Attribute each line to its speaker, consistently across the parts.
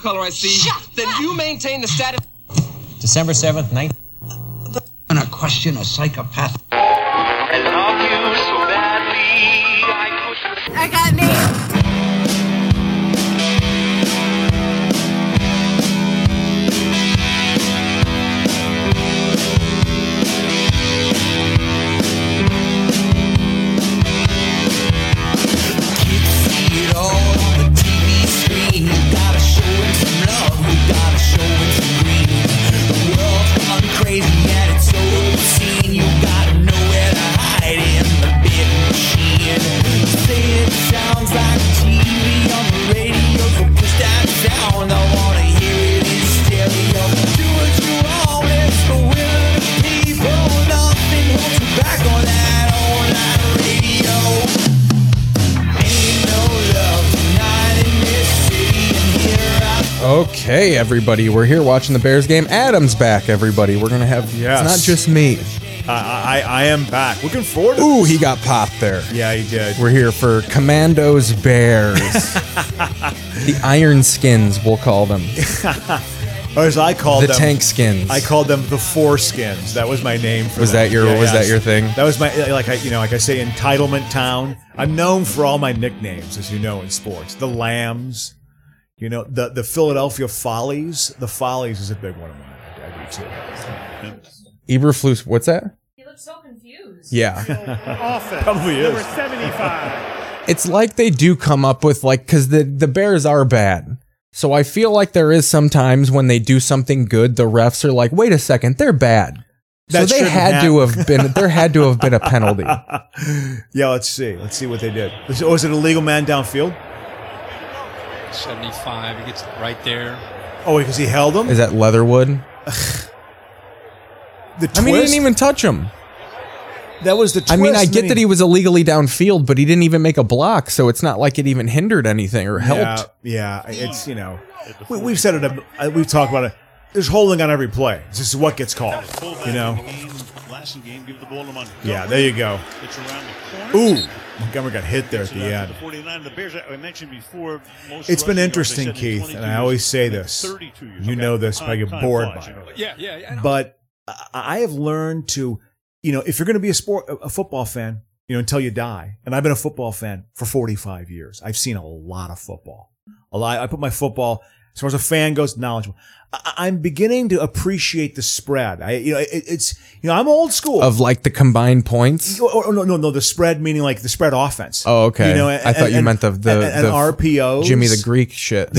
Speaker 1: color I see,
Speaker 2: Shut
Speaker 1: then
Speaker 2: up!
Speaker 1: you maintain the status.
Speaker 3: December 7th, 19.
Speaker 4: I'm gonna question a psychopath.
Speaker 5: I love you so badly. I push the
Speaker 2: I got me.
Speaker 6: Back on that online radio.
Speaker 7: Okay, everybody, we're here watching the Bears game. Adam's back, everybody. We're gonna have.
Speaker 8: Yes.
Speaker 7: It's not just me.
Speaker 8: I, I, I am back. Looking forward to
Speaker 7: Ooh, he got popped there.
Speaker 8: Yeah, you did.
Speaker 7: We're here for Commandos Bears, the Iron Skins, we'll call them,
Speaker 8: Or as I called
Speaker 7: the
Speaker 8: them,
Speaker 7: Tank Skins.
Speaker 8: I called them the Foreskins. That was my name. For
Speaker 7: Was
Speaker 8: them.
Speaker 7: that your- was that your thing?
Speaker 8: That was my like I you know like I say entitlement town. I'm known for all my nicknames, as you know, in sports. The Lambs, you know the the Philadelphia Follies. The Follies is a big one of mine. I do too.
Speaker 7: Eberflus. What's that?
Speaker 9: He looked so confused.
Speaker 7: Yeah,
Speaker 8: Probably is.
Speaker 7: it's like they do come up with like because the the Bears are bad. So I feel like there is sometimes when they do something good, the refs are like, "Wait a second, they're bad."
Speaker 8: That
Speaker 7: so they
Speaker 8: shouldn't
Speaker 7: had to
Speaker 8: happen.
Speaker 7: have been there had to have been a penalty.
Speaker 8: yeah, let's see. Let's see what they did. Was, oh, was it a legal man downfield?
Speaker 10: 75. He gets right there.
Speaker 8: Oh, because he held him.
Speaker 7: Is that Leatherwood?
Speaker 8: the twist.
Speaker 7: I mean, he didn't even touch him.
Speaker 8: that was the. Twist,
Speaker 7: I mean, I get
Speaker 8: Minnie.
Speaker 7: that he was illegally downfield, but he didn't even make a block, so it's not like it even hindered anything or helped.
Speaker 8: Yeah, yeah. It's you know, we, we've said it. uh, We've talked about it. There's holding on every play. This is what gets called. You know.
Speaker 10: Last game, give the ball to Montgomery.
Speaker 8: Yeah, there you go.
Speaker 10: It's around the corner.
Speaker 8: Ooh, Montgomery got hit there at the
Speaker 10: Out to
Speaker 8: end.
Speaker 10: the 49. The Bears, I mentioned before, most
Speaker 8: It's
Speaker 10: rushing yards,
Speaker 8: been
Speaker 10: they
Speaker 8: interesting,
Speaker 10: said in
Speaker 8: Keith,
Speaker 10: 22
Speaker 8: and I
Speaker 10: years,
Speaker 8: always say
Speaker 10: in
Speaker 8: this.
Speaker 10: 32 years.
Speaker 8: You
Speaker 10: Okay.
Speaker 8: know this, but I
Speaker 10: Time-
Speaker 8: get
Speaker 10: time
Speaker 8: bored
Speaker 10: flies,
Speaker 8: by it.
Speaker 10: you know. Yeah, yeah, yeah.
Speaker 8: But I- I have learned to, you know, if you're going to be a sport, a football fan, you know, until you die. And I've been a football fan for 45 years. I've seen a lot of football. A lot. I put my football as far as a fan goes, knowledgeable. I, I'm beginning to appreciate the spread. I, you know, it, it's, you know, I'm old school.
Speaker 7: Of like the combined points.
Speaker 8: Oh, oh, no, no, no. The spread meaning like the spread offense.
Speaker 7: Oh, okay.
Speaker 8: You know,
Speaker 7: I thought you meant the the,
Speaker 8: and, and
Speaker 7: the
Speaker 8: RPOs.
Speaker 7: Jimmy the Greek shit.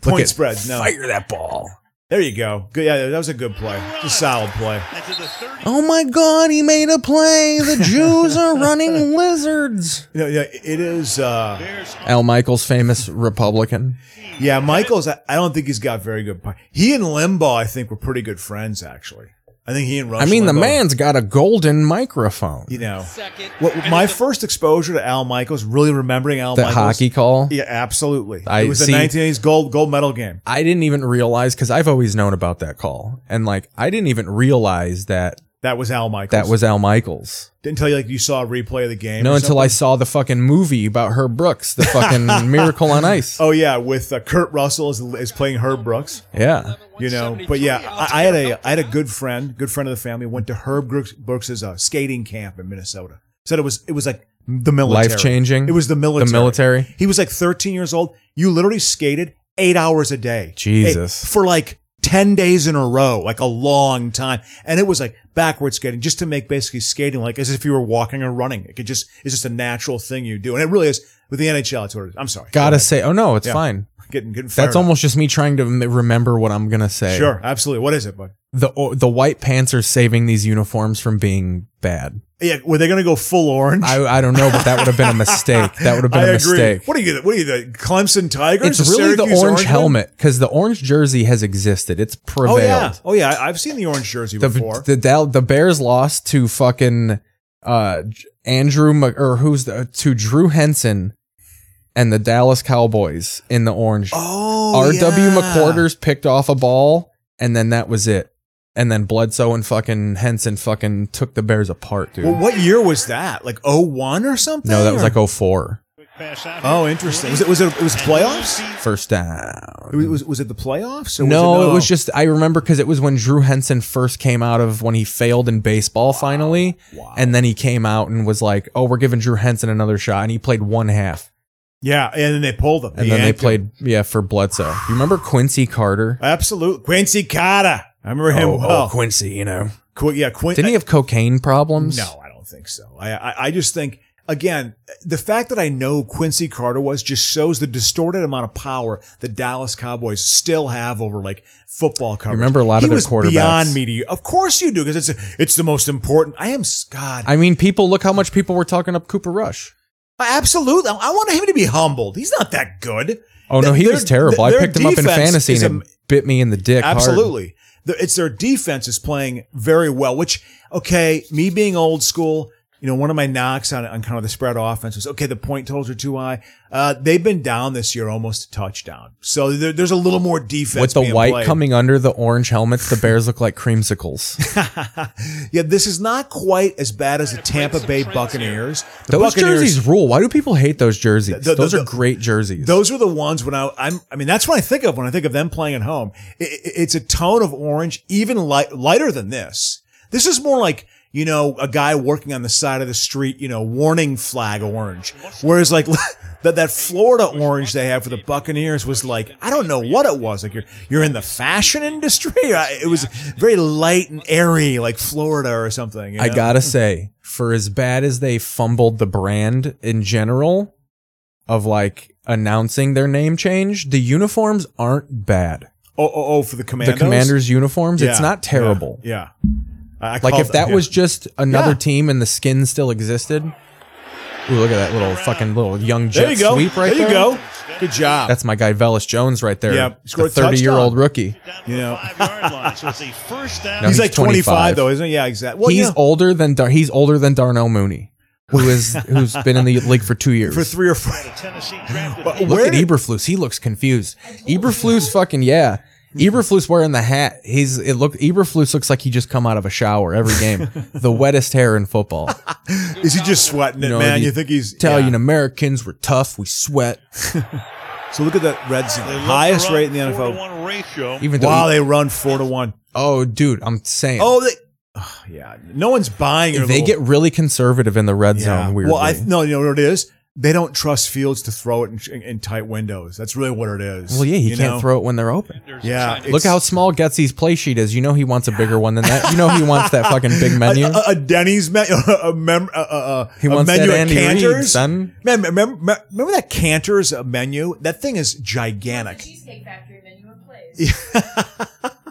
Speaker 8: point
Speaker 7: at-
Speaker 8: spreads. No,
Speaker 7: Fire that ball.
Speaker 8: there you go. Good. Yeah, that was a good play. Just solid play.
Speaker 10: And to the 30.
Speaker 7: Oh my god, he made a play. The Jews are running lizards.
Speaker 8: You know, yeah, it is. uh
Speaker 10: Bears
Speaker 7: Al Michaels, famous Republican.
Speaker 8: Yeah, Michaels. I, I don't think he's got very good. pi- He and Limbaugh, I think, were pretty good friends. Actually, I think he and Rush.
Speaker 7: I mean, the
Speaker 8: Limbaugh,
Speaker 7: man's got a golden microphone.
Speaker 8: You know,
Speaker 1: Second.
Speaker 8: what, my first exposure to Al Michaels, really remembering Al
Speaker 7: That
Speaker 8: Michaels.
Speaker 7: hockey call.
Speaker 8: Yeah, absolutely.
Speaker 7: I
Speaker 8: it was
Speaker 7: see-
Speaker 8: the 1980s gold gold medal game.
Speaker 7: I didn't even realize because I've always known about that call, and like I didn't even realize that
Speaker 8: That was Al Michaels.
Speaker 7: that was Al Michaels.
Speaker 8: didn't tell you like you saw a replay of the game.
Speaker 7: No,
Speaker 8: or
Speaker 7: until I saw the fucking movie about Herb Brooks, the fucking Miracle on Ice.
Speaker 8: Oh yeah, with uh, Kurt Russell is, is playing Herb Brooks.
Speaker 7: Yeah.
Speaker 8: You know, but yeah, I, I had a I had a good friend, good friend of the family, went to Herb Brooks, Brooks's uh, skating camp in Minnesota. Said it was it was like the military,
Speaker 7: Life-changing?
Speaker 8: It was the military.
Speaker 7: military?
Speaker 8: He was like 13 years old. You literally skated eight hours a day,
Speaker 7: Jesus.
Speaker 8: Eight- for like 10 days in a row, like a long time. And it was like backward skating, just to make basically skating like as if you were walking or running. It could just it's just a natural thing you do, and it really is with the NHL. It's what it is. I'm sorry,
Speaker 7: Gotta
Speaker 8: Go ahead.
Speaker 7: say, oh no, it's
Speaker 8: Yeah.
Speaker 7: fine.
Speaker 8: getting getting fired
Speaker 7: That's
Speaker 8: up.
Speaker 7: almost just me trying to m- remember what I'm gonna say.
Speaker 8: sure, absolutely. What is it, bud?
Speaker 7: The o- the white pants are saving these uniforms from being bad.
Speaker 8: Yeah, were they going to go full orange?
Speaker 7: I I don't know, but that would have been a mistake. That would have been
Speaker 8: I
Speaker 7: a
Speaker 8: agree.
Speaker 7: mistake.
Speaker 8: What are you? What are you? The Clemson Tigers?
Speaker 7: It's really the orange,
Speaker 8: Syracuse Orangemen?
Speaker 7: helmet because the orange jersey has existed. It's prevailed.
Speaker 8: Oh yeah. Oh yeah. I- I've seen the orange jersey
Speaker 7: the
Speaker 8: before.
Speaker 7: the Dal- the Bears lost to fucking uh J- Andrew Mc- or who's the to Drew Henson and the Dallas Cowboys in the orange.
Speaker 8: oh.
Speaker 7: R.W.
Speaker 8: yeah.
Speaker 7: McQuarters picked off a ball and then that was it. And then Bledsoe and fucking Henson fucking took the Bears apart, dude.
Speaker 8: Well, what year was that? Like 01 or something?
Speaker 7: no, that was oh
Speaker 8: or-
Speaker 7: like 04.
Speaker 10: pass out.
Speaker 8: Oh, interesting. Was it was it it was playoffs?
Speaker 7: First down.
Speaker 8: It was was, was it the playoffs? Or
Speaker 7: No,
Speaker 8: was
Speaker 7: it was just I remember because it was when Drew Henson first came out of when he failed in baseball finally,
Speaker 8: Wow.
Speaker 7: and then he came out and was like, "Oh, we're giving Drew Henson another shot," and he played one half,
Speaker 8: yeah, and then they pulled them,
Speaker 7: and then they played yeah for Bledsoe. You remember Quincy Carter?
Speaker 8: absolutely Quincy Carter. I remember him
Speaker 7: oh,
Speaker 8: well.
Speaker 7: oh, Quincy, you know,
Speaker 8: Qu- yeah, Quin-
Speaker 7: didn't he have cocaine problems?
Speaker 8: No, I don't think so. I, I, I just think, again, the fact that I know Quincy Carter was just shows the distorted amount of power the Dallas Cowboys still have over like football coverage.
Speaker 7: remember a lot
Speaker 8: he
Speaker 7: of their
Speaker 8: was
Speaker 7: quarterbacks.
Speaker 8: beyond media. Of course you do, because it's it's the most important. I am God.
Speaker 7: I mean, people look how much people were talking up Cooper Rush.
Speaker 8: Absolutely, I, I want him to be humbled. He's not that good.
Speaker 7: Oh no,
Speaker 8: Th-
Speaker 7: he
Speaker 8: their-
Speaker 7: was terrible. I
Speaker 8: their
Speaker 7: picked him up in
Speaker 8: defense
Speaker 7: fantasy
Speaker 8: is
Speaker 7: and
Speaker 8: am-
Speaker 7: it bit me in the dick. hard.
Speaker 8: Absolutely. The- It's their defense is playing very well, which, okay, me being old school, you know, one of my knocks on, on kind of the spread offense was, okay, the point totals are too high. Uh, they've been down this year almost a touchdown. So there, there's a little more defense.
Speaker 7: With the
Speaker 8: being
Speaker 7: white
Speaker 8: played.
Speaker 7: coming under the orange helmets, the Bears look like creamsicles.
Speaker 8: yeah, this is not quite as bad as the Tampa Bay Buccaneers. The
Speaker 7: those
Speaker 8: Buccaneers,
Speaker 7: jerseys rule. Why do people hate those jerseys?
Speaker 8: The- the-
Speaker 7: those
Speaker 8: the-
Speaker 7: are great jerseys.
Speaker 8: Those were the ones when I, I'm, I mean, that's what I think of when I think of them playing at home. I- I- it's a tone of orange, even light, lighter than this. This is more like, you know, a guy working on the side of the street, you know, warning flag orange. Whereas like that, that Florida orange they have for the Buccaneers was like, I don't know what it was. Like you're, you're in the fashion industry. I- It was very light and airy, like Florida or something. you
Speaker 7: I
Speaker 8: know?
Speaker 7: gotta say, for as bad as they fumbled the brand in general of like announcing their name change, the uniforms aren't bad.
Speaker 8: Oh, oh, oh, for the
Speaker 7: The
Speaker 8: commandos.
Speaker 7: commanders' uniforms, it's
Speaker 8: Yeah,
Speaker 7: not terrible.
Speaker 8: Yeah. I- I
Speaker 7: Like
Speaker 8: called
Speaker 7: if that
Speaker 8: yeah.
Speaker 7: was just another
Speaker 8: Yeah.
Speaker 7: team and the skin still existed. Ooh, look at that little fucking little young jet
Speaker 8: There you go.
Speaker 7: sweep right
Speaker 8: there
Speaker 7: there.
Speaker 8: you go. Good job.
Speaker 7: That's my guy Velas Jones right there.
Speaker 8: Yeah,
Speaker 7: the
Speaker 8: scored a
Speaker 7: thirty-year-old
Speaker 8: touchdown.
Speaker 7: rookie.
Speaker 8: You know.
Speaker 10: five-yard line, so it's a first down.
Speaker 7: No,
Speaker 8: he's,
Speaker 7: he's
Speaker 8: like 25,
Speaker 7: 25.
Speaker 8: though, isn't he? Yeah, exactly. Well,
Speaker 7: he's
Speaker 8: you know,
Speaker 7: older than Dar- he's older than Darnell Mooney, who is who's been in the league for two years.
Speaker 8: for three or four.
Speaker 10: Tennessee drafted
Speaker 8: But
Speaker 7: Look
Speaker 8: where
Speaker 7: at
Speaker 8: did-
Speaker 7: Eberflus. He looks confused. Eberflus, fucking yeah. Eberflus wearing the hat. He's it look. Eberflus looks like he just come out of a shower every game. the wettest hair in football.
Speaker 8: Is he just sweating it,
Speaker 7: You know,
Speaker 8: man?
Speaker 7: the
Speaker 8: You think he's
Speaker 7: Italian
Speaker 8: yeah.
Speaker 7: Americans were tough. We sweat.
Speaker 8: So look at that red zone,
Speaker 10: They love to
Speaker 8: highest
Speaker 10: run
Speaker 8: rate in the
Speaker 10: four to
Speaker 8: NFL.
Speaker 10: One ratio.
Speaker 7: Even though.
Speaker 8: Wow,
Speaker 7: he-
Speaker 8: they run four to one.
Speaker 7: oh, dude, I'm saying.
Speaker 8: Oh, they. Oh, yeah, no one's buying. your
Speaker 7: they
Speaker 8: little-
Speaker 7: get really conservative in the red zone. Weirdly.
Speaker 8: Well, I no, you know what it is. They don't trust Fields to throw it in, in, in tight windows. That's really what it is.
Speaker 7: Well, yeah, he
Speaker 8: you
Speaker 7: can't
Speaker 8: know?
Speaker 7: throw it when they're open.
Speaker 8: Yeah,
Speaker 7: Look
Speaker 8: it's-
Speaker 7: how small Getsy's play sheet is. You know he wants a bigger one than that. You know he wants that fucking big menu.
Speaker 8: A, a- a Denny's menu, a, mem- a, a, a,
Speaker 7: He
Speaker 8: a
Speaker 7: wants
Speaker 8: menu
Speaker 7: that
Speaker 8: at
Speaker 7: Andy Reid,
Speaker 8: Cantor's.
Speaker 7: son.
Speaker 8: Man, remember, remember that Cantor's uh, menu? That thing is gigantic.
Speaker 1: Cheesecake Factory menu in place.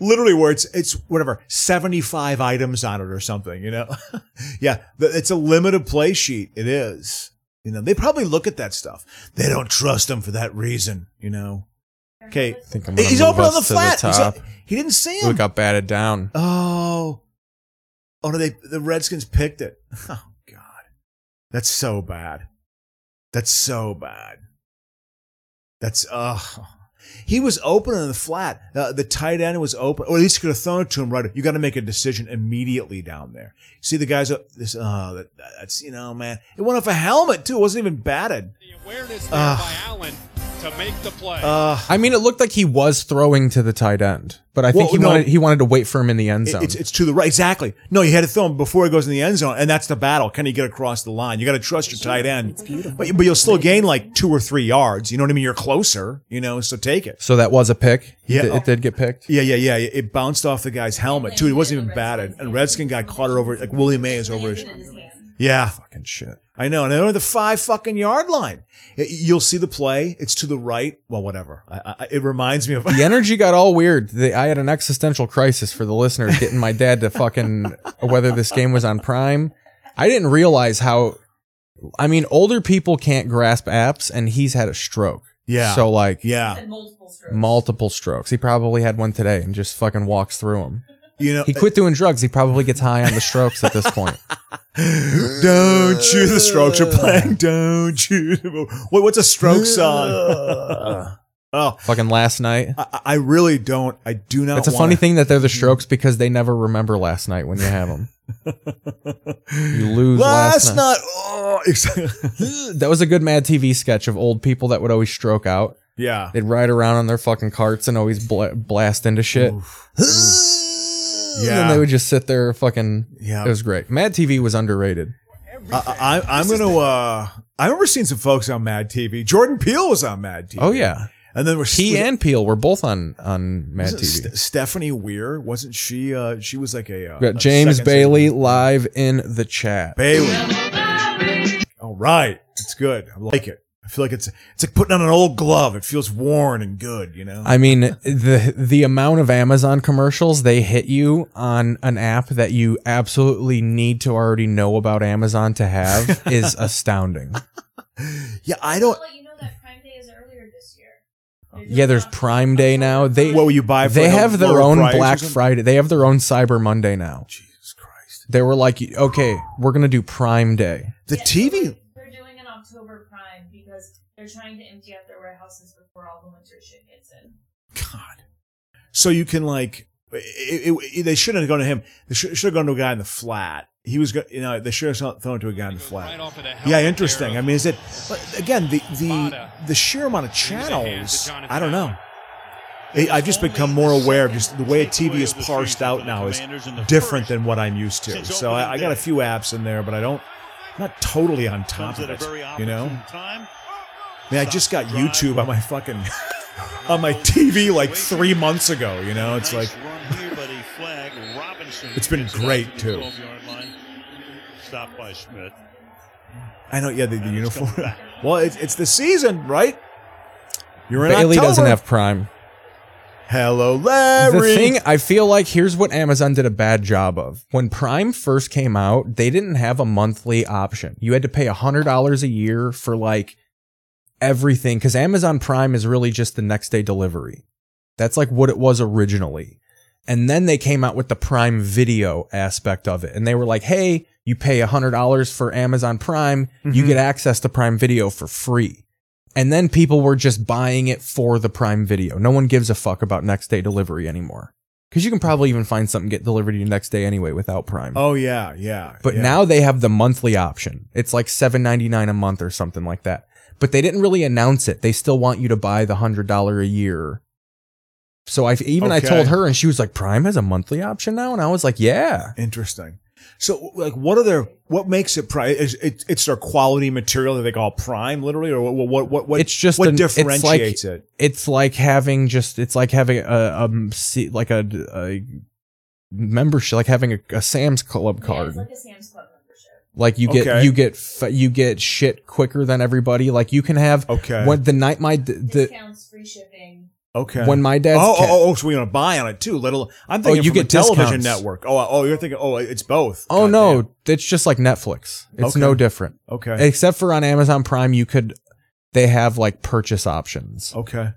Speaker 8: Literally, where it's it's whatever seventy five items on it or something. You know, yeah, th- it's a limited play sheet. It is. You know, they probably look at that stuff. They don't trust him for that reason. You know. Okay,
Speaker 7: think I'm gonna
Speaker 8: he's
Speaker 7: move
Speaker 8: open on
Speaker 7: us
Speaker 8: the
Speaker 7: to the
Speaker 8: flat. He's
Speaker 7: top.
Speaker 8: up- he didn't see
Speaker 7: We
Speaker 8: him.
Speaker 7: got batted down.
Speaker 8: Oh, oh no! They the Redskins picked it. Oh God, that's so bad. That's so bad. That's uh He was open in the flat. Uh, the tight end was open, or at least could have thrown it to him right. You got to make a decision immediately down there. See the guys. up- This oh, that, that's you know, man. It went off a helmet too. It wasn't even batted.
Speaker 2: The awareness there
Speaker 8: Ah.
Speaker 2: by Allen to make the play.
Speaker 8: Uh,
Speaker 7: I mean, it looked like he was throwing to the tight end, but I think
Speaker 8: Well,
Speaker 7: he
Speaker 8: no.
Speaker 7: wanted he wanted to wait for him in the end
Speaker 8: It-
Speaker 7: zone.
Speaker 8: It's, it's to the right. Exactly. No, you had to throw him before he goes in the end zone, and that's the battle. Can he get across the line? You got to trust your tight end. But, but you'll still gain like two or three yards. You know what I mean? You're closer, you know, so take it.
Speaker 7: so that was a pick.
Speaker 8: Yeah.
Speaker 7: it, it did get picked.
Speaker 8: Yeah, yeah, yeah. It bounced off the guy's helmet, too. It wasn't even batted. And Redskin guy caught it over, like William A is over his. Yeah.
Speaker 7: Fucking shit.
Speaker 8: I know. And they're on the five fucking yard line. Y- You'll see the play. It's to the right. Well, whatever. I, I, it reminds me of.
Speaker 7: The energy got all weird. The, I had an existential crisis for the listeners getting my dad to fucking whether this game was on Prime. I didn't realize how. I mean, older people can't grasp apps, and he's had a stroke.
Speaker 8: Yeah.
Speaker 7: So like,
Speaker 8: Yeah.
Speaker 1: And multiple strokes.
Speaker 7: multiple strokes. He probably had one today, and just fucking walks through them.
Speaker 8: You know, uh,
Speaker 7: He quit doing drugs. He probably gets high on the strokes at this point.
Speaker 8: Don't you? The strokes are playing. Don't you? Wait, what's a stroke song? Oh,
Speaker 7: Fucking last night.
Speaker 8: I, I really don't. I do not.
Speaker 7: It's a
Speaker 8: wanna-
Speaker 7: funny thing that they're the Strokes because they never remember last night when you have them. you lose last,
Speaker 8: Last
Speaker 7: night.
Speaker 8: night. Oh, ex-
Speaker 7: That was a good Mad TV sketch of old people that would always stroke out.
Speaker 8: yeah.
Speaker 7: They'd ride around on their fucking carts and always bla- blast into shit. And then
Speaker 8: Yeah.
Speaker 7: they would just sit there fucking.
Speaker 8: Yeah.
Speaker 7: It was great. Mad TV was underrated.
Speaker 8: I, I, I'm gonna. Uh, I remember seeing some folks on Mad TV. Jordan Peele was on Mad TV.
Speaker 7: Oh, yeah.
Speaker 8: and then we're
Speaker 7: He and Peel were both on, on Mad TV.
Speaker 8: Stephanie Weir wasn't she? Uh, she was like a, uh,
Speaker 7: We got
Speaker 8: a
Speaker 7: James
Speaker 8: second-
Speaker 7: Bailey live in the chat.
Speaker 8: Bailey. All right, it's good. I like it. I feel like it's it's like putting on an old glove. It feels worn and good. You know.
Speaker 7: I mean, the the amount of Amazon commercials they hit you on an app that you absolutely need to already know about Amazon to have is astounding.
Speaker 8: yeah, I don't.
Speaker 1: I'll let you know that Prime Day is earlier this year. They're
Speaker 7: Yeah, there's
Speaker 1: doing a-
Speaker 7: Prime Day now. They
Speaker 8: What will you buy? For
Speaker 7: they
Speaker 8: a
Speaker 7: have their
Speaker 8: lower
Speaker 7: own
Speaker 8: price or
Speaker 7: Black
Speaker 8: something?
Speaker 7: Friday. They have their own Cyber Monday now.
Speaker 8: Jesus Christ!
Speaker 7: They were like, okay, we're gonna do Prime Day.
Speaker 8: The
Speaker 1: Yeah,
Speaker 8: TV.
Speaker 1: They're doing an October Prime because they're trying to empty out their warehouses before all the winter shit gets in.
Speaker 8: God. So you can like, it, it, it- they shouldn't have gone to him. They should, should have gone to a guy in the flat. He was, go, you know, they should have thrown it to a guy in the flat.
Speaker 2: Right off of the helmet
Speaker 8: Yeah,
Speaker 2: there
Speaker 8: interesting. I
Speaker 2: of
Speaker 8: mean, is it but again the the
Speaker 2: Mata.
Speaker 8: the sheer amount of
Speaker 2: hand to
Speaker 8: channels?
Speaker 2: Jonathan
Speaker 8: I don't know.
Speaker 2: Allen.
Speaker 8: I- I've just become more aware of just the way TV
Speaker 10: Takeaway
Speaker 8: is
Speaker 10: of the
Speaker 8: parsed
Speaker 10: season for
Speaker 8: out
Speaker 10: the
Speaker 8: now is
Speaker 10: Commanders in the
Speaker 8: different
Speaker 10: first
Speaker 8: than what I'm used to.
Speaker 10: since
Speaker 8: So I, I
Speaker 10: opening
Speaker 8: got a
Speaker 10: day.
Speaker 8: few apps in there, but I don't I'm not totally on top
Speaker 10: Comes at
Speaker 8: of
Speaker 10: a
Speaker 8: it.
Speaker 10: very
Speaker 8: You
Speaker 10: opportune
Speaker 8: know,
Speaker 10: time.
Speaker 8: I mean, I just got YouTube on my fucking on my TV like three months ago. You know, it's like
Speaker 10: Nice run here, but a flag. Robinson
Speaker 8: It's been
Speaker 10: gets it out
Speaker 8: great,
Speaker 10: to the
Speaker 8: too.
Speaker 10: 12-yard line. Stopped by Smith.
Speaker 8: I know, yeah, the, the
Speaker 10: And it's
Speaker 8: uniform.
Speaker 10: coming back.
Speaker 8: well, it's, it's the season, right? You're in
Speaker 7: Bailey
Speaker 8: October.
Speaker 7: doesn't have Prime.
Speaker 8: Hello, Larry.
Speaker 7: The thing I feel like here's what Amazon did a bad job of. When Prime first came out, they didn't have a monthly option. You had to pay $100 a year for like everything cuz Amazon Prime is really just the next day delivery. That's like what it was originally. And then they came out with the Prime Video aspect of it. And they were like, "Hey, you pay $100 for Amazon Prime, you
Speaker 8: Mhm.
Speaker 7: get access to Prime Video for free." And then people were just buying it for the Prime Video. No one gives a fuck about next day delivery anymore. Because you can probably even find something get delivered to you next day anyway without Prime.
Speaker 8: oh yeah, yeah.
Speaker 7: but
Speaker 8: yeah.
Speaker 7: now they have the monthly option. It's like seven ninety nine a month or something like that. But they didn't really announce it. They still want you to buy the hundred dollar a year. So I even I
Speaker 8: Okay.
Speaker 7: told her, and she was like, "Prime has a monthly option now," and I was like, "Yeah."
Speaker 8: interesting. So, like, what are their what makes it prime? Is it, it's their quality material that they call prime, literally, or what? What? What? what
Speaker 7: It's just
Speaker 8: what
Speaker 7: an- it's like-
Speaker 8: differentiates it.
Speaker 7: It's like having just it's like having a um see- like a, a membership, like having a, a Sam's Club
Speaker 1: Yeah,
Speaker 7: card.
Speaker 1: it's like a Sam's Club membership.
Speaker 7: Like you get
Speaker 8: Okay.
Speaker 7: you get f- you get shit quicker than everybody. Like you can have
Speaker 8: Okay.
Speaker 7: when the night my d- the
Speaker 1: Discounts, free shipping.
Speaker 8: Okay.
Speaker 7: when my dad's
Speaker 8: oh,
Speaker 7: cat-
Speaker 8: oh, oh, so we're gonna buy on it too. Little, I'm thinking
Speaker 7: Oh, you
Speaker 8: from a
Speaker 7: get
Speaker 8: television
Speaker 7: discounts.
Speaker 8: network. Oh, oh, you're thinking, oh, it's both.
Speaker 7: Oh,
Speaker 8: God
Speaker 7: no,
Speaker 8: damn.
Speaker 7: it's just like Netflix. It's
Speaker 8: Okay.
Speaker 7: no different
Speaker 8: Okay.
Speaker 7: except for on Amazon Prime you could they have like purchase options.
Speaker 8: okay.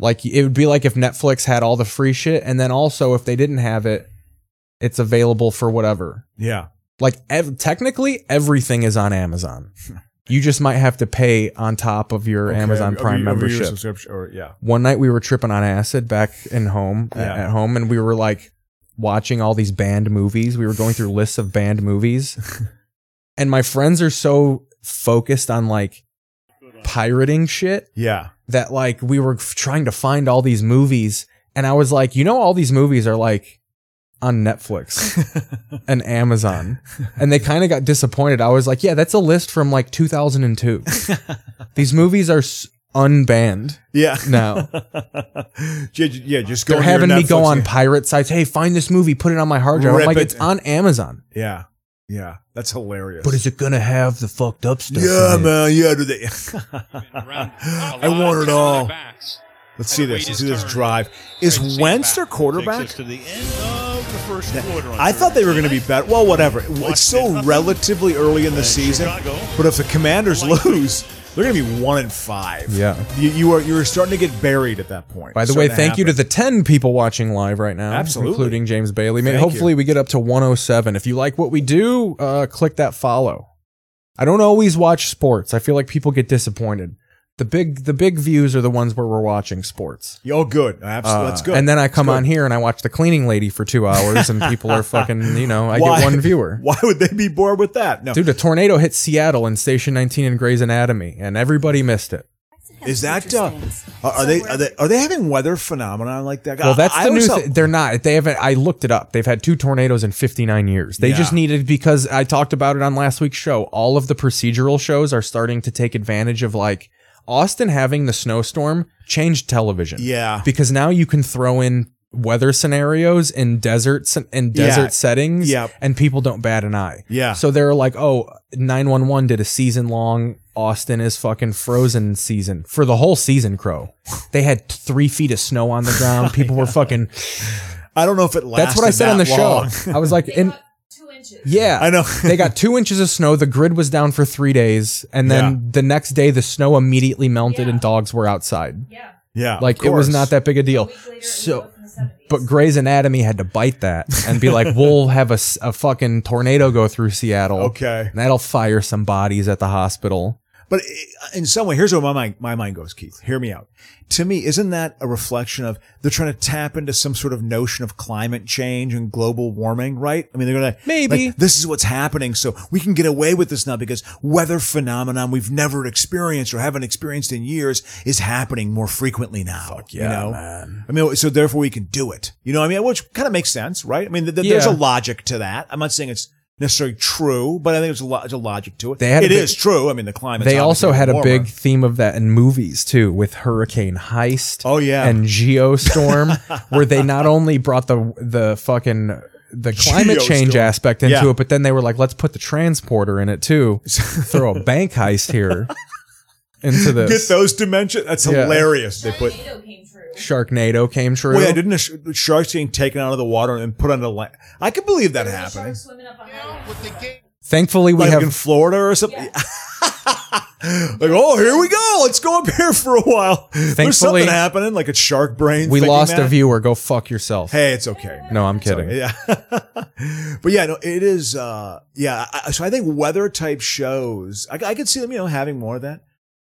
Speaker 7: Like it would be like if Netflix had all the free shit and then also if they didn't have it it's available for whatever.
Speaker 8: Yeah.
Speaker 7: Like ev- technically everything is on Amazon. you just might have to pay on top of your
Speaker 8: Okay,
Speaker 7: Amazon
Speaker 8: every-
Speaker 7: Prime
Speaker 8: every- every year
Speaker 7: membership.
Speaker 8: subscription, or yeah.
Speaker 7: one night we were tripping on acid back in home
Speaker 8: Yeah.
Speaker 7: at home and we were like watching all these banned movies we were going through lists of banned movies and my friends are so focused on like pirating shit
Speaker 8: Yeah.
Speaker 7: that like we were f- trying to find all these movies and i was like you know all these movies are like on netflix and amazon and they kind of got disappointed i was like yeah that's a list from like 2002 these movies are s- unbanned
Speaker 8: Yeah.
Speaker 7: now
Speaker 8: yeah, ju- yeah, just go.
Speaker 7: They're
Speaker 8: on your
Speaker 7: having me go
Speaker 8: Netflix
Speaker 7: on
Speaker 8: and-
Speaker 7: pirate sites. Hey, find this movie, put it on my hard drive. I'm
Speaker 8: Rip
Speaker 7: like,
Speaker 8: it.
Speaker 7: it's on Amazon.
Speaker 8: Yeah, yeah, that's hilarious.
Speaker 7: But is it gonna have the fucked up stuff?
Speaker 8: yeah,
Speaker 7: in it?
Speaker 8: man, yeah. Do they?
Speaker 2: around.
Speaker 8: I want it all. Let's see this. Let's see this drive. Is Wentz their
Speaker 10: Takes
Speaker 8: quarterback?
Speaker 10: us to the end of the first quarter. on
Speaker 8: I thought they were going to be better. Well, whatever. It's still relatively early in the season. But if the Commanders lose, they're going to be one and five.
Speaker 7: Yeah.
Speaker 8: you, you are you're starting to get buried at that point.
Speaker 7: By the
Speaker 8: It's
Speaker 7: way,
Speaker 8: starting
Speaker 7: thank you to
Speaker 8: happen.
Speaker 7: the ten people watching live right now,
Speaker 8: Absolutely.
Speaker 7: including James Bailey. Maybe,
Speaker 8: Thank you.
Speaker 7: hopefully, we get up to 107. If you like what we do, uh, click that follow. I don't always watch sports. I feel like people get disappointed, the big the big views are the ones where we're watching sports.
Speaker 8: Oh, good. Absolutely.
Speaker 7: Uh,
Speaker 8: That's good.
Speaker 7: And then I
Speaker 8: That's
Speaker 7: come
Speaker 8: good.
Speaker 7: on here and I watch the cleaning lady for two hours, and people are fucking. You know, I
Speaker 8: Why-
Speaker 7: get one viewer.
Speaker 8: Why would they be bored with that? No.
Speaker 7: Dude, a tornado hit Seattle in Station 19 in Grey's Anatomy, and everybody missed it.
Speaker 8: is that uh, are, are they are they are they having weather phenomena like that?
Speaker 7: Well, that's
Speaker 8: I- I
Speaker 7: the new.
Speaker 8: always
Speaker 7: Th-
Speaker 8: thought-
Speaker 7: they're not. They haven't. I looked it up. They've had two tornadoes in 59 years. They just
Speaker 8: Yeah.
Speaker 7: needed because I talked about it on last week's show. All of the procedural shows are starting to take advantage of like Austin having the snowstorm changed television.
Speaker 8: Yeah.
Speaker 7: because now you can throw in weather scenarios in deserts and
Speaker 8: Yeah.
Speaker 7: desert settings.
Speaker 8: Yep.
Speaker 7: and people don't bat an eye.
Speaker 8: Yeah.
Speaker 7: So they're like, oh, 911 did a season long Austin is fucking frozen season for the whole season, Crow. They had three feet of snow on the ground. People were fucking.
Speaker 8: I don't know if it lasted.
Speaker 7: That's what I said on the
Speaker 8: that long.
Speaker 7: show. I was like,
Speaker 1: They
Speaker 7: and
Speaker 1: got two inches.
Speaker 7: yeah.
Speaker 8: I know.
Speaker 7: they got two inches of snow. The grid was down for three days. And then
Speaker 8: Yeah.
Speaker 7: the next day, the snow immediately melted
Speaker 1: Yeah.
Speaker 7: and dogs were outside.
Speaker 1: Yeah.
Speaker 8: Yeah,
Speaker 7: Like,
Speaker 8: of
Speaker 7: it was
Speaker 8: course.
Speaker 7: not that big a
Speaker 1: A
Speaker 7: deal.
Speaker 1: week later,
Speaker 7: So-
Speaker 1: so, in the 70s.
Speaker 7: But Grey's Anatomy had to bite that and be like, we'll have a, s- a fucking tornado go through Seattle.
Speaker 8: Okay.
Speaker 7: And that'll fire some bodies at the hospital.
Speaker 8: But i- in some way, here's where my mind, my mind goes, Keith. Hear me out. To me, isn't that a reflection of they're trying to tap into some sort of notion of climate change and global warming, right? I mean, they're going to
Speaker 7: Maybe.
Speaker 8: this is what's happening, so we can get away with this now because weather phenomenon we've never experienced or haven't experienced in years is happening more frequently now. you know, I mean, so therefore we can do it. You know, what I mean, which kind of makes sense, right? I mean, th- th- there's a
Speaker 7: Yeah.
Speaker 8: logic to that. I'm not saying it's necessarily true, but I think there's a, lo- there's a logic to it.
Speaker 7: They had a
Speaker 8: It
Speaker 7: big-
Speaker 8: is true. I mean, the climate.
Speaker 7: they also had a big theme of that in movies too, with Hurricane Heist.
Speaker 8: Oh, yeah.
Speaker 7: and Geostorm, where they not only brought the the fucking the climate change
Speaker 8: Geostorm.
Speaker 7: aspect into
Speaker 8: Yeah.
Speaker 7: it, but then they were like, let's put the transporter in it too. Throw a bank heist here into
Speaker 8: Get
Speaker 7: this.
Speaker 8: those dimensions. That's
Speaker 7: Yeah.
Speaker 8: hilarious. They put.
Speaker 1: tornado came through.
Speaker 7: Sharknado came true.
Speaker 8: Well, yeah, didn't a sh- sharks getting taken out of the water and put on the land? I could believe that
Speaker 1: There was a shark
Speaker 8: happening.
Speaker 1: Swimming up a highway.
Speaker 7: Thankfully, we
Speaker 8: like
Speaker 7: have
Speaker 8: in Florida or something. like, oh, here we go. Let's go up here for a while. There's
Speaker 7: Thankfully-
Speaker 8: something happening, like a shark brain.
Speaker 7: we
Speaker 8: thinking
Speaker 7: lost
Speaker 8: that.
Speaker 7: a viewer. Go fuck yourself.
Speaker 8: Hey, it's okay.
Speaker 7: no, I'm kidding.
Speaker 8: Yeah. but yeah, no, it is. Uh, yeah. I, so I think weather type shows, I, I could see them, you know, having more of that.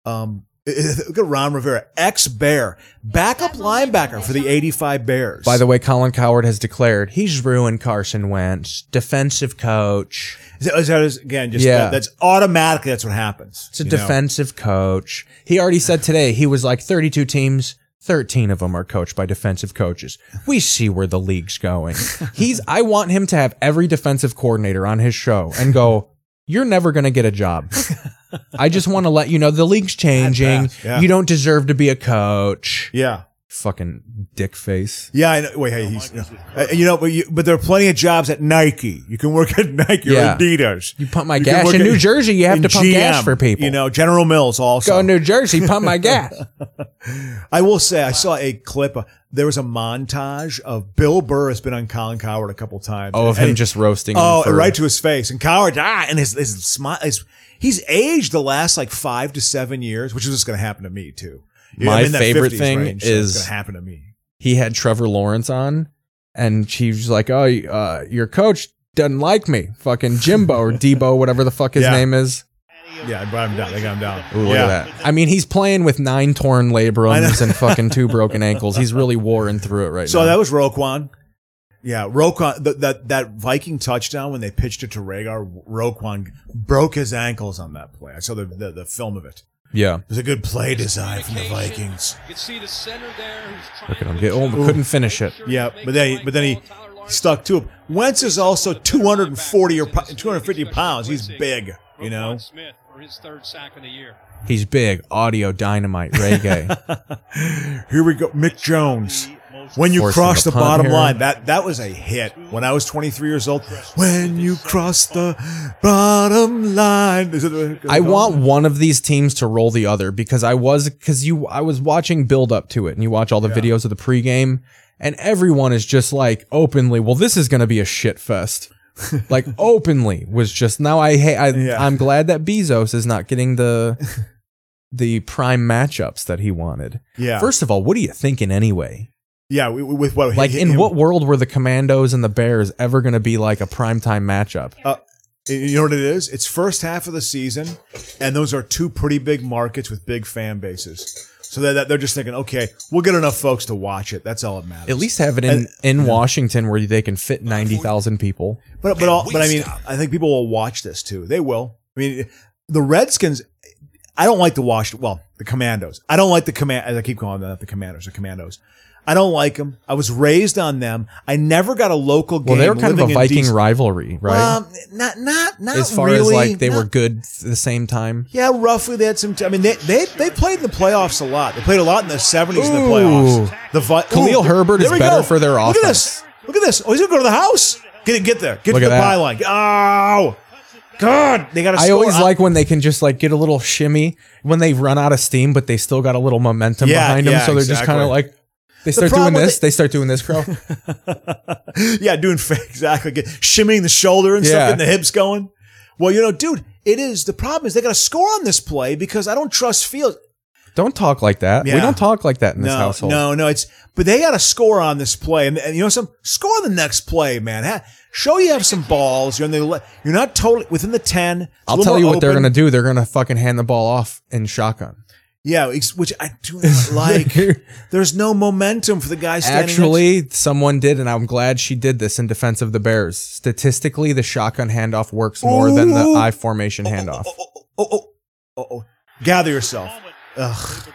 Speaker 8: Um, look at Ron Rivera, ex Bear, backup linebacker for the 85 Bears.
Speaker 7: By the way, Colin Coward has declared he's ruined Carson Wentz, defensive coach.
Speaker 8: is that, is that is, again, just
Speaker 7: Yeah.
Speaker 8: that- that's automatically that's what happens.
Speaker 7: It's a
Speaker 8: you know?
Speaker 7: defensive coach. He already said today he was like 32 teams. 13 of them are coached by defensive coaches. We see where the league's going. He's I want him to have every defensive coordinator on his show and go, "You're never going to get a job." I just want to let you know the league's changing.
Speaker 8: yeah.
Speaker 7: You don't deserve to be a coach.
Speaker 8: Yeah.
Speaker 7: Fucking dick face.
Speaker 8: Yeah, I know. Wait, hey, he's, uh, you know, but, you, but there are plenty of jobs at Nike. You can work at Nike
Speaker 7: Yeah.
Speaker 8: or Adidas.
Speaker 7: You pump my
Speaker 8: can
Speaker 7: gas
Speaker 8: work
Speaker 7: in
Speaker 8: at-
Speaker 7: New Jersey. You have
Speaker 8: in
Speaker 7: to pump gas
Speaker 8: GM,
Speaker 7: for people.
Speaker 8: You know, General Mills also.
Speaker 7: Go to New Jersey, pump my gas.
Speaker 8: I will say, I saw a clip. Uh, there was a montage of Bill Burr has been on Colin Coward a couple times.
Speaker 7: Oh, of
Speaker 8: And
Speaker 7: him
Speaker 8: he-
Speaker 7: just roasting. him
Speaker 8: Oh,
Speaker 7: for-
Speaker 8: right to his face, and Coward ah, and his his smile. His, he's aged the last like five to seven years, which is just going to happen to me too. You know,
Speaker 7: My
Speaker 8: I'm in that
Speaker 7: favorite
Speaker 8: 50s
Speaker 7: thing
Speaker 8: range, so
Speaker 7: is-
Speaker 8: it's going to happen to me.
Speaker 7: he had Trevor Lawrence on, and she was like, "Oh, uh, your coach doesn't like me, fucking Jimbo or Debo, whatever the fuck his
Speaker 8: Yeah.
Speaker 7: name is."
Speaker 8: Yeah, I brought him down. They got him down.
Speaker 7: Ooh, look
Speaker 8: yeah.
Speaker 7: at that. I mean, he's playing with nine torn labrums and fucking two broken ankles. He's really warring through it right
Speaker 8: So
Speaker 7: now.
Speaker 8: that was Roquan. Yeah, Roquan. Th- that that Viking touchdown when they pitched it to Rhaegar, Roquan broke his ankles on that play. I saw the the, the film of it.
Speaker 7: yeah.
Speaker 8: It was a good play design from the Vikings.
Speaker 2: You can see the center there. Who's trying
Speaker 7: Look at
Speaker 2: to
Speaker 7: him get. Oh,
Speaker 2: adjust.
Speaker 7: but couldn't finish it.
Speaker 8: Yeah, but then he, but then he stuck to him. Wentz is also 240 or pu- 250 pounds. He's big, you know.
Speaker 2: Roquan Smith for his third sack of the year.
Speaker 7: He's big, audio dynamite, reggae.
Speaker 8: Here we go, Mick Jones. When you
Speaker 7: Forcing
Speaker 8: cross
Speaker 7: the
Speaker 8: the,
Speaker 7: punt
Speaker 8: bottom
Speaker 7: here.
Speaker 8: line, that that was a hit. When I was 23 years old, when you cross the bottom line, is it,
Speaker 7: I want one of these teams to roll the other because I was because you I was watching build up to it and you watch all the videos of the pregame and everyone is just like openly well this is gonna be a shit fest like openly was just now I hey I
Speaker 8: Yeah.
Speaker 7: I'm glad that Bezos is not getting the the prime matchups that he wanted.
Speaker 8: Yeah,
Speaker 7: First of all, what are you thinking anyway?
Speaker 8: yeah. wi- wi- With what?
Speaker 7: Like
Speaker 8: hi-
Speaker 7: in
Speaker 8: him-
Speaker 7: what world were the Commandos and the Bears ever gonna be like a primetime matchup?
Speaker 8: Uh, You know what it is? It's first half of the season, and those are two pretty big markets with big fan bases. So that they're, they're just thinking, okay, we'll get enough folks to watch it. That's all that matters.
Speaker 7: At least have it in
Speaker 8: And-
Speaker 7: in Washington where they can fit ninety thousand people.
Speaker 8: But but all, but I mean, I think people will watch this too. They will. I mean, the Redskins. I don't like the Washington. Well, the Commandos. I don't like the command. as I keep calling them not the Commandos. The Commandos. I don't like them. I was raised on them. I never got a local game.
Speaker 7: Well, they were kind of
Speaker 8: living
Speaker 7: a
Speaker 8: in
Speaker 7: Viking
Speaker 8: DC.
Speaker 7: rivalry, right?
Speaker 8: Um, not not not
Speaker 7: as far as
Speaker 8: really.
Speaker 7: like they
Speaker 8: Not-
Speaker 7: were good at the same time.
Speaker 8: Yeah, roughly they had some. T- I mean, they, they they played in the playoffs a lot. They played a lot in the seventies in the
Speaker 7: Ooh.
Speaker 8: playoffs. The Vi-
Speaker 7: Khalil Herbert
Speaker 8: there
Speaker 7: is
Speaker 8: we
Speaker 7: better for their
Speaker 8: Look at
Speaker 7: offense.
Speaker 8: this! Look at this! Oh, he's gonna go to the house. Get it! Get there! Get
Speaker 7: Look
Speaker 8: to
Speaker 7: at
Speaker 8: the
Speaker 7: that.
Speaker 8: byline! Oh, God! They got to.
Speaker 7: I always like when they can just like get a little shimmy when they run out of steam, but they still got a little momentum
Speaker 8: Yeah,
Speaker 7: behind them.
Speaker 8: yeah,
Speaker 7: so they're just
Speaker 8: exactly.
Speaker 7: kind of like they start doing
Speaker 8: problem with
Speaker 7: this,
Speaker 8: it-
Speaker 7: they start doing this, crow.
Speaker 8: yeah, doing fa- exactly, get, shimmying the shoulder and
Speaker 7: Yeah.
Speaker 8: stuff, getting the hips going. Well, you know, dude, it is the problem is they got to score on this play because I don't trust Fields.
Speaker 7: don't talk like that.
Speaker 8: Yeah.
Speaker 7: We don't talk like that in this
Speaker 8: no,
Speaker 7: household.
Speaker 8: No, no, it's but they got to score on this play, and, and you know some score the next play, man. Ha- show you have some balls. You're in the le- you're not totally within the ten. It's a
Speaker 7: I'll
Speaker 8: little
Speaker 7: tell
Speaker 8: more
Speaker 7: you what they're
Speaker 8: open.
Speaker 7: gonna do. They're gonna fucking hand the ball off in shotgun.
Speaker 8: Yeah, ex- which I do not like. There's no momentum for the guy standing. next-
Speaker 7: Actually, someone did, and I'm glad she did this in defense of the Bears. Statistically, the shotgun handoff works more than the
Speaker 8: Ooh.
Speaker 7: I formation handoff.
Speaker 8: Oh, oh, oh, oh, oh, oh. gather yourself. Ugh,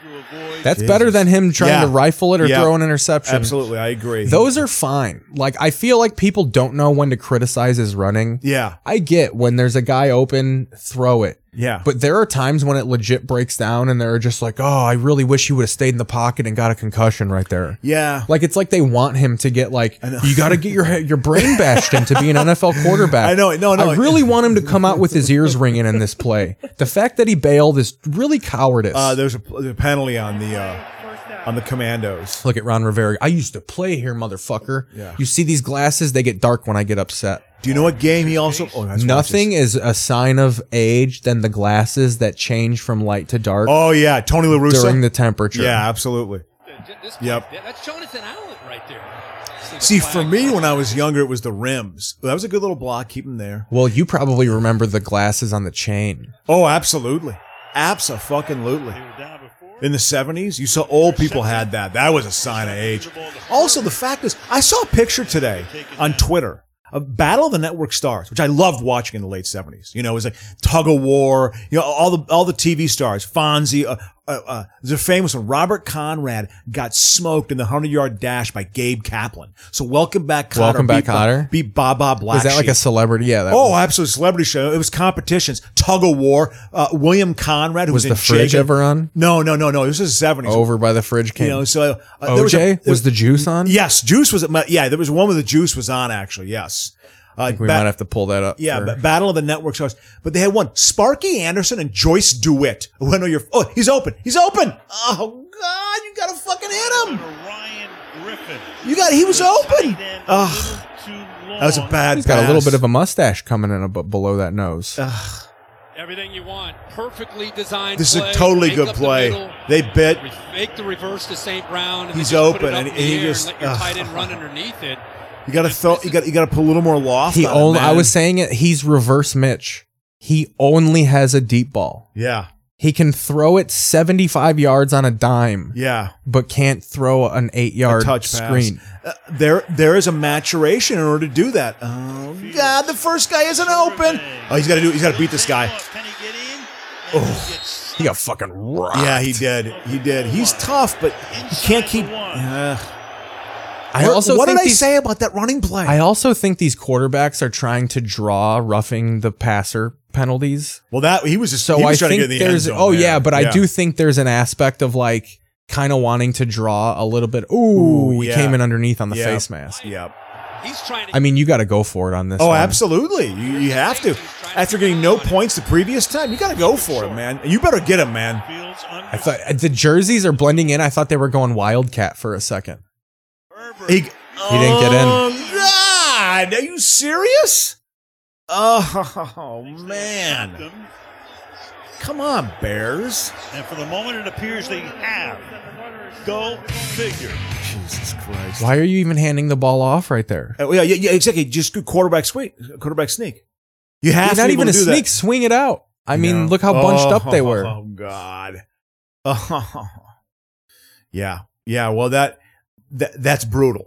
Speaker 7: That's better
Speaker 8: Jesus.
Speaker 7: than him trying
Speaker 8: Yeah.
Speaker 7: to rifle it or
Speaker 8: Yeah.
Speaker 7: throw an interception.
Speaker 8: absolutely, I agree.
Speaker 7: Those are fine. Like I feel like people don't know when to criticize his running.
Speaker 8: yeah,
Speaker 7: I get when there's a guy open, throw it.
Speaker 8: yeah.
Speaker 7: But there are times when it legit breaks down and they're just like, "Oh, I really wish he would have stayed in the pocket and got a concussion right there."
Speaker 8: yeah,
Speaker 7: Like it's like they want him to get like
Speaker 8: know.
Speaker 7: you got to get your head, your brain bashed in to be an NFL quarterback.
Speaker 8: I know it. No, no,
Speaker 7: I
Speaker 8: it-
Speaker 7: really want him to come out with his ears ringing in this play. The fact that he bailed is really cowardice.
Speaker 8: Uh, there's a, there's a penalty on the uh, on the commandos.
Speaker 7: Look at Ron Rivera. I used to play here, motherfucker.
Speaker 8: Yeah.
Speaker 7: You see these glasses? They get dark when I get upset.
Speaker 8: Do you know what game he also? Oh, that's what it
Speaker 7: Nothing
Speaker 8: is.
Speaker 7: is a sign of age than the glasses that change from light to dark
Speaker 8: Oh yeah, Tony La Russa.
Speaker 7: during the temperature.
Speaker 8: yeah, absolutely.
Speaker 2: This-
Speaker 8: Yep.
Speaker 2: That's Jonathan Allen right there. the
Speaker 8: See, for
Speaker 2: flag.
Speaker 8: me, when I was younger, it was the rims. That was a good little block. Keep him there.
Speaker 7: Well, you probably remember the glasses on the chain.
Speaker 8: Oh, absolutely, absolutely. In the '70s, you saw old people had that. That was a sign of age. Also, the fact is, I saw a picture today on Twitter of Battle of the Network Stars, which I loved watching in the late '70s. You know, it was like tug of war. You know, all the all the TV stars, Fonzie. Uh, uh, uh, the famous one, Robert Conrad, got smoked in the 100 yard dash by Gabe Kaplan. So, welcome back, Cotter.
Speaker 7: Welcome back,
Speaker 8: beat, Ba-
Speaker 7: Cotter.
Speaker 8: Beat Baba Black.
Speaker 7: Is that like
Speaker 8: Sheep.
Speaker 7: a celebrity? Yeah. That
Speaker 8: Oh, absolutely! Celebrity show. It was competitions, tug of war. Uh, William Conrad, who
Speaker 7: was
Speaker 8: was,
Speaker 7: the
Speaker 8: in
Speaker 7: fridge
Speaker 8: Jacob-
Speaker 7: ever on?
Speaker 8: No, no, no, no. This is seventies.
Speaker 7: Over by the fridge came.
Speaker 8: You know, so uh, there was, a-
Speaker 7: OJ was,
Speaker 8: there-
Speaker 7: the juice on?
Speaker 8: yes, Juice was. Yeah, there was one where the Juice was on. Actually, yes. Uh,
Speaker 7: We
Speaker 8: ba-
Speaker 7: might have to pull that up.
Speaker 8: yeah,
Speaker 7: for-
Speaker 8: but Battle of the Network Stars. But they had one Sparky Anderson and Joyce DeWitt. Oh, I know you're. Oh, he's open. He's open. Oh God, you gotta fucking hit him.
Speaker 10: Ryan Griffin.
Speaker 8: You got. He was open. Ugh, that was a bad.
Speaker 7: He's got a little
Speaker 8: pass.
Speaker 7: bit of a mustache coming in ab- below that nose.
Speaker 2: Everything you want. Perfectly designed.
Speaker 8: This is
Speaker 2: play.
Speaker 8: a totally
Speaker 2: Make
Speaker 8: good
Speaker 2: up the
Speaker 8: play.
Speaker 2: middle.
Speaker 8: They bit.
Speaker 2: Re- Make the reverse to St. Brown. And then
Speaker 8: He's
Speaker 2: just put it
Speaker 8: open,
Speaker 2: up
Speaker 8: and
Speaker 2: in
Speaker 8: he- he
Speaker 2: the air
Speaker 8: just-
Speaker 2: let your
Speaker 8: ugh.
Speaker 2: tight end run underneath it.
Speaker 8: You gotta throw. You got. to You gotta put a little more loft.
Speaker 7: He
Speaker 8: on him,
Speaker 7: only. I
Speaker 8: man.
Speaker 7: was saying it. He's reverse Mitch. He only has a deep ball.
Speaker 8: Yeah.
Speaker 7: He can throw it 75 yards on a dime,
Speaker 8: Yeah.
Speaker 7: but can't throw an eight yard
Speaker 8: touch pass.
Speaker 7: screen.
Speaker 8: Uh, there, there is a maturation in order to do that. Oh God, the first guy isn't open. Oh, he's got to do. He's got to beat this guy. Oh.
Speaker 10: Can he get in?
Speaker 7: He got fucking rocked.
Speaker 8: Yeah, he did. He did. He's tough, but he can't keep. Uh,
Speaker 7: I also
Speaker 8: what
Speaker 7: think
Speaker 8: did I
Speaker 7: these-
Speaker 8: say about that running play?
Speaker 7: I also think these quarterbacks are trying to draw roughing the passer penalties.
Speaker 8: well, that he was just
Speaker 7: So
Speaker 8: he
Speaker 7: I
Speaker 8: was trying
Speaker 7: think
Speaker 8: to get in the end
Speaker 7: there's
Speaker 8: zone
Speaker 7: oh
Speaker 8: there.
Speaker 7: yeah, but
Speaker 8: Yeah.
Speaker 7: I do think there's an aspect of like kind of wanting to draw a little bit. Ooh,
Speaker 8: Ooh,
Speaker 7: he
Speaker 8: yeah.
Speaker 7: came in underneath on the
Speaker 8: Yeah.
Speaker 7: face mask.
Speaker 8: Yeah.
Speaker 2: He's trying to.
Speaker 7: I mean, you got to go for it on this.
Speaker 8: Oh,
Speaker 7: one.
Speaker 8: absolutely. You, you have to. After getting no points the previous time, you got to go for it, man. You better get him, man.
Speaker 10: Fields
Speaker 7: I thought the jerseys are blending in. I thought they were going Wildcat for a second.
Speaker 8: He,
Speaker 7: He didn't get in.
Speaker 8: Oh, God, are you serious? Oh man, come on, Bears!
Speaker 10: And for the moment, it appears they have. Go figure.
Speaker 8: Jesus Christ!
Speaker 7: Why are you even handing the ball off right there?
Speaker 8: Uh, yeah, yeah, yeah, exactly. Just good quarterback sweep, quarterback sneak. You have to
Speaker 7: not
Speaker 8: be able
Speaker 7: even a
Speaker 8: to do
Speaker 7: sneak,
Speaker 8: That.
Speaker 7: swing it out. I mean,
Speaker 8: No.
Speaker 7: look how bunched
Speaker 8: Oh,
Speaker 7: up they were.
Speaker 8: Oh God. Oh. Yeah. Yeah. Well, that, that that's brutal.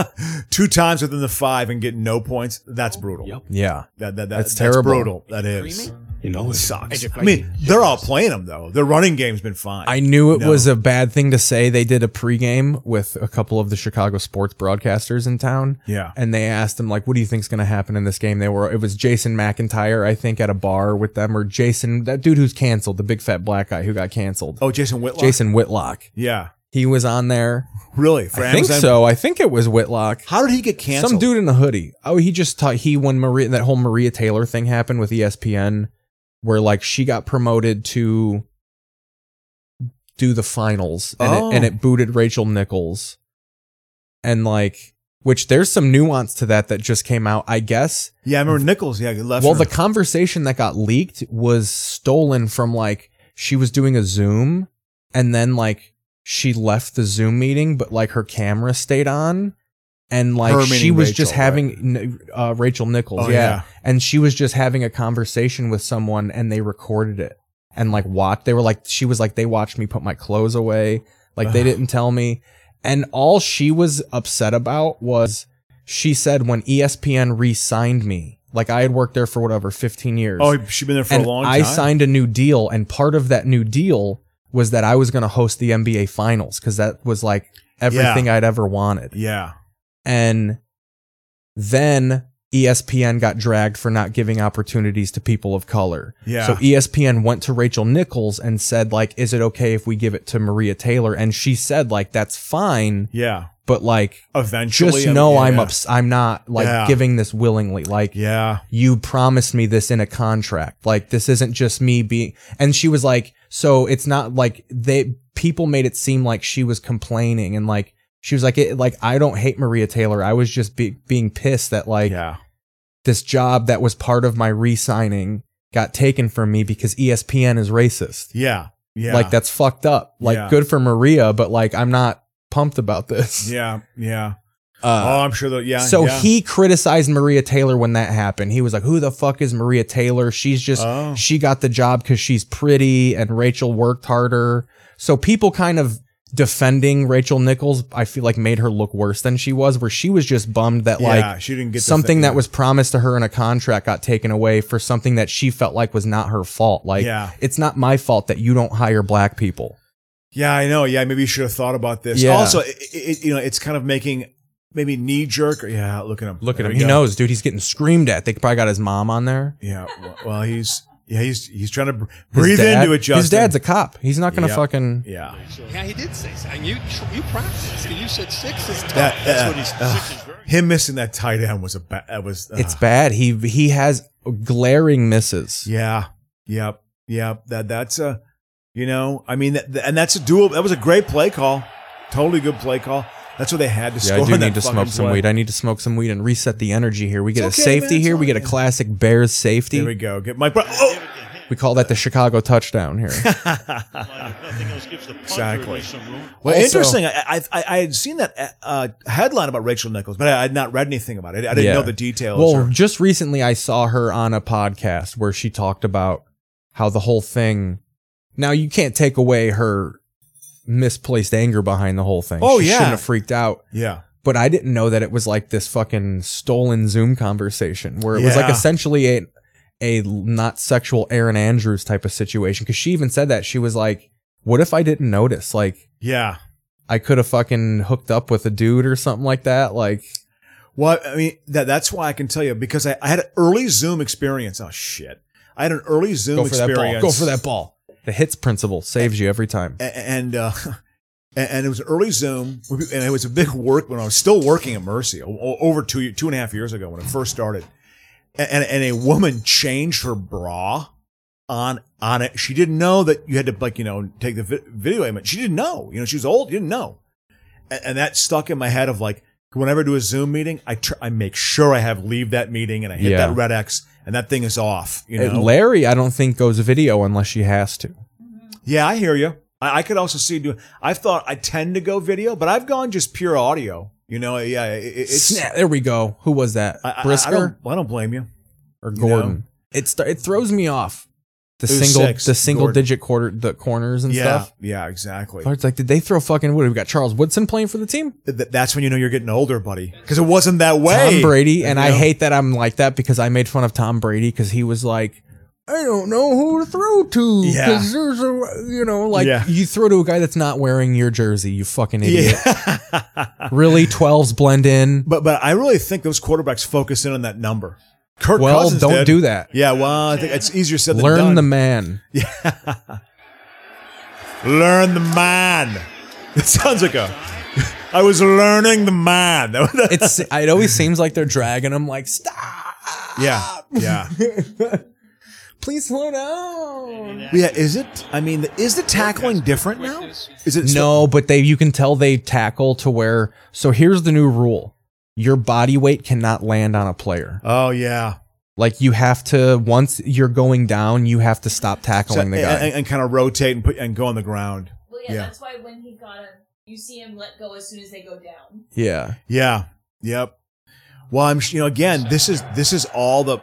Speaker 8: Two times within the five and get no points. That's brutal.
Speaker 9: Yep.
Speaker 7: Yeah.
Speaker 8: That, that, that,
Speaker 7: That's terrible.
Speaker 8: brutal. That is.
Speaker 9: You know,
Speaker 8: It
Speaker 9: it's
Speaker 8: sucks. I mean, they're all playing them though. Their running game's been fine.
Speaker 7: I knew it
Speaker 8: No.
Speaker 7: was a bad thing to say. They did a pregame with a couple of the Chicago sports broadcasters in town.
Speaker 8: yeah.
Speaker 7: and they asked him like, "What do you think's going to happen in this game?" They were it was Jason McIntyre, I think, at a bar with them, or Jason that dude who's canceled, the big fat black guy who got canceled,
Speaker 8: Oh, Jason Whitlock.
Speaker 7: Jason Whitlock.
Speaker 8: Yeah.
Speaker 7: He was on there.
Speaker 8: Really? For
Speaker 7: I think
Speaker 8: Amazon?
Speaker 7: so. I think it was Whitlock.
Speaker 8: How did he get canceled?
Speaker 7: Some dude in a hoodie. Oh, he just taught he when Maria that whole Maria Taylor thing happened with E ESPN, where like she got promoted to do the finals and,
Speaker 8: Oh.
Speaker 7: it, and it booted Rachel Nichols, and like which there's some nuance to that that just came out. I guess
Speaker 8: Yeah, I remember Nichols. Yeah, he left.
Speaker 7: well,
Speaker 8: her.
Speaker 7: the conversation that got leaked was stolen from like she was doing a Zoom and then like she left the Zoom meeting, but like her camera stayed on. And like
Speaker 8: Her
Speaker 7: she
Speaker 8: meaning
Speaker 7: was just
Speaker 8: Rachel,
Speaker 7: having n- uh, Rachel Nichols,
Speaker 8: Oh,
Speaker 7: yeah.
Speaker 8: yeah.
Speaker 7: and she was just having a conversation with someone, and they recorded it and like watched. They were like, she was like, they watched me put my clothes away, like they
Speaker 8: Ugh.
Speaker 7: didn't tell me, and all she was upset about was she said when E ESPN re-signed me, like I had worked there for whatever 15 years.
Speaker 8: oh, she'd been there for
Speaker 7: and
Speaker 8: a long
Speaker 7: I
Speaker 8: time.
Speaker 7: signed a new deal, and part of that new deal was that I was going to host the NBA Finals because that was like everything I'd ever wanted.
Speaker 8: Yeah.
Speaker 7: And then E ESPN got dragged for not giving opportunities to people of color.
Speaker 8: Yeah.
Speaker 7: So E ESPN went to Rachel Nichols and said like, "Is it okay if we give it to Maria Taylor?" And she said like, "That's fine,
Speaker 8: yeah.
Speaker 7: but like."
Speaker 8: Eventually.
Speaker 7: Just
Speaker 8: I mean,
Speaker 7: know I'm
Speaker 8: yeah.
Speaker 7: ups- I'm not like
Speaker 8: Yeah.
Speaker 7: giving this willingly. Like
Speaker 8: Yeah.
Speaker 7: you promised me this in a contract. Like this isn't just me being and she was like, so it's not like they people made it seem like she was complaining and like she was like it like I don't hate Maria Taylor. I was just be, being pissed that like
Speaker 8: yeah.
Speaker 7: this job that was part of my re-signing got taken from me because E ESPN is racist.
Speaker 8: Yeah. Yeah.
Speaker 7: Like that's fucked up. Like
Speaker 8: Yeah.
Speaker 7: good for Maria, but like I'm not pumped about this.
Speaker 8: Yeah. Yeah.
Speaker 7: Uh,
Speaker 8: oh, I'm sure that. Yeah.
Speaker 7: so
Speaker 8: yeah.
Speaker 7: he criticized Maria Taylor when that happened. He was like, "Who the fuck is Maria Taylor? She's just
Speaker 8: Oh.
Speaker 7: she got the job because she's pretty and Rachel worked harder." So people kind of defending Rachel Nichols, I feel like made her look worse than she was, where she was just bummed that
Speaker 8: Yeah,
Speaker 7: like
Speaker 8: she didn't get the
Speaker 7: something
Speaker 8: thing-
Speaker 7: that was promised to her in a contract got taken away for something that she felt like was not her fault. Like
Speaker 8: Yeah.
Speaker 7: it's not my fault that you don't hire black people.
Speaker 8: Yeah, I know. Yeah, maybe you should have thought about this.
Speaker 7: Yeah.
Speaker 8: Also, it, it, you know, it's kind of making maybe knee jerk. Or, yeah, look at him.
Speaker 7: Look at
Speaker 8: There
Speaker 7: him.
Speaker 8: we
Speaker 7: He
Speaker 8: go.
Speaker 7: knows, dude. He's getting screamed at. They probably got his mom on there.
Speaker 8: Yeah. Well, well, he's yeah he's he's trying to br-
Speaker 7: His
Speaker 8: breathe
Speaker 7: dad-
Speaker 8: into it. Justin.
Speaker 7: His dad's a cop. He's not going to
Speaker 8: Yep.
Speaker 7: fucking.
Speaker 8: yeah.
Speaker 9: Yeah, he did say something. You you practiced. and You said six is tough.
Speaker 8: That,
Speaker 9: That's
Speaker 8: uh,
Speaker 9: what he's.
Speaker 8: uh,
Speaker 9: six is very.
Speaker 8: him missing that tight end was a ba- that was uh,
Speaker 7: It's bad. He he has glaring misses.
Speaker 8: Yeah. Yep. Yep. That that's a you know, I mean that, and that's a dual that was a great play call. Totally good play call. That's what they had to
Speaker 7: Yeah,
Speaker 8: score.
Speaker 7: I do
Speaker 8: in that
Speaker 7: need to
Speaker 8: fucking
Speaker 7: smoke some
Speaker 8: play.
Speaker 7: weed. I need to smoke some weed and reset the energy here. We get
Speaker 8: It's
Speaker 7: a
Speaker 8: okay, man.
Speaker 7: safety
Speaker 8: It's
Speaker 7: here.
Speaker 8: all
Speaker 7: We get a
Speaker 8: right.
Speaker 7: classic Bears safety.
Speaker 8: There we
Speaker 7: we,
Speaker 8: go. Get my bro. Oh!
Speaker 7: call that the Chicago touchdown here.
Speaker 10: Nothing else gives the punter
Speaker 8: Exactly.
Speaker 10: some room.
Speaker 8: Well,
Speaker 7: Also-
Speaker 8: interesting. I, I I had seen that uh, headline about Rachel Nichols, but I had not read anything about it. I didn't
Speaker 7: Yeah.
Speaker 8: know the details.
Speaker 7: well,
Speaker 8: or-
Speaker 7: just recently I saw her on a podcast where she talked about how the whole thing. Now you can't take away her misplaced anger behind the whole thing.
Speaker 8: Oh,
Speaker 7: she
Speaker 8: yeah.
Speaker 7: shouldn't have freaked out.
Speaker 8: yeah,
Speaker 7: but I didn't know that it was like this fucking stolen Zoom conversation where it was like
Speaker 8: Yeah.
Speaker 7: essentially a a not sexual Aaron Andrews type of situation because she even said that she was like, "What if I didn't notice? Like
Speaker 8: yeah.
Speaker 7: I could have fucking hooked up with a dude or something like that." Like
Speaker 8: Well, I mean that that's why I can tell you because I, I had an early Zoom experience. Oh shit, I had an early Zoom
Speaker 7: go for that
Speaker 8: experience.
Speaker 7: ball. Go for that ball. The hits principle saves you every time.
Speaker 8: A- and uh, and- and it was early Zoom, and it was a big work when I was still working at Mercy o- o- over two two and a half years ago when it first started, and and, and a woman changed her bra on on it. She didn't know that you had to like you know take the vi- video image. She didn't know. You know she was old. Didn't know, and, and that stuck in my head of like whenever I do a Zoom meeting, I tr- I make sure I have leave that meeting and I hit
Speaker 7: Yeah.
Speaker 8: that red X and that thing is off. You
Speaker 7: And
Speaker 8: know,
Speaker 7: Larry, I don't think goes video unless she has to.
Speaker 8: yeah, I hear you. I, I could also see doing. I thought I tend to go video, but I've gone just pure audio. You know, yeah, it, it- it's
Speaker 7: Snap. There we go. Who was that?
Speaker 8: I- I, I,
Speaker 7: Brisker.
Speaker 8: don't, I don't blame you.
Speaker 7: or
Speaker 8: You
Speaker 7: Gordon.
Speaker 8: know?
Speaker 7: It st- it throws me off the
Speaker 8: It was
Speaker 7: single
Speaker 8: six,
Speaker 7: the single
Speaker 8: Gordon.
Speaker 7: digit quarter the corners and
Speaker 8: yeah,
Speaker 7: stuff.
Speaker 8: yeah, exactly.
Speaker 7: It's like did they throw fucking what? We got Charles Woodson playing for the team,
Speaker 8: Th- that's when you know you're getting older, buddy. Because it wasn't that way.
Speaker 7: Tom Brady,
Speaker 8: You
Speaker 7: and I
Speaker 8: know?
Speaker 7: hate that I'm like that because I made fun of Tom Brady because he was like. I don't know who to throw to
Speaker 8: Yeah.
Speaker 7: because there's a you know like
Speaker 8: Yeah.
Speaker 7: you throw to a guy that's not wearing your jersey you fucking idiot
Speaker 8: Yeah.
Speaker 7: really 12s blend in
Speaker 8: but but I really think those quarterbacks focus in on that number. Kirk
Speaker 7: well
Speaker 8: Cousins
Speaker 7: don't
Speaker 8: did.
Speaker 7: do that
Speaker 8: Yeah, well, I think it's easier said than
Speaker 7: learn
Speaker 8: done.
Speaker 7: the man
Speaker 8: learn the man. It sounds like a. I was learning the man.
Speaker 7: it's it always seems like they're dragging him like stop
Speaker 8: yeah, yeah.
Speaker 7: please slow down
Speaker 8: Yeah, is it? I mean, is the tackling different now? Is it still-
Speaker 7: no but they you can tell they tackle to where so here's the new rule your body weight cannot land on a player
Speaker 8: Oh yeah,
Speaker 7: like you have to once you're going down you have to stop
Speaker 8: So- eh,
Speaker 7: tackling
Speaker 8: and,
Speaker 7: the guy
Speaker 8: and, kind of rotate and put and go on the ground.
Speaker 1: Well, yeah,
Speaker 8: Yeah.
Speaker 1: that's why when he got him, you see him let go as soon as they go down.
Speaker 7: yeah
Speaker 8: Yeah, yep. Well, I'm sh- you know again, this is this is all the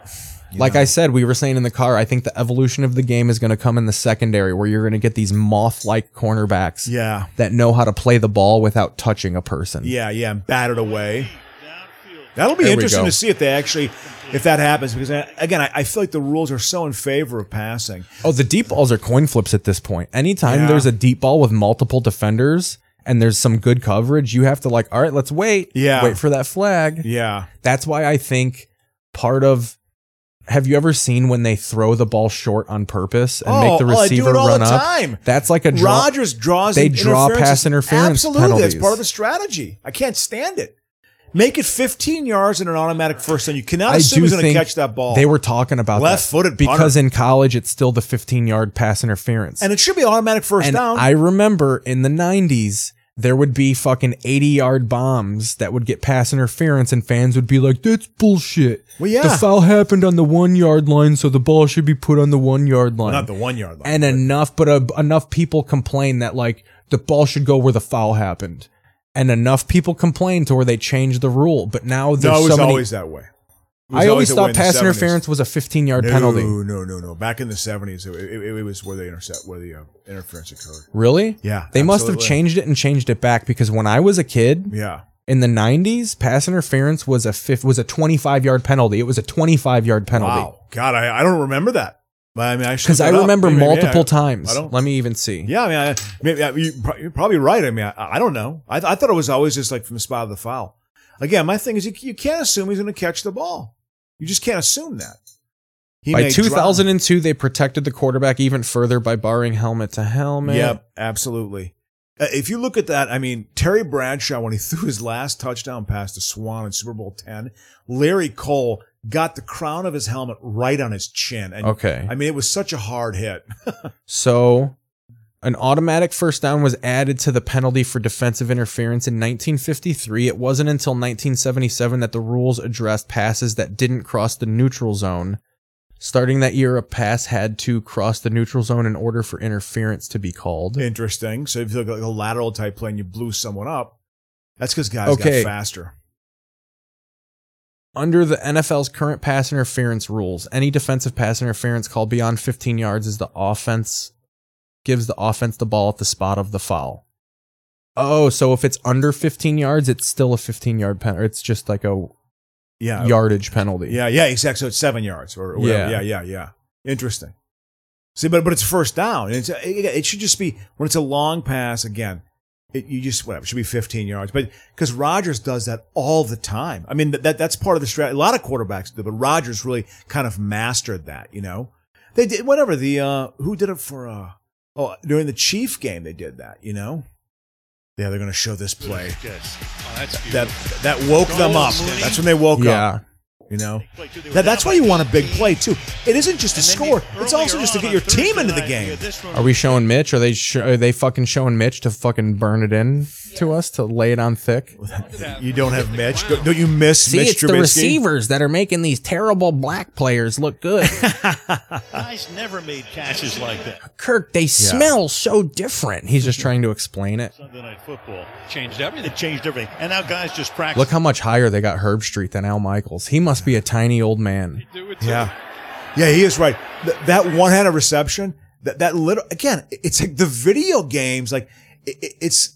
Speaker 8: you
Speaker 7: like
Speaker 8: know.
Speaker 7: i said we were saying in the car i think the evolution of the game is going to come in the secondary where you're going to get these moth-like cornerbacks
Speaker 8: yeah
Speaker 7: that know how to play the ball without touching a person
Speaker 8: yeah yeah and battered away. That'll be
Speaker 7: There we
Speaker 8: interesting
Speaker 7: go.
Speaker 8: to see if they actually if that happens because uh, again I, I feel like the rules are so in favor of passing.
Speaker 7: Oh, the deep balls are coin flips at this point. Anytime
Speaker 8: Yeah.
Speaker 7: there's a deep ball with multiple defenders and there's some good coverage, you have to like, all right, let's wait.
Speaker 8: Yeah.
Speaker 7: Wait for that flag.
Speaker 8: Yeah,
Speaker 7: That's why I think part of have you ever seen when they throw the ball short on purpose and
Speaker 8: Oh,
Speaker 7: make the
Speaker 8: oh, I do
Speaker 7: receiver
Speaker 8: it all
Speaker 7: run
Speaker 8: the
Speaker 7: up?
Speaker 8: time.
Speaker 7: That's like a draw.
Speaker 8: Rodgers draws.
Speaker 7: They
Speaker 8: in-
Speaker 7: draw pass interference
Speaker 8: Absolutely, that's
Speaker 7: penalties.
Speaker 8: part of the strategy. I can't stand it. Make it 15 yards and an automatic first down. You cannot
Speaker 7: I
Speaker 8: assume
Speaker 7: do
Speaker 8: he's going to
Speaker 7: think
Speaker 8: catch that ball.
Speaker 7: they were talking about that.
Speaker 8: Left-footed punter.
Speaker 7: because in college it's still the 15 yard pass interference.
Speaker 8: and it should be automatic first
Speaker 7: and
Speaker 8: down.
Speaker 7: I remember in the 90s, there would be fucking 80 yard bombs that would get pass interference, and fans would be like, that's bullshit.
Speaker 8: Well, yeah.
Speaker 7: The foul happened on the one yard line, so the ball should be put on the one yard line.
Speaker 8: Not the one yard line.
Speaker 7: and enough, but uh, enough people complain that, like, the ball should go where the foul happened. And enough people complained to where they changed the rule. But now
Speaker 8: no,
Speaker 7: there's
Speaker 8: it was
Speaker 7: so many.
Speaker 8: always that way. It was
Speaker 7: I always
Speaker 8: that way
Speaker 7: thought
Speaker 8: in the
Speaker 7: pass
Speaker 8: 70s.
Speaker 7: interference was a 15 yard
Speaker 8: no,
Speaker 7: penalty.
Speaker 8: No, no, no. Back in the 70s, it, it- it was where the intercept, where the uh, interference occurred.
Speaker 7: Really?
Speaker 8: Yeah,
Speaker 7: They must have
Speaker 8: absolutely.
Speaker 7: changed it and changed it back because when I was a kid,
Speaker 8: Yeah.
Speaker 7: in the 90s pass interference was a fifth, was a 25 yard penalty it was a 25 yard penalty
Speaker 8: Wow. God, I, I don't remember that. But I mean, I should
Speaker 7: because
Speaker 8: look
Speaker 7: i
Speaker 8: it up.
Speaker 7: remember
Speaker 8: Maybe- maybe I-
Speaker 7: multiple
Speaker 8: I
Speaker 7: times
Speaker 8: don't-
Speaker 7: let me even see
Speaker 8: Yeah, I mean, I, maybe, I, you, pro- you're probably right. I mean, I, I don't know. I, th- I thought it was always just like from the spot of the foul. Again, my thing is you, you can't assume he's going to catch the ball. You just can't assume that. He
Speaker 7: by
Speaker 8: may drop.
Speaker 7: 2002 they protected the quarterback even further by barring helmet to helmet
Speaker 8: Yep, absolutely. Uh, If you look at that, I mean, Terry Bradshaw, when he threw his last touchdown pass to Swan in Super Bowl 10, Larry Cole got the crown of his helmet right on his chin. And
Speaker 7: okay
Speaker 8: I mean, it was such a hard hit.
Speaker 7: so an automatic first down was added to the penalty for defensive interference in 1953. It wasn't until 1977 that the rules addressed passes that didn't cross the neutral zone. Starting that year, a pass had to cross the neutral zone in order for interference to be called.
Speaker 8: Interesting. So if you look at like a lateral type play and you blew someone up, that's because guys
Speaker 7: Okay.
Speaker 8: got faster.
Speaker 7: Under the NFL's current pass interference rules, any defensive pass interference called beyond 15 yards is the offense gives the offense the ball at the spot of the foul. Oh, so if it's under 15 yards, it's still a 15 yard penalty. It's just like a
Speaker 8: Yeah.
Speaker 7: yardage penalty.
Speaker 8: Oh. Yeah, yeah, exactly. So it's seven yards or whatever. Yeah,
Speaker 7: Yeah.
Speaker 8: yeah, yeah. Interesting. See, but but it's first down. And it's, uh, it, it should just be when it's a long pass again. It, you just whatever it should be 15 yards, but because Rodgers does that all the time. I mean that, that that's part of the strategy. A lot of quarterbacks do, but Rodgers really kind of mastered that. You know, they did whatever the uh who did it for uh oh during the Chief game they did that. You know, yeah, they're gonna show this play
Speaker 10: Yes. Oh, that's beautiful.
Speaker 8: that that woke them up. That's when they
Speaker 7: Oh,
Speaker 8: woke up.
Speaker 7: Yeah.
Speaker 8: You know,
Speaker 10: Play, too, they were
Speaker 8: that, that's
Speaker 10: down
Speaker 8: why you
Speaker 10: by
Speaker 8: want a big
Speaker 10: 15.
Speaker 8: play too. It isn't just to
Speaker 10: And then
Speaker 8: score;
Speaker 10: the-
Speaker 8: it's also
Speaker 10: earlier
Speaker 8: just to
Speaker 10: on
Speaker 8: get
Speaker 10: on
Speaker 8: your team
Speaker 10: Thursday
Speaker 8: into the
Speaker 10: night,
Speaker 8: game.
Speaker 10: had this from-
Speaker 7: Are we showing Mitch? Are they sh- are they fucking showing Mitch to fucking burn it in? to us to lay it on thick.
Speaker 8: uh, You don't have Mitch. Don't you miss
Speaker 7: See,
Speaker 8: Mitch
Speaker 7: it's the
Speaker 8: Trubisky?
Speaker 7: receivers that are making these terrible black players look good.
Speaker 8: Uh,
Speaker 10: Guys never made catches like that.
Speaker 7: Kirk, they smell so different. He's just trying to explain it.
Speaker 10: Sunday night football.
Speaker 2: Changed everything.
Speaker 10: It changed everything. And now guys just practice.
Speaker 7: Look how much higher they got Herb Street than Al Michaels. He must be a tiny old man.
Speaker 2: Do it to
Speaker 8: Yeah, yeah, he is right. Th- that one-handed reception. That that little again. it- It's like the video games. Like it, it- it's.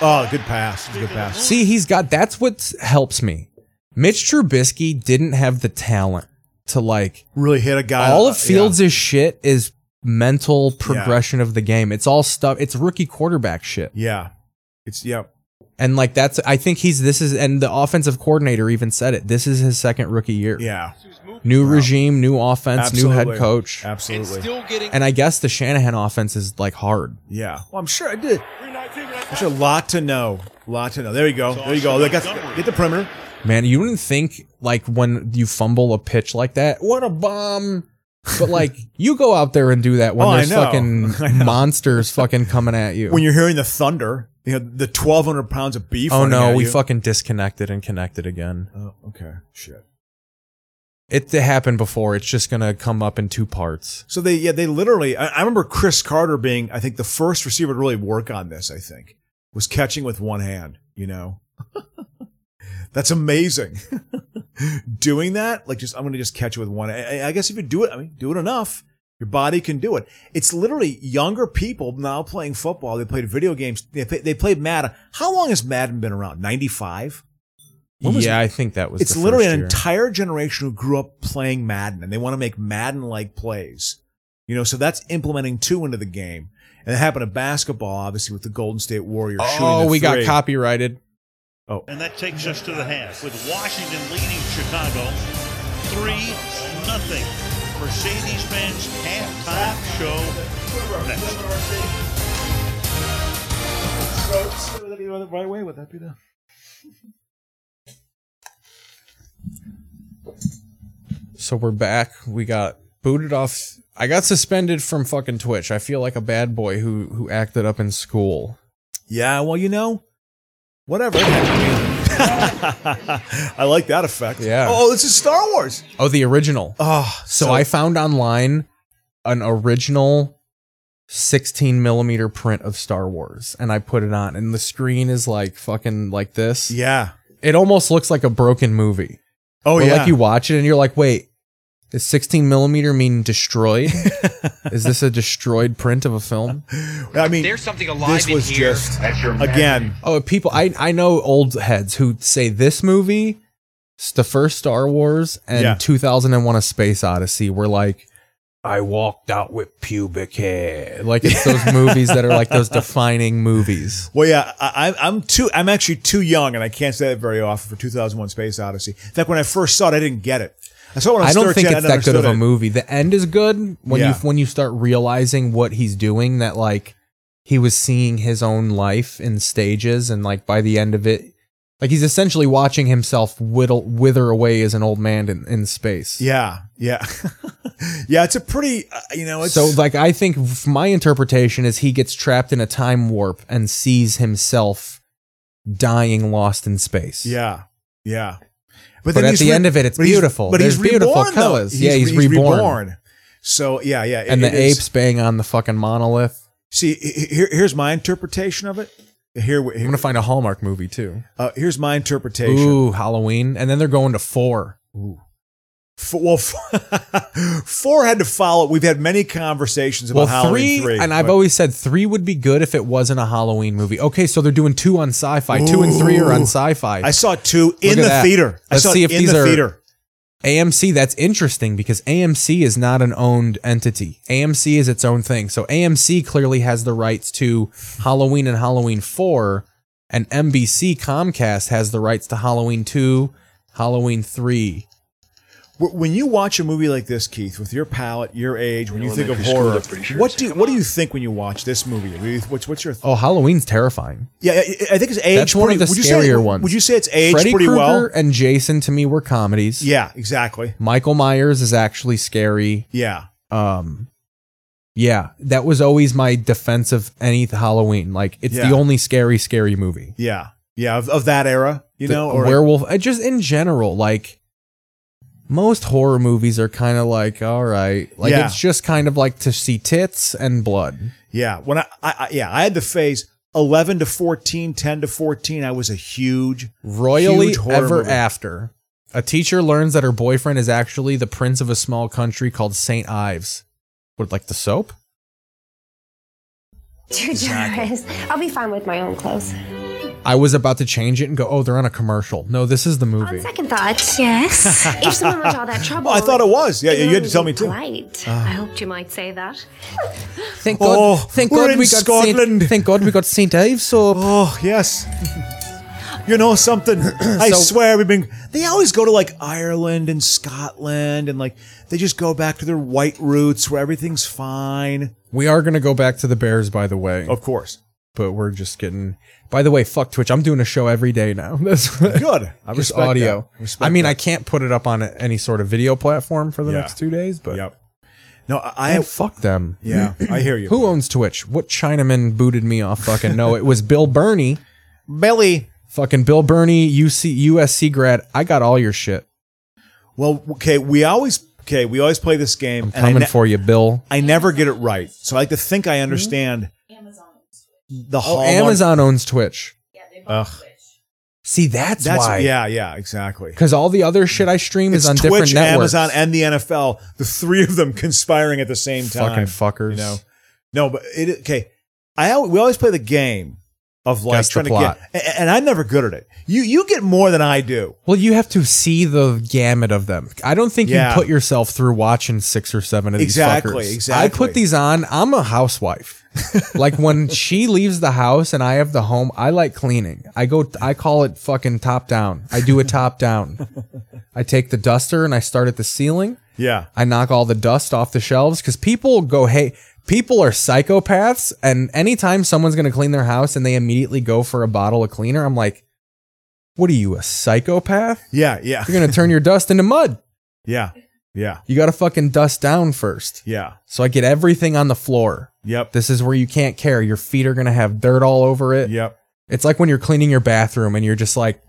Speaker 8: Oh, good pass. Good pass.
Speaker 7: See, he's got that's what helps me. Mitch Trubisky didn't have the talent to like
Speaker 8: Really hit a guy.
Speaker 7: all of
Speaker 8: Yeah.
Speaker 7: Fields' shit is mental progression of the game. It's all stuff. It's rookie quarterback shit.
Speaker 8: Yeah, it's yeah.
Speaker 7: And like that's I think he's this is and the offensive coordinator even said it. This is his second rookie year.
Speaker 8: Yeah,
Speaker 7: New regime, new offense, new
Speaker 8: Absolutely.
Speaker 7: head coach.
Speaker 2: And
Speaker 8: absolutely.
Speaker 2: still getting
Speaker 7: And I guess the Shanahan offense is like hard.
Speaker 8: Yeah. Well, I'm sure I did. There's a lot to know. lot to know. There you go. There you go. They got get the perimeter.
Speaker 7: Man, you wouldn't think like when you fumble a pitch like that, what a bomb. But like you go out there and do that when
Speaker 8: Oh, I
Speaker 7: there's
Speaker 8: know. I
Speaker 7: fucking monsters fucking coming at you.
Speaker 8: When you're hearing the thunder, you know the 1,200 pounds of beef.
Speaker 7: oh
Speaker 8: running
Speaker 7: no,
Speaker 8: at
Speaker 7: we
Speaker 8: you.
Speaker 7: fucking disconnected and connected again.
Speaker 8: Oh, okay. Shit.
Speaker 7: It, it happened before. It's just gonna come up in two parts.
Speaker 8: So they yeah they literally. I, I remember Chris Carter being I think the first receiver to really work on this. I think was catching with one hand. You know. That's amazing. Doing that, like just I'm gonna just catch it with one. I, I- I guess if you do it, I mean, do it enough, your body can do it. It's literally younger people now playing football. They played video games. They play, they played Madden. How long has Madden been around? 95. When was-
Speaker 7: yeah, I think that was.
Speaker 8: It's
Speaker 7: the
Speaker 8: literally
Speaker 7: first
Speaker 8: an
Speaker 7: year.
Speaker 8: entire generation who grew up playing Madden and they want to make Madden like plays. You know, so that's implementing two into the game. And it happened in basketball, obviously, with the Golden State Warriors shooting.
Speaker 7: Oh,
Speaker 8: the
Speaker 7: we got
Speaker 8: three.
Speaker 7: copyrighted.
Speaker 10: And that takes us to the half with Washington leading Chicago 3 nothing. Mercedes Benz halftime show next.
Speaker 8: Right way, would that be the.
Speaker 7: So we're back. We got booted off. I got suspended from fucking Twitch. I feel like a bad boy who who acted up in school.
Speaker 8: Yeah, well, you know, whatever. I like that effect.
Speaker 7: Yeah.
Speaker 8: Oh, this is Star Wars.
Speaker 7: Oh, the original.
Speaker 8: Oh,
Speaker 7: So, I found online an original 16 millimeter print of Star Wars, and I put it on, and the screen is like fucking like this.
Speaker 8: Yeah.
Speaker 7: It almost looks like a broken movie.
Speaker 8: Oh,
Speaker 7: Where,
Speaker 8: yeah.
Speaker 7: Like you watch it and you're like, wait, is 16 millimeter mean destroyed? is this a destroyed print of a film?
Speaker 8: I mean,
Speaker 5: There's something alive
Speaker 8: this
Speaker 5: in
Speaker 8: was
Speaker 5: here.
Speaker 8: just, again,
Speaker 7: Oh, people, I I know old heads who say this movie, s- the first Star Wars and
Speaker 8: Yeah.
Speaker 7: 2001: A Space Odyssey, were like, I walked out with pubic hair. Like it's those movies that are like those defining movies.
Speaker 8: Well, yeah, I, I- I'm too. I'm actually too young, and I can't say that very often for 2001: Space Odyssey. In fact, when I first saw it, I didn't get it. I saw it when I
Speaker 7: I
Speaker 8: was
Speaker 7: don't
Speaker 8: 13.
Speaker 7: think
Speaker 8: I
Speaker 7: it's
Speaker 8: didn't
Speaker 7: that good of a
Speaker 8: understand it.
Speaker 7: movie. The end is good when you
Speaker 8: Yeah.
Speaker 7: when you start realizing what he's doing. That like he was seeing his own life in stages, and like by the end of it. Like he's essentially watching himself whittle wither away as an old man in, in space.
Speaker 8: Yeah, yeah, yeah. It's a pretty, uh, you know, it's
Speaker 7: so like i think f- my interpretation is he gets trapped in a time warp and sees himself dying lost in space
Speaker 8: yeah, yeah.
Speaker 7: But at
Speaker 8: he's
Speaker 7: the end of it, it's
Speaker 8: but he's-
Speaker 7: beautiful.
Speaker 8: But he's
Speaker 7: There's beautiful
Speaker 8: reborn, though.
Speaker 7: colors. Yeah, he's reborn.
Speaker 8: reborn. So yeah, yeah. it-
Speaker 7: and the
Speaker 8: it is-
Speaker 7: apes bang on the fucking monolith
Speaker 8: See, he- he- here, here's my interpretation of it. Here,
Speaker 7: i'm
Speaker 8: here
Speaker 7: gonna find a hallmark movie too
Speaker 8: uh, here's my interpretation.
Speaker 7: ooh halloween and then they're going to four
Speaker 8: F- well, f- four had to follow. We've had many conversations about
Speaker 7: well
Speaker 8: Halloween
Speaker 7: three,
Speaker 8: three,
Speaker 7: and i've
Speaker 8: but-
Speaker 7: always said three would be good if it wasn't a halloween movie okay so they're doing two on sci-fi two and three are on
Speaker 8: Ooh.
Speaker 7: sci-fi
Speaker 8: I saw two
Speaker 7: at
Speaker 8: in the
Speaker 7: that.
Speaker 8: theater.
Speaker 7: Let's
Speaker 8: I saw
Speaker 7: see if
Speaker 8: it in
Speaker 7: these
Speaker 8: the
Speaker 7: are-
Speaker 8: theater.
Speaker 7: AMC, that's interesting because AMC is not an owned entity. AMC is its own thing. So AMC clearly has the rights to Halloween and Halloween 4, and NBC Comcast has the rights to Halloween 2, Halloween 3.
Speaker 8: W- When you watch a movie like this, Keith, with your palate, your age, when you think of horror, what do what do you think when you watch this movie? What do you- What's what's your th-
Speaker 7: Oh, Halloween's terrifying.
Speaker 8: yeah? I- I think it's age.
Speaker 7: That's one of the
Speaker 8: would you say,
Speaker 7: scarier ones.
Speaker 8: Would you say it's aged
Speaker 7: Freddy
Speaker 8: pretty
Speaker 7: Krueger
Speaker 8: well?
Speaker 7: and Jason to me were comedies.
Speaker 8: Yeah, exactly.
Speaker 7: Michael Myers is actually scary.
Speaker 8: Yeah,
Speaker 7: Um Yeah, that was always my defense of any Halloween. Like it's
Speaker 8: Yeah.
Speaker 7: the only scary, scary movie.
Speaker 8: Yeah. Yeah. Of, of that era, you
Speaker 7: The
Speaker 8: know, or
Speaker 7: werewolf. I just in general, like most horror movies are kind of like, all right, like
Speaker 8: Yeah.
Speaker 7: it's just kind of like to see tits and blood.
Speaker 8: yeah. When I, I, I, yeah, I had the phase 11 to 14, 10 to 14. I was a huge,
Speaker 7: Royally
Speaker 8: Huge horror
Speaker 7: ever
Speaker 8: movie.
Speaker 7: after. A teacher learns that her boyfriend is actually the prince of a small country called St. Ives. Would like the soap?
Speaker 11: Too generous. I'll be fine with my own clothes.
Speaker 7: I was about to change it and go, oh, they're on a commercial. No, this is the movie.
Speaker 11: Second thought. Yes. if someone went to all that trouble,
Speaker 8: Well, I thought it was. Yeah, you had to tell me too. Ah.
Speaker 11: Polite. I hoped you might say that.
Speaker 7: Thank
Speaker 8: God- Oh, thank we're God in we got Saint- Scotland.
Speaker 7: thank God we got St. Ives soap.
Speaker 8: Oh, yes. You know something? I
Speaker 7: So-
Speaker 8: swear we've been. They always go to like Ireland and Scotland and like they just go back to their white roots where everything's fine.
Speaker 7: We are gonna go back to the Bears, by the way.
Speaker 8: Of course.
Speaker 7: But we're just getting. By the way, fuck Twitch. I'm doing a show every day now. That's
Speaker 8: Good. I
Speaker 7: Just
Speaker 8: respect
Speaker 7: audio.
Speaker 8: that. Respect
Speaker 7: I mean,
Speaker 8: that.
Speaker 7: I can't put it up on a- any sort of video platform for the
Speaker 8: Yeah.
Speaker 7: next two days, but
Speaker 8: Yep. No, I, I
Speaker 7: Man,
Speaker 8: have.
Speaker 7: fuck them.
Speaker 8: Yeah, I hear you.
Speaker 7: Who owns Twitch? What Chinaman booted me off? Fucking no, it was Bill Burney.
Speaker 8: Belly.
Speaker 7: Fucking Bill Burney, UC, USC grad. I got all your shit.
Speaker 8: Well, okay, we always okay, we always play this game, and I,
Speaker 7: Coming
Speaker 8: ne-
Speaker 7: for you, Bill.
Speaker 8: I never get it right. So I like to think I understand
Speaker 1: Amazon.
Speaker 8: the
Speaker 7: Hmm? Oh,
Speaker 8: whole
Speaker 7: Amazon owns Twitch.
Speaker 1: Yeah, they bought Twitch.
Speaker 7: See, that's,
Speaker 8: That's
Speaker 7: why.
Speaker 8: yeah, yeah, exactly.
Speaker 7: Because all the other shit I stream
Speaker 8: It's
Speaker 7: is on
Speaker 8: Twitch,
Speaker 7: different networks.
Speaker 8: Amazon, and the NFL. The three of them conspiring at the same
Speaker 7: Fucking
Speaker 8: time.
Speaker 7: fuckers.
Speaker 8: You know, no, but it okay. I al- we always play the game of like
Speaker 7: Guess the
Speaker 8: trying to
Speaker 7: plot.
Speaker 8: get, a- and I'm never good at it. You you get more than I do.
Speaker 7: Well, you have to see the gamut of them. I don't think
Speaker 8: Yeah.
Speaker 7: you put yourself through watching six or seven of these
Speaker 8: Exactly,
Speaker 7: fuckers. I
Speaker 8: exactly.
Speaker 7: put these on. I'm a housewife. like when she leaves the house and I have the home, I like cleaning. I go. I call it fucking top down. I do a top down. I take the duster and I start at the ceiling.
Speaker 8: Yeah,
Speaker 7: I knock all the dust off the shelves because people go, hey, people are psychopaths. And anytime someone's going to clean their house and they immediately go for a bottle of cleaner, I'm like, what are you, a psychopath?
Speaker 8: yeah, yeah,
Speaker 7: You're going to turn your dust into mud.
Speaker 8: yeah, yeah,
Speaker 7: You got to fucking dust down first.
Speaker 8: yeah.
Speaker 7: So I get everything on the floor.
Speaker 8: Yep,
Speaker 7: This is where you can't care. Your feet are going to have dirt all over it.
Speaker 8: yep.
Speaker 7: It's like when you're cleaning your bathroom and you're just like,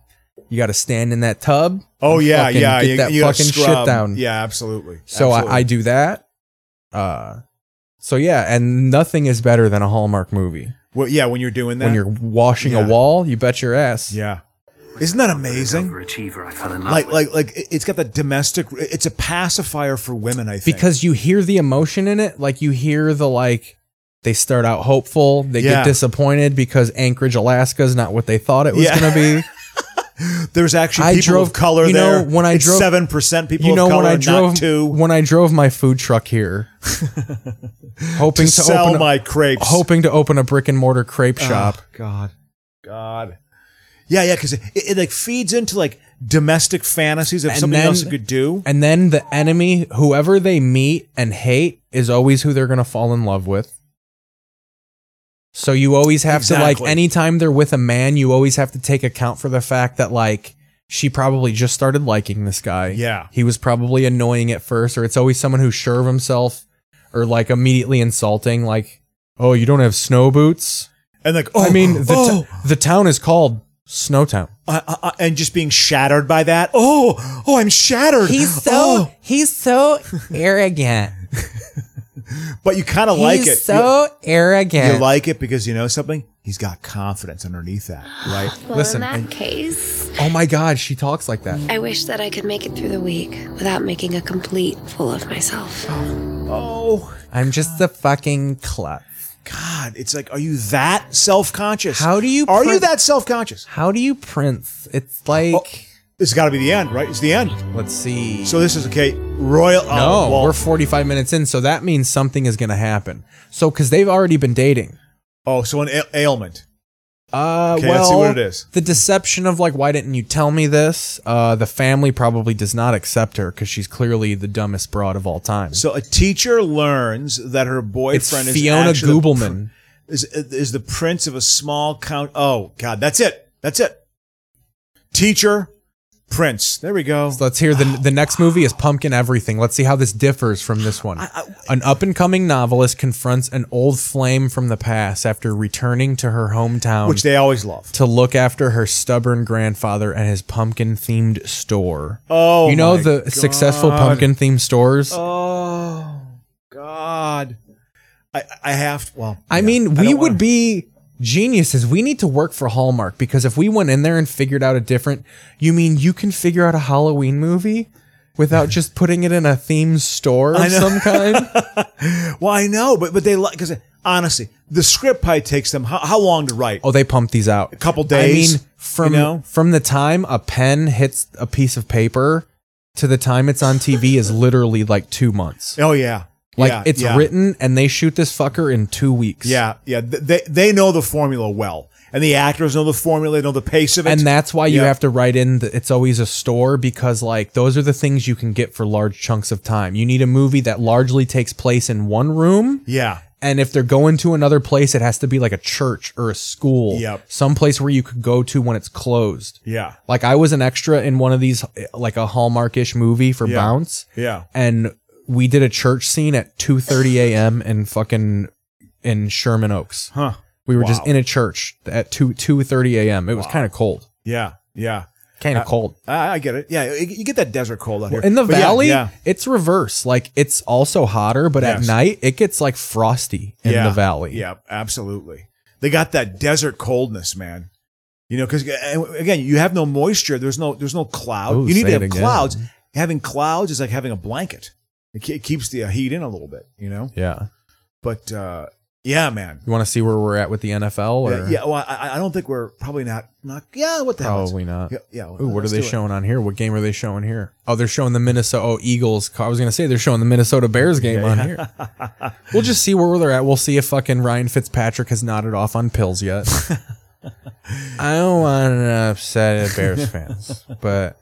Speaker 7: you got to stand in that tub.
Speaker 8: Oh yeah,
Speaker 7: fucking
Speaker 8: yeah.
Speaker 7: get
Speaker 8: you,
Speaker 7: that
Speaker 8: you gotta
Speaker 7: fucking shit
Speaker 8: scrub.
Speaker 7: down.
Speaker 8: Yeah, absolutely.
Speaker 7: So
Speaker 8: Absolutely.
Speaker 7: I, I do that. Uh, so yeah, and nothing is better than a Hallmark movie.
Speaker 8: well, yeah, when you're doing that,
Speaker 7: when you're washing
Speaker 8: yeah.
Speaker 7: a wall, you bet your ass.
Speaker 8: yeah. Isn't that amazing? Like, like, like, it- it's got the domestic. It's a pacifier for women, I think.
Speaker 7: Because you hear the emotion in it, like you hear the like they start out hopeful, they
Speaker 8: Yeah.
Speaker 7: get disappointed because Anchorage, Alaska is not what they thought it was
Speaker 8: Yeah.
Speaker 7: gonna be.
Speaker 8: There's actually
Speaker 7: I
Speaker 8: people
Speaker 7: drove-
Speaker 8: of color
Speaker 7: you know,
Speaker 8: there.
Speaker 7: when I drove-
Speaker 8: seven percent people
Speaker 7: you
Speaker 8: of
Speaker 7: know
Speaker 8: color,
Speaker 7: when I
Speaker 8: not
Speaker 7: drove
Speaker 8: two,
Speaker 7: when I drove my food truck here hoping
Speaker 8: to
Speaker 7: to,
Speaker 8: sell
Speaker 7: open a,
Speaker 8: my Uh. crepes.
Speaker 7: hoping to open a brick and mortar crepe shop.
Speaker 8: God, God, yeah, yeah, because it, it like feeds into like domestic fantasies of
Speaker 7: And
Speaker 8: something
Speaker 7: then-
Speaker 8: else you could do.
Speaker 7: And then the enemy, whoever they meet and hate, is always who they're going to fall in love with. So you always have to,
Speaker 8: Exactly.
Speaker 7: like, anytime they're with a man, you always have to take account for the fact that, like, she probably just started liking this guy.
Speaker 8: Yeah.
Speaker 7: He was probably annoying at first, or it's always someone who's sure of himself or, like, immediately insulting, like, oh, you don't have snow boots?
Speaker 8: And like, oh,
Speaker 7: I mean, the,
Speaker 8: oh,
Speaker 7: t- the town is called Snowtown.
Speaker 8: I- I- I- and just being shattered by that. Oh, oh, I'm shattered. Oh.
Speaker 7: he's so arrogant.
Speaker 8: but you kind of like it. You- you,
Speaker 7: arrogant.
Speaker 8: like it because you know something. He's got confidence underneath that, right?
Speaker 11: Well,
Speaker 7: Listen,
Speaker 11: in
Speaker 7: and-
Speaker 11: that case,
Speaker 7: oh my god, she talks like that.
Speaker 11: I wish that I could make it through the week without making a complete fool of myself.
Speaker 8: Oh
Speaker 7: I'm just the fucking klutz.
Speaker 8: God, it's like, are you that self conscious?
Speaker 7: How do you
Speaker 8: Are
Speaker 7: pre-
Speaker 8: you that self conscious?
Speaker 7: How do you prince? It's like
Speaker 8: This has got to be the end, right? It's the end.
Speaker 7: let's see.
Speaker 8: Oh. So this is okay. Royal.
Speaker 7: no,
Speaker 8: oh, well-
Speaker 7: we're 45 minutes in, so that means something is gonna happen. So because they've already been dating.
Speaker 8: oh, so an ail- ailment.
Speaker 7: Uh,
Speaker 8: Okay,
Speaker 7: well,
Speaker 8: let's see what it is.
Speaker 7: The deception of like, why didn't you tell me this? Uh, the family probably does not accept her because she's clearly the dumbest broad of all time.
Speaker 8: So a teacher learns that her
Speaker 7: it's
Speaker 8: boyfriend is
Speaker 7: Fiona
Speaker 8: actually the pr-
Speaker 7: Goobleman.
Speaker 8: is is the prince of a small count. Oh God, that's it. That's it. Teacher Prince. There we go.
Speaker 7: So let's hear the the next movie is Pumpkin Everything. Let's see how this differs from this one. an up and coming novelist confronts an old flame from the past after returning to her hometown,
Speaker 8: Which they always love.
Speaker 7: to look after her stubborn grandfather and his pumpkin themed store.
Speaker 8: Oh,
Speaker 7: you know
Speaker 8: my
Speaker 7: the successful
Speaker 8: God.
Speaker 7: pumpkin themed stores.
Speaker 8: Oh God. I I have well.
Speaker 7: I
Speaker 8: yeah,
Speaker 7: mean, we
Speaker 8: don't
Speaker 7: would
Speaker 8: wanna-
Speaker 7: be geniuses. We need to work for Hallmark because if we went in there and figured out a different, you mean you can figure out a Halloween movie without just putting it in a theme store
Speaker 8: I
Speaker 7: of
Speaker 8: know.
Speaker 7: some kind?
Speaker 8: Well, I know, but but they like because honestly, the script probably takes them how, how long to write?
Speaker 7: Oh, they pump these out. A
Speaker 8: couple days,
Speaker 7: I mean, from
Speaker 8: you know?
Speaker 7: from the time a pen hits a piece of paper to the time it's on TV is literally like two months.
Speaker 8: Oh yeah,
Speaker 7: Like
Speaker 8: Yeah,
Speaker 7: it's
Speaker 8: yeah.
Speaker 7: written and they shoot this fucker in two weeks.
Speaker 8: Yeah, yeah. Th- They they know the formula well, and the actors know the formula. They know the pace of it.
Speaker 7: and that's why you
Speaker 8: Yeah.
Speaker 7: have to write in that it's always a store because like those are the things you can get for large chunks of time you need a movie that largely takes place in one room
Speaker 8: yeah,
Speaker 7: and if they're going to another place it has to be like a church or a school
Speaker 8: Yep.
Speaker 7: someplace where you could go to when it's closed
Speaker 8: yeah,
Speaker 7: like i was an extra in one of these like a hallmarkish movie for
Speaker 8: Yeah.
Speaker 7: bounce
Speaker 8: yeah.
Speaker 7: and we did a church scene at 2.30 a.m in fucking in sherman oaks
Speaker 8: Huh?
Speaker 7: we were just
Speaker 8: Wow.
Speaker 7: in a church at 2 2.30 a.m it was kind of cold
Speaker 8: Yeah, yeah.
Speaker 7: kind of cold
Speaker 8: I, I get it. Yeah, you you get that desert cold out here
Speaker 7: In the
Speaker 8: Uh, But yeah,
Speaker 7: valley,
Speaker 8: Yeah,
Speaker 7: it's reverse. Like it's also hotter, but at
Speaker 8: Yes.
Speaker 7: night it gets like frosty in
Speaker 8: yeah,
Speaker 7: the valley.
Speaker 8: Yeah, absolutely. They got that desert coldness, man. You know, because again, you have no moisture. There's no there's no cloud.
Speaker 7: Ooh,
Speaker 8: you need
Speaker 7: say
Speaker 8: to
Speaker 7: it
Speaker 8: have
Speaker 7: again.
Speaker 8: clouds. Having clouds is like having a blanket. It, ke- it keeps the uh, heat in a little bit. You know,
Speaker 7: Yeah.
Speaker 8: but uh, yeah, man.
Speaker 7: You want to see where we're at with the NFL? Or?
Speaker 8: Yeah, yeah, well, I, I don't think we're probably not not. Yeah, what the hell? is-
Speaker 7: Probably not.
Speaker 8: Yeah. yeah well,
Speaker 7: Ooh, what are
Speaker 8: let's
Speaker 7: they
Speaker 8: do it.
Speaker 7: showing on here? What game are they showing here? Oh, they're showing the Minnesota oh, Eagles. I was gonna say they're showing the Minnesota Bears game on here. we'll just see where they're at. We'll see if fucking Ryan Fitzpatrick has nodded off on pills yet. I don't want to upset Bears fans, but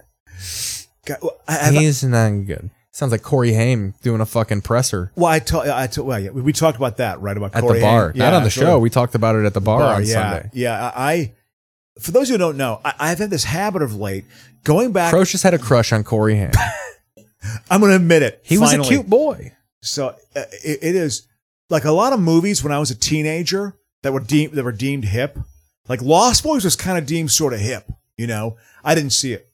Speaker 8: God, well, I, have,
Speaker 7: he's not good. Sounds like Corey Haim doing a fucking presser.
Speaker 8: well, I told. I told. Well, yeah, we we talked about that right about
Speaker 7: at
Speaker 8: Corey
Speaker 7: the bar,
Speaker 8: Haim. Yeah,
Speaker 7: not on the
Speaker 8: absolutely.
Speaker 7: show. We talked about it at the bar, on
Speaker 8: yeah,
Speaker 7: Sunday.
Speaker 8: yeah. I, I- for those who don't know, I, I've had this habit of late going back.
Speaker 7: Croce just had a crush on Corey Haim.
Speaker 8: I'm going to admit it.
Speaker 7: He was a
Speaker 8: finally.
Speaker 7: cute boy.
Speaker 8: So uh, it, it is like a lot of movies when I was a teenager that were deemed that were deemed hip. Like Lost Boys was kind of deemed sort of hip. You know, I didn't see it.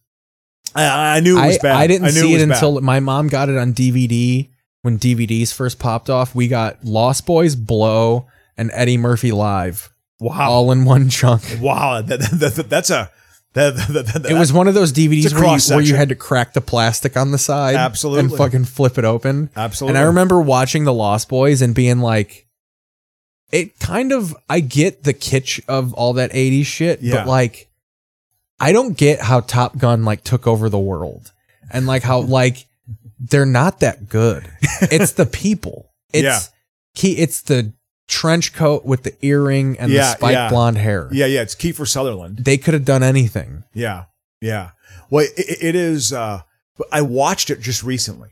Speaker 8: I, I knew it was
Speaker 7: I,
Speaker 8: bad.
Speaker 7: I didn't
Speaker 8: knew
Speaker 7: see it,
Speaker 8: was bad.
Speaker 7: until my mom got it on DVD when DVDs first popped off. We got Lost Boys, Blow, and Eddie Murphy Live
Speaker 8: wow.
Speaker 7: all in one chunk.
Speaker 8: Wow, that, that, that- that's a that, that, that,
Speaker 7: It was one of those
Speaker 8: It's
Speaker 7: DVDs
Speaker 8: a
Speaker 7: where you, where you
Speaker 8: cross-section.
Speaker 7: had to crack the plastic on the side and
Speaker 8: Absolutely.
Speaker 7: fucking flip it open. And
Speaker 8: absolutely.
Speaker 7: I remember watching The Lost Boys and being like, it kind of, I get the kitsch of all that 80s shit,
Speaker 8: Yeah.
Speaker 7: but like, I don't get how Top Gun like took over the world and like how, like, they're not that good. It's the people. It's
Speaker 8: Yeah.
Speaker 7: key. It's the trench coat with the earring and the
Speaker 8: Yeah,
Speaker 7: spiked
Speaker 8: yeah.
Speaker 7: blonde hair.
Speaker 8: yeah, yeah, it's Kiefer Sutherland.
Speaker 7: They could have done anything.
Speaker 8: Yeah, yeah. Well, it, it- it is. Uh, but I watched it just recently,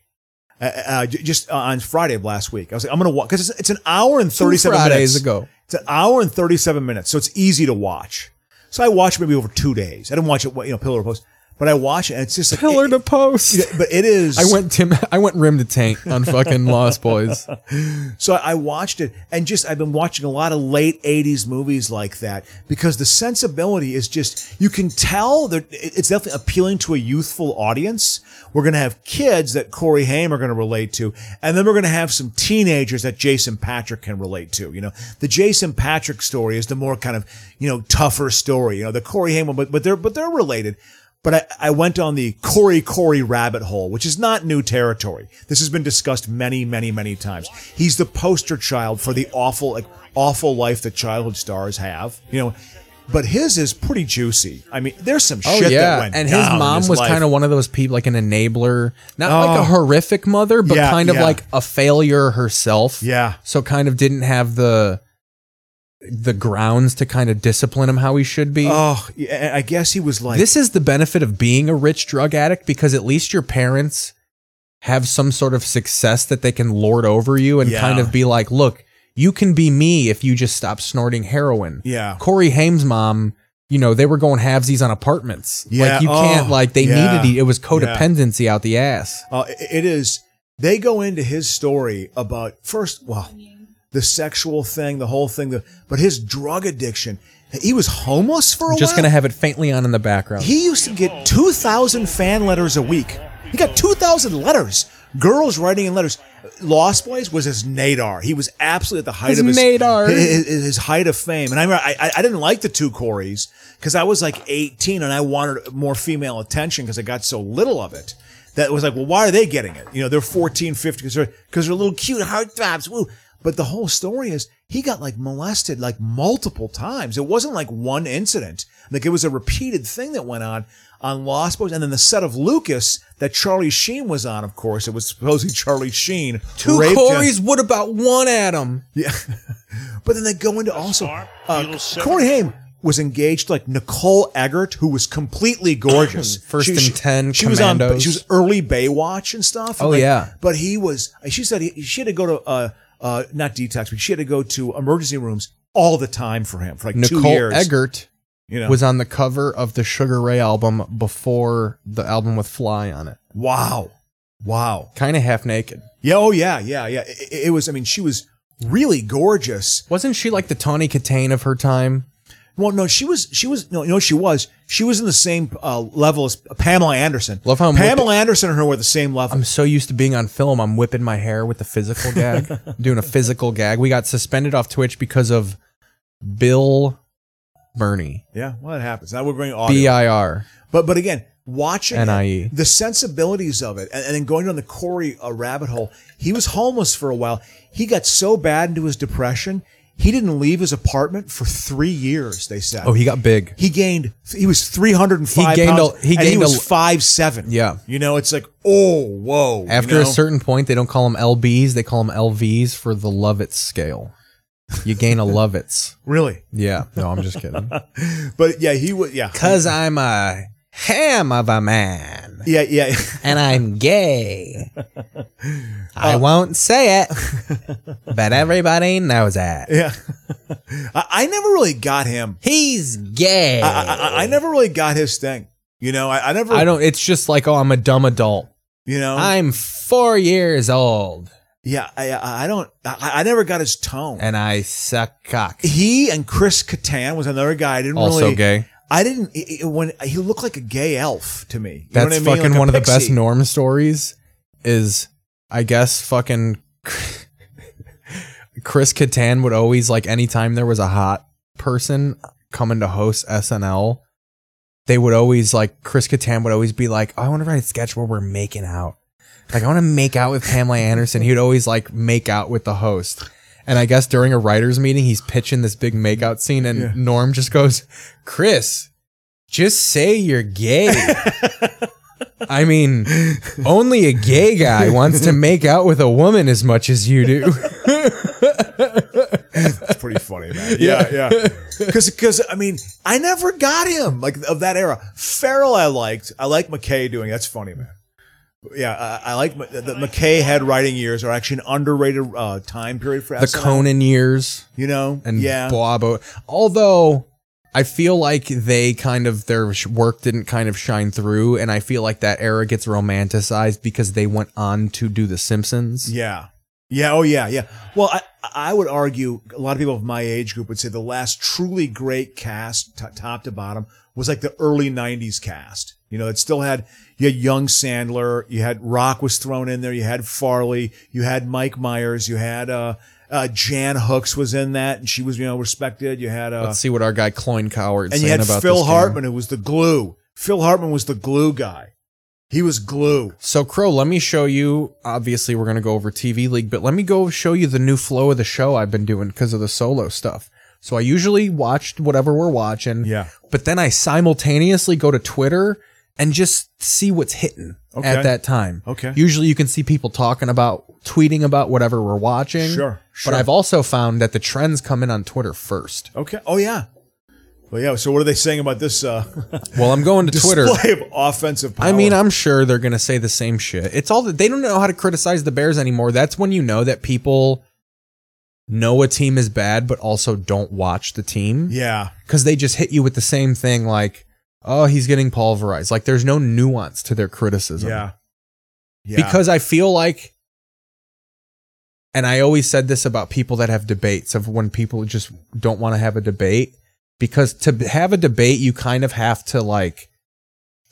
Speaker 8: uh, uh, j- just on Friday of last week. I was like, I'm gonna watch because it's, it's an hour and
Speaker 7: Two
Speaker 8: 37
Speaker 7: Fridays
Speaker 8: minutes.
Speaker 7: ago.
Speaker 8: It's an hour and 37 minutes, so it's easy to watch. So I watched maybe over two days. I didn't watch it, you know, pillar to post, but I watched it, and it's just like,
Speaker 7: Pillar
Speaker 8: it-
Speaker 7: to post.
Speaker 8: it- but it is.
Speaker 7: I went Tim. I went rim to tank on fucking Lost Boys.
Speaker 8: So I watched it and just I've been watching a lot of late 80s movies like that because the sensibility is just you can tell that it- it's definitely appealing to a youthful audience. We're going to have kids that Corey Haim are going to relate to and then we're going to have some teenagers that Jason Patrick can relate to, you know. The Jason Patrick story is the more kind of, you know, tougher story, you know, the Corey Haim one, but but they're but they're related. But I, I went on the Corey Corey rabbit hole, which is not new territory. This has been discussed many, many, many times. He's the poster child for the awful, like, awful life that childhood stars have, you know. But his is pretty juicy. I mean, there's some
Speaker 7: Oh
Speaker 8: shit that
Speaker 7: yeah,
Speaker 8: went
Speaker 7: and his
Speaker 8: down in
Speaker 7: mom
Speaker 8: his
Speaker 7: was
Speaker 8: life.
Speaker 7: kind of one of those people, like an enabler, not like a
Speaker 8: Oh.
Speaker 7: horrific mother, but
Speaker 8: Yeah,
Speaker 7: kind of
Speaker 8: yeah.
Speaker 7: like a failure herself.
Speaker 8: yeah,
Speaker 7: So kind of didn't have the the grounds to kind of discipline him how he should be.
Speaker 8: oh, yeah, and I guess he was like
Speaker 7: this is the benefit of being a rich drug addict because at least your parents have some sort of success that they can lord over you and
Speaker 8: Yeah.
Speaker 7: kind of be like, look, you can be me if you just stop snorting heroin.
Speaker 8: Yeah.
Speaker 7: Corey Haim's mom you know, they were going halvesies on apartments.
Speaker 8: Yeah,
Speaker 7: Like you
Speaker 8: oh,
Speaker 7: can't like they
Speaker 8: yeah,
Speaker 7: needed it. It was
Speaker 8: yeah.
Speaker 7: codependency out the ass.
Speaker 8: Uh, i- it is. They go into his story about first, well, the sexual thing, the whole thing, the, but his drug addiction. He was homeless for a
Speaker 7: I'm just
Speaker 8: while.
Speaker 7: gonna have it faintly on in the background.
Speaker 8: He used to get 2,000 fan letters a week. He got 2,000 letters. Girls writing in letters. Lost Boys was his nadar. He was absolutely at the height
Speaker 7: His
Speaker 8: of his
Speaker 7: nadar.
Speaker 8: His, his- his height of fame. And I remember I, I- I didn't like the two Corys because I was like 18 and I wanted more female attention because I got so little of it. That was like, well, why are they getting it? You know, they're 14, 15 because they're, 'cause they're little cute heartthrobs. Woo. But the whole story is he got like molested like multiple times. It wasn't like one incident. Like it was a repeated thing that went on on Lost Boys. And then the set of Lucas that Charlie Sheen was on, of course, it was supposedly Charlie Sheen.
Speaker 7: Two
Speaker 8: raped him.
Speaker 7: Corys, what about one Adam?
Speaker 8: Yeah. but then they go into also
Speaker 10: Beatles
Speaker 8: uh,
Speaker 10: seven.
Speaker 8: Corey Haim was engaged to, like Nicole Eggert, who was completely gorgeous.
Speaker 7: First and Ten,
Speaker 8: She was on.
Speaker 7: Commandos.
Speaker 8: She was early Baywatch and stuff.
Speaker 7: Oh,
Speaker 8: Like,
Speaker 7: yeah.
Speaker 8: But he was. She said he, she had to go to uh uh not detox, but she had to go to emergency rooms all the time for him for like two
Speaker 7: Nicole
Speaker 8: years.
Speaker 7: Eggert
Speaker 8: you know,
Speaker 7: was on the cover of the Sugar Ray album before the album with Fly on it.
Speaker 8: wow, wow.
Speaker 7: Kind of half naked.
Speaker 8: Yeah. Oh yeah. Yeah. Yeah. It- it- it was. I mean, she was really gorgeous.
Speaker 7: Wasn't she like the Tawny Catane of her time?
Speaker 8: Well, no, she was. She was. No, you know, what she was. She was in the same uh, level as Pamela Anderson.
Speaker 7: Love how I'm
Speaker 8: Pamela
Speaker 7: whipping-
Speaker 8: Anderson and her were the same level.
Speaker 7: I'm so used to being on film, I'm whipping my hair with the physical gag, doing a physical gag. We got suspended off Twitch because of Bill Bernie,
Speaker 8: yeah, well, it happens. Now we're bringing audio.
Speaker 7: B I R.
Speaker 8: But but again, watching it,
Speaker 7: NIE.
Speaker 8: the sensibilities of it, and, and then going down the Corey uh, rabbit hole. He was homeless for a while. He got so bad into his depression, he didn't leave his apartment for three years. They said.
Speaker 7: Oh, he got big.
Speaker 8: He gained. He was three hundred and
Speaker 7: He
Speaker 8: five.
Speaker 7: gained a-
Speaker 8: pounds,
Speaker 7: he
Speaker 8: and he
Speaker 7: gained a-
Speaker 8: was five seven.
Speaker 7: Yeah.
Speaker 8: you know, it's like, oh, whoa. you
Speaker 7: After
Speaker 8: know?
Speaker 7: a certain point, they don't call them LBs, they call them LVs for the Lovitz scale. You gain a Lovitz.
Speaker 8: really,
Speaker 7: Yeah. No, I'm just kidding.
Speaker 8: but yeah, he was. Yeah,
Speaker 7: Because I'm a ham of a man
Speaker 8: Yeah, yeah.
Speaker 7: and I'm gay.
Speaker 8: Uh,
Speaker 7: I won't say it, but everybody knows that.
Speaker 8: Yeah. I, I never really got him.
Speaker 7: He's gay.
Speaker 8: I, I, I- I never really got his thing. You know, I, I never,
Speaker 7: I don't, it's just like, oh, I'm a dumb adult.
Speaker 8: you know,
Speaker 7: I'm four years old
Speaker 8: yeah, I, I I don't, I, I never got his tone.
Speaker 7: and I suck cock.
Speaker 8: he and Chris Kattan was another guy I didn't
Speaker 7: Also
Speaker 8: really.
Speaker 7: gay.
Speaker 8: I didn't, i- i- when he looked like a gay elf to me. You know
Speaker 7: That's
Speaker 8: what I mean?
Speaker 7: fucking
Speaker 8: Like a
Speaker 7: one of the
Speaker 8: pixie.
Speaker 7: best Norm stories. Is I guess fucking Chris Kattan would always like anytime there was a hot person coming to host SNL, they would always like Chris Kattan would always be like, "Oh, I want to write a sketch where we're making out. Like I want to make out with Pamela Anderson. He would always like make out with the host. And I guess during a writers meeting, he's pitching this big makeout scene, and
Speaker 8: Yeah.
Speaker 7: Norm just goes, "Chris, just say you're gay." I mean, only a gay guy wants to make out with a woman as much as you do.
Speaker 8: That's pretty funny, man. Yeah, yeah. Because, because I mean, I never got him like of that era. Farrell, I liked. I like McKay doing. That's funny, man. Yeah, I, I like Ma- the, the McKay head writing years are actually an underrated uh, time period for
Speaker 7: the
Speaker 8: SNL,
Speaker 7: Conan years
Speaker 8: You know,
Speaker 7: and
Speaker 8: yeah,
Speaker 7: Bobo. Although I feel like they kind of their sh- work didn't kind of shine through, and I feel like that era gets romanticized because they went on to do The Simpsons.
Speaker 8: yeah, yeah. Oh yeah, yeah. Well, I I would argue a lot of people of my age group would say the last truly great cast, t- top to bottom, was like the early '90s cast. You know, it still had you had young Sandler, you had Rock was thrown in there, you had Farley, you had Mike Myers, you had uh, uh Jan Hooks was in that, and she was you know respected. You had uh,
Speaker 7: Let's see what our guy Cloyne Coward
Speaker 8: and
Speaker 7: saying
Speaker 8: you had
Speaker 7: about
Speaker 8: Phil
Speaker 7: this game.
Speaker 8: Hartman, who was the glue. Phil Hartman was the glue guy. He was glue.
Speaker 7: So Crow, let me show you. Obviously, we're gonna go over TV League, but let me go show you the new flow of the show I've been doing because of the solo stuff. So I usually watched whatever we're watching,
Speaker 8: Yeah.
Speaker 7: But then I simultaneously go to Twitter and just see what's hitting
Speaker 8: Okay.
Speaker 7: at that time.
Speaker 8: Okay.
Speaker 7: Usually, you can see people talking about, tweeting about whatever we're watching.
Speaker 8: Sure, sure.
Speaker 7: But I've also found that the trends come in on Twitter first.
Speaker 8: Okay. Oh yeah. Well, yeah. So what are they saying about this uh,
Speaker 7: Well, I'm going to Twitter.
Speaker 8: display of offensive power?
Speaker 7: I mean, I'm sure they're going to say the same shit. It's all that they don't know how to criticize the Bears anymore. That's when you know that people know a team is bad, but also don't watch the team.
Speaker 8: Yeah.
Speaker 7: Because they just hit you with the same thing like, oh, he's getting pulverized. Like there's no nuance to their criticism.
Speaker 8: Yeah. Yeah.
Speaker 7: Because I feel like, and I always said this about people that have debates of when people just don't want to have a debate. Because to b- have a debate, you kind of have to like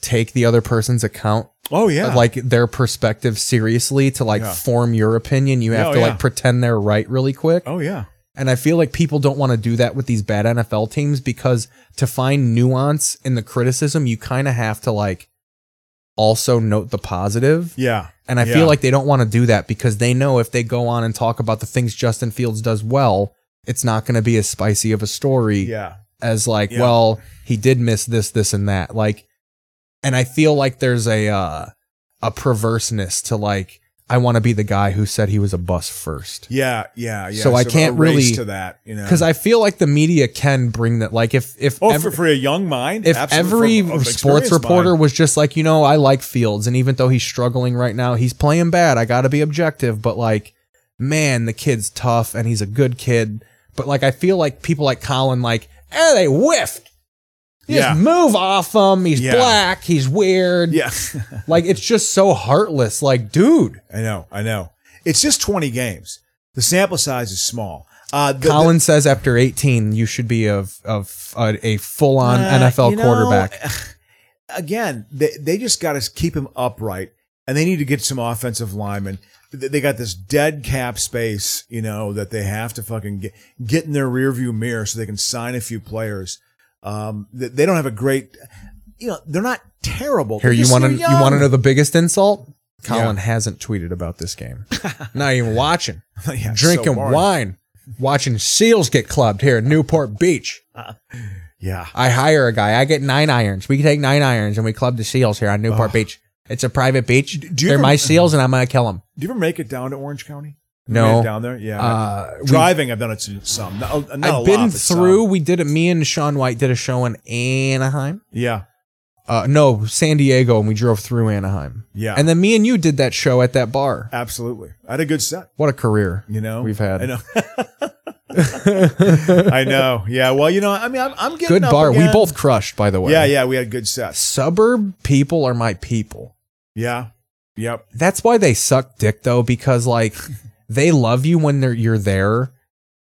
Speaker 7: take the other person's account
Speaker 8: oh yeah.
Speaker 7: of, like their perspective seriously to like
Speaker 8: Yeah.
Speaker 7: form your opinion. You have
Speaker 8: Oh,
Speaker 7: to
Speaker 8: yeah.
Speaker 7: like pretend they're right really quick.
Speaker 8: oh yeah.
Speaker 7: And I feel like people don't want to do that with these bad NFL teams because to find nuance in the criticism, you kind of have to like also note the positive.
Speaker 8: Yeah.
Speaker 7: And I
Speaker 8: Yeah.
Speaker 7: feel like they don't want to do that because they know if they go on and talk about the things Justin Fields does well, it's not going to be as spicy of a story
Speaker 8: Yeah.
Speaker 7: as like,
Speaker 8: Yeah.
Speaker 7: well, he did miss this, this, and that. Like, and I feel like there's a uh, a perverseness to like, I want to be the guy who said he was a bus first.
Speaker 8: Yeah. Yeah. Yeah.
Speaker 7: So I
Speaker 8: It's a- a
Speaker 7: can't
Speaker 8: race
Speaker 7: really-
Speaker 8: to that, you know,
Speaker 7: Because I feel like the media can bring that. Like, if if
Speaker 8: oh
Speaker 7: every-
Speaker 8: for, for a young mind,
Speaker 7: if
Speaker 8: absolutely, for-
Speaker 7: every
Speaker 8: of
Speaker 7: sports
Speaker 8: experienced
Speaker 7: reporter
Speaker 8: mind.
Speaker 7: was just like, you know, I like Fields, and even though he's struggling right now, he's playing bad. I got to be objective, but like, man, the kid's tough, and he's a good kid. But like, I feel like people like Colin, like, eh, they whiffed. You
Speaker 8: Yeah.
Speaker 7: Just move off him. He's
Speaker 8: Yeah.
Speaker 7: black. He's weird.
Speaker 8: yeah.
Speaker 7: Like it's just so heartless. Like, dude,
Speaker 8: I know, I know. It's just 20 games. The sample size is small. Uh, the,
Speaker 7: Colin says after 18, you should be of of a, a full
Speaker 8: the-
Speaker 7: on
Speaker 8: uh,
Speaker 7: NFL
Speaker 8: you know,
Speaker 7: quarterback.
Speaker 8: Again, they, they just got to keep him upright, and they need to get some offensive linemen. Th- They got this dead cap space, you know, that they have to fucking get, get in their rearview mirror so they can sign a few players. Um, they, they don't have a great, you know, they're not terrible.
Speaker 7: Here,
Speaker 8: They're
Speaker 7: you
Speaker 8: just-
Speaker 7: want to
Speaker 8: they're
Speaker 7: you want to
Speaker 8: young.
Speaker 7: know the biggest insult? Colin hasn't tweeted about this game. Not even watching,
Speaker 8: Yeah, it's so
Speaker 7: drinking
Speaker 8: hard.
Speaker 7: wine, watching seals get clubbed here in Newport Beach.
Speaker 8: Yeah.
Speaker 7: I hire a guy. I get nine irons. We take nine irons and we club the seals here on Newport Beach. It's a private beach.
Speaker 8: do you
Speaker 7: They're
Speaker 8: ever-
Speaker 7: my seals, and I'm gonna kill them.
Speaker 8: Do you ever make it down to Orange County? You
Speaker 7: No.
Speaker 8: made it down there. Yeah,
Speaker 7: Uh, we-
Speaker 8: driving. I've done it to some. Not, not a
Speaker 7: I've been
Speaker 8: lot, but some.
Speaker 7: through. We did it. Me and Sean White did a show in Anaheim.
Speaker 8: Yeah,
Speaker 7: Uh, no, San Diego, and we drove through Anaheim.
Speaker 8: Yeah.
Speaker 7: and then me and you did that show at that bar.
Speaker 8: absolutely. I had a good set.
Speaker 7: What a career!
Speaker 8: You know,
Speaker 7: we've had.
Speaker 8: I know. I know. Yeah. Well, you know, I mean, I'm, I'm getting
Speaker 7: Good
Speaker 8: up
Speaker 7: bar. We
Speaker 8: again.
Speaker 7: both crushed, by the way.
Speaker 8: Yeah, yeah. We had good sets.
Speaker 7: Suburb people are my people.
Speaker 8: Yeah. Yep.
Speaker 7: That's why they suck dick though, because like they love you when they're you're there,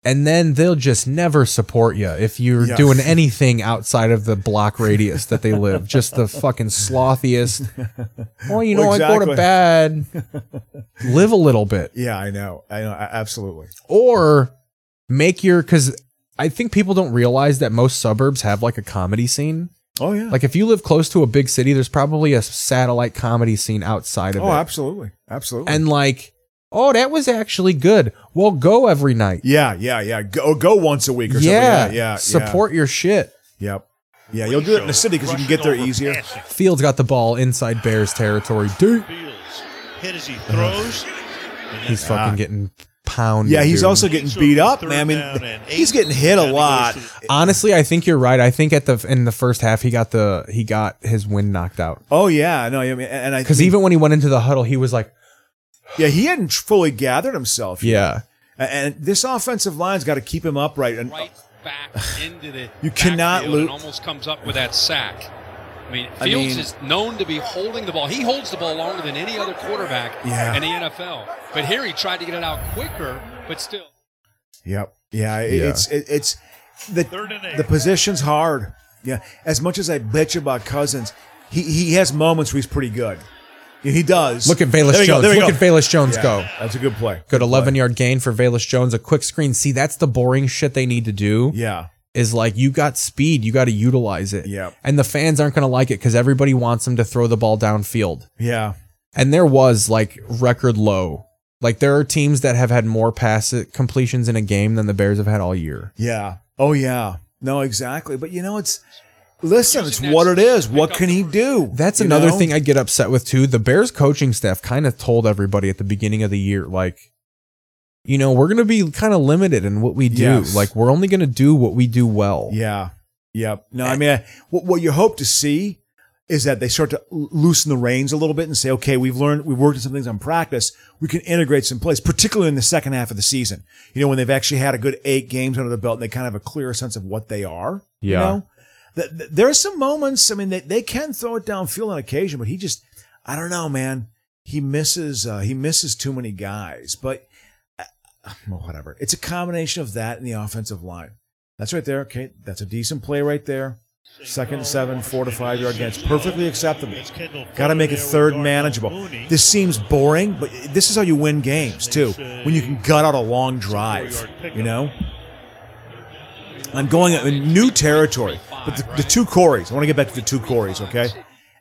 Speaker 7: and then they'll just never support you if you're
Speaker 8: Yeah.
Speaker 7: doing anything outside of the block radius that they live. just the fucking slothiest. Well, you know, I go
Speaker 8: Exactly.
Speaker 7: to bed. Live a little bit.
Speaker 8: Yeah, I know. I know. I- Absolutely.
Speaker 7: or make your because I think people don't realize that most suburbs have like a comedy scene.
Speaker 8: Oh yeah.
Speaker 7: Like if you live close to a big city, there's probably a satellite comedy scene outside of
Speaker 8: oh,
Speaker 7: it.
Speaker 8: absolutely. Absolutely.
Speaker 7: And like, oh, that was actually good. Well, go every night.
Speaker 8: yeah, yeah, yeah. Go oh, go once a week or
Speaker 7: Yeah,
Speaker 8: something. Yeah, yeah.
Speaker 7: Support your shit.
Speaker 8: Yeah. Yep. Yeah, you'll do it in the city because you can get there
Speaker 10: Rushing over
Speaker 8: easier.
Speaker 10: passing.
Speaker 7: Fields got the ball inside Bears territory. Dude,
Speaker 10: Fields hit as he throws. and
Speaker 7: he's
Speaker 10: then
Speaker 7: fucking getting pounded.
Speaker 8: Yeah, he's
Speaker 7: dude.
Speaker 8: also getting beat up, man. I
Speaker 10: Third down
Speaker 8: mean,
Speaker 10: and eight.
Speaker 8: he's getting hit a lot.
Speaker 7: honestly. I think you're right. I think at the in the first half, he got the he got his wind knocked out
Speaker 8: Oh yeah, no, I mean, and I
Speaker 7: because
Speaker 8: mean,
Speaker 7: even when he went into the huddle, he was like,
Speaker 8: yeah, he hadn't fully gathered himself. yet.
Speaker 7: yeah.
Speaker 8: and and this offensive line's got to keep him upright. And uh,
Speaker 9: Right back into the.
Speaker 8: You
Speaker 9: backfield
Speaker 8: cannot
Speaker 9: and
Speaker 8: lose-
Speaker 9: Almost comes up with that sack. I mean, Fields
Speaker 8: I mean-
Speaker 9: is known to be holding the ball. He holds the ball longer than any other quarterback
Speaker 8: Yeah.
Speaker 9: in the NFL. But here he tried to get it out quicker, but still.
Speaker 8: yep, yeah, it-
Speaker 7: Yeah.
Speaker 8: it's it, it's the
Speaker 10: Third and eight.
Speaker 8: the position's hard. Yeah, as much as I bitch about Cousins, he he has moments where he's pretty good. Yeah, he does.
Speaker 7: Look at Valus
Speaker 8: There we go,
Speaker 7: Jones.
Speaker 8: there we
Speaker 7: Look
Speaker 8: go.
Speaker 7: at Valus Jones
Speaker 8: Yeah,
Speaker 7: go.
Speaker 8: That's a good play.
Speaker 7: Good 11 yard gain for Valus Jones. A quick screen. See, that's the boring shit they need to do.
Speaker 8: Yeah,
Speaker 7: Is like you got speed, you got to utilize it.
Speaker 8: Yep.
Speaker 7: And the fans aren't going to like it because everybody wants them to throw the ball downfield.
Speaker 8: yeah,
Speaker 7: And there was like record low. Like there are teams that have had more pass completions in a game than the Bears have had all year.
Speaker 8: yeah. Oh yeah. No, exactly. But you know, it's listen. It's
Speaker 9: Using that
Speaker 8: what it is.
Speaker 9: pick
Speaker 8: What
Speaker 9: up
Speaker 8: can
Speaker 9: the
Speaker 8: he
Speaker 9: first-
Speaker 8: do?
Speaker 7: That's
Speaker 8: You
Speaker 7: another
Speaker 8: know?
Speaker 7: thing I get upset with too. The Bears coaching staff kind of told everybody at the beginning of the year, like, you know, we're going to be kind of limited in what we do.
Speaker 8: Yes.
Speaker 7: Like, we're only going to do what we do well. Eh.
Speaker 8: Yeah. Yep. No, I mean, I- what, what you hope to see is that they start to l- loosen the reins a little bit and say, okay, we've learned, we've worked on some things on practice. We can integrate some plays, particularly in the second half of the season. You know, when they've actually had a good eight games under the belt and they kind of have a clearer sense of what they are. You
Speaker 7: Yeah.
Speaker 8: know? Th- th- there are some moments, I mean, they, they can throw it downfield on occasion, but he just, I don't know, man. He misses, uh, he misses too many guys, but uh, well, whatever. It's a combination of that and the offensive line. That's right there. Okay. That's a decent play right there. Second and seven, four to five yard gain. It's perfectly acceptable. Got to make it third manageable. This seems boring, but this is how you win games too. When you can gut out a long drive, you know. I'm going in new territory, but the, the two Corys. I want to get back to the two Corys, okay?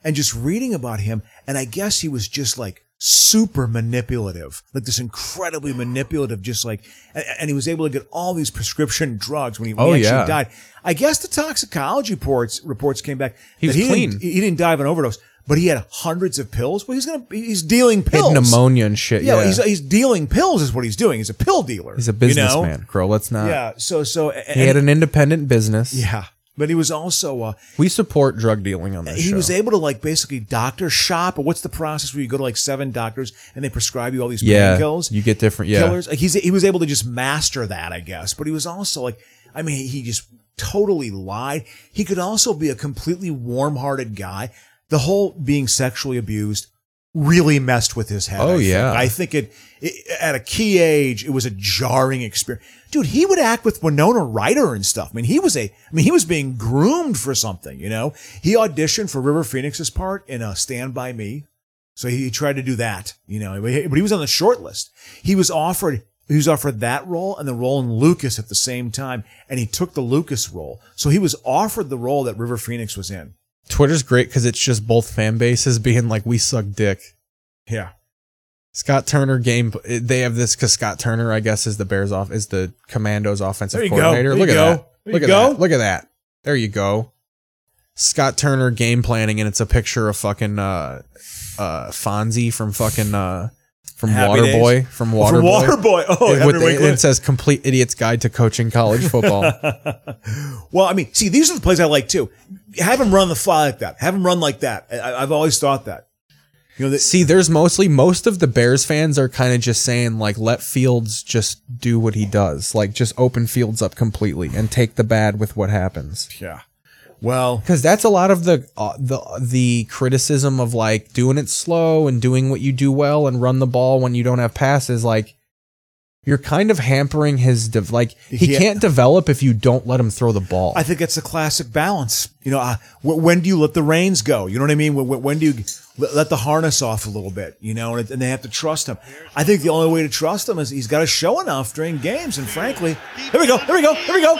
Speaker 8: And just reading about him, and I guess he was just like super manipulative, like this incredibly manipulative, just like, and, and he was able to get all these prescription drugs when he, when he
Speaker 7: Oh,
Speaker 8: actually
Speaker 7: yeah.
Speaker 8: died. I guess the toxicology reports reports came back.
Speaker 7: He
Speaker 8: that
Speaker 7: was clean.
Speaker 8: Didn't, he didn't die of an overdose, but he had hundreds of pills. Well, he's gonna he's dealing
Speaker 7: He
Speaker 8: pills.
Speaker 7: had pneumonia and shit.
Speaker 8: Yeah,
Speaker 7: Yeah,
Speaker 8: He's, he's dealing pills is what he's doing. He's a pill dealer.
Speaker 7: He's a
Speaker 8: you know?
Speaker 7: businessman, Crow. Let's not.
Speaker 8: Yeah. So so and,
Speaker 7: he had an independent business.
Speaker 8: yeah, but he was also uh,
Speaker 7: We support drug dealing on this
Speaker 8: he
Speaker 7: show.
Speaker 8: was able to like basically doctor shop. Or what's the process where you go to like seven doctors and they prescribe you all these
Speaker 7: yeah,
Speaker 8: painkillers?
Speaker 7: you get different. Yeah,
Speaker 8: killers. Like he's he was able to just master that, I guess. But he was also like, I mean, he just totally lied. He could also be a completely warm-hearted guy. The whole being sexually abused really messed with his head.
Speaker 7: Oh,
Speaker 8: I think.
Speaker 7: yeah.
Speaker 8: I think it, it at a key age it was a jarring experience. Dude, he would act with Winona Ryder and stuff. I mean, he was a I mean, he was being groomed for something, you know. He auditioned for River Phoenix's part in uh, Stand by Me. So he tried to do that, you know, but he but he was on the short list. He was offered he was offered that role and the role in Lucas at the same time, and he took the Lucas role. So he was offered the role that River Phoenix was in.
Speaker 7: Twitter's great because it's just both fan bases being like, "We suck dick."
Speaker 8: Yeah.
Speaker 7: Scott Turner game. They have this because Scott Turner, I guess, is the Bears off is the Commandos offensive
Speaker 8: There you go.
Speaker 7: coordinator.
Speaker 8: There
Speaker 7: Look
Speaker 8: you
Speaker 7: at
Speaker 8: go.
Speaker 7: that.
Speaker 8: There
Speaker 7: Look
Speaker 8: you
Speaker 7: at
Speaker 8: go.
Speaker 7: that. Look at that. There you go. Scott Turner game planning, and it's a picture of fucking uh, uh, Fonzie from fucking uh, from
Speaker 8: Happy Days.
Speaker 7: Waterboy from Waterboy.
Speaker 8: From Waterboy. Oh,
Speaker 7: It- with
Speaker 8: Henry
Speaker 7: the-
Speaker 8: Winkler.
Speaker 7: it says "Complete Idiot's Guide to Coaching College Football."
Speaker 8: well, I mean, see, these are the plays I like too. Have him run the fly like that. Have him run like that. I, I've always thought that. You know, that,
Speaker 7: See, there's mostly most of the Bears fans are kind of just saying like, let Fields just do what he does, like just open Fields up completely and take the bad with what happens.
Speaker 8: yeah. Well,
Speaker 7: Because that's a lot of the uh, the the criticism of like doing it slow and doing what you do well and run the ball when you don't have passes. Like you're kind of hampering his de- like he
Speaker 8: Yeah.
Speaker 7: can't develop if you don't let him throw the ball.
Speaker 8: I think that's the classic balance. You know, uh, wh- when do you let the reins go? You know what I mean? When, when- when do you let let the harness off a little bit? You know, and, and they have to trust him. I think the only way to trust him is he's got to show enough during games. And frankly, here we go, here we go, here we go.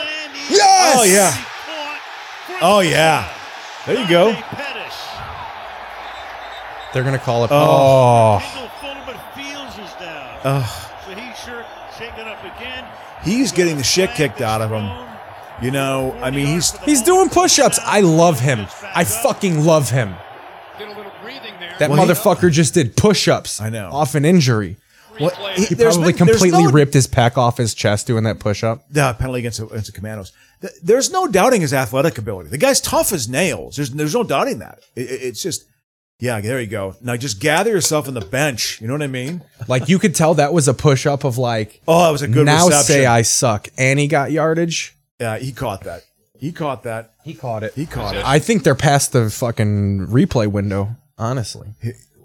Speaker 10: Yes!
Speaker 8: Oh yeah, oh yeah. There you go.
Speaker 10: Pettis.
Speaker 7: They're gonna call it.
Speaker 8: Oh,
Speaker 10: Single Fullerman Fields is down. So he's sure shaking up again.
Speaker 8: he's getting the shit kicked out of him. You
Speaker 10: Oh,
Speaker 8: know, I mean, he's
Speaker 7: He's doing push-ups. I love him. I fucking love him.
Speaker 2: Did a little breathing there.
Speaker 7: That
Speaker 8: Well, he-
Speaker 7: motherfucker just did push-ups.
Speaker 8: I know.
Speaker 7: Off an injury.
Speaker 8: well,
Speaker 7: He
Speaker 8: there's
Speaker 7: probably
Speaker 8: been- there's
Speaker 7: completely
Speaker 8: no-
Speaker 7: ripped his pack off his chest doing that push-up.
Speaker 8: the penalty against the, against the Commandos. Th- There's no doubting his athletic ability. The guy's tough as nails. There's there's no doubting that. It, it- it's just, yeah, there you go. Now just gather yourself on the bench. You know what I mean?
Speaker 7: Like you could tell that was a push-up of like.
Speaker 8: Oh, that was a good
Speaker 7: now
Speaker 8: reception.
Speaker 7: say I suck. And he got yardage.
Speaker 8: Yeah, he caught that. He caught that.
Speaker 7: He caught it.
Speaker 8: He caught it.
Speaker 7: I think they're past the fucking replay window, honestly.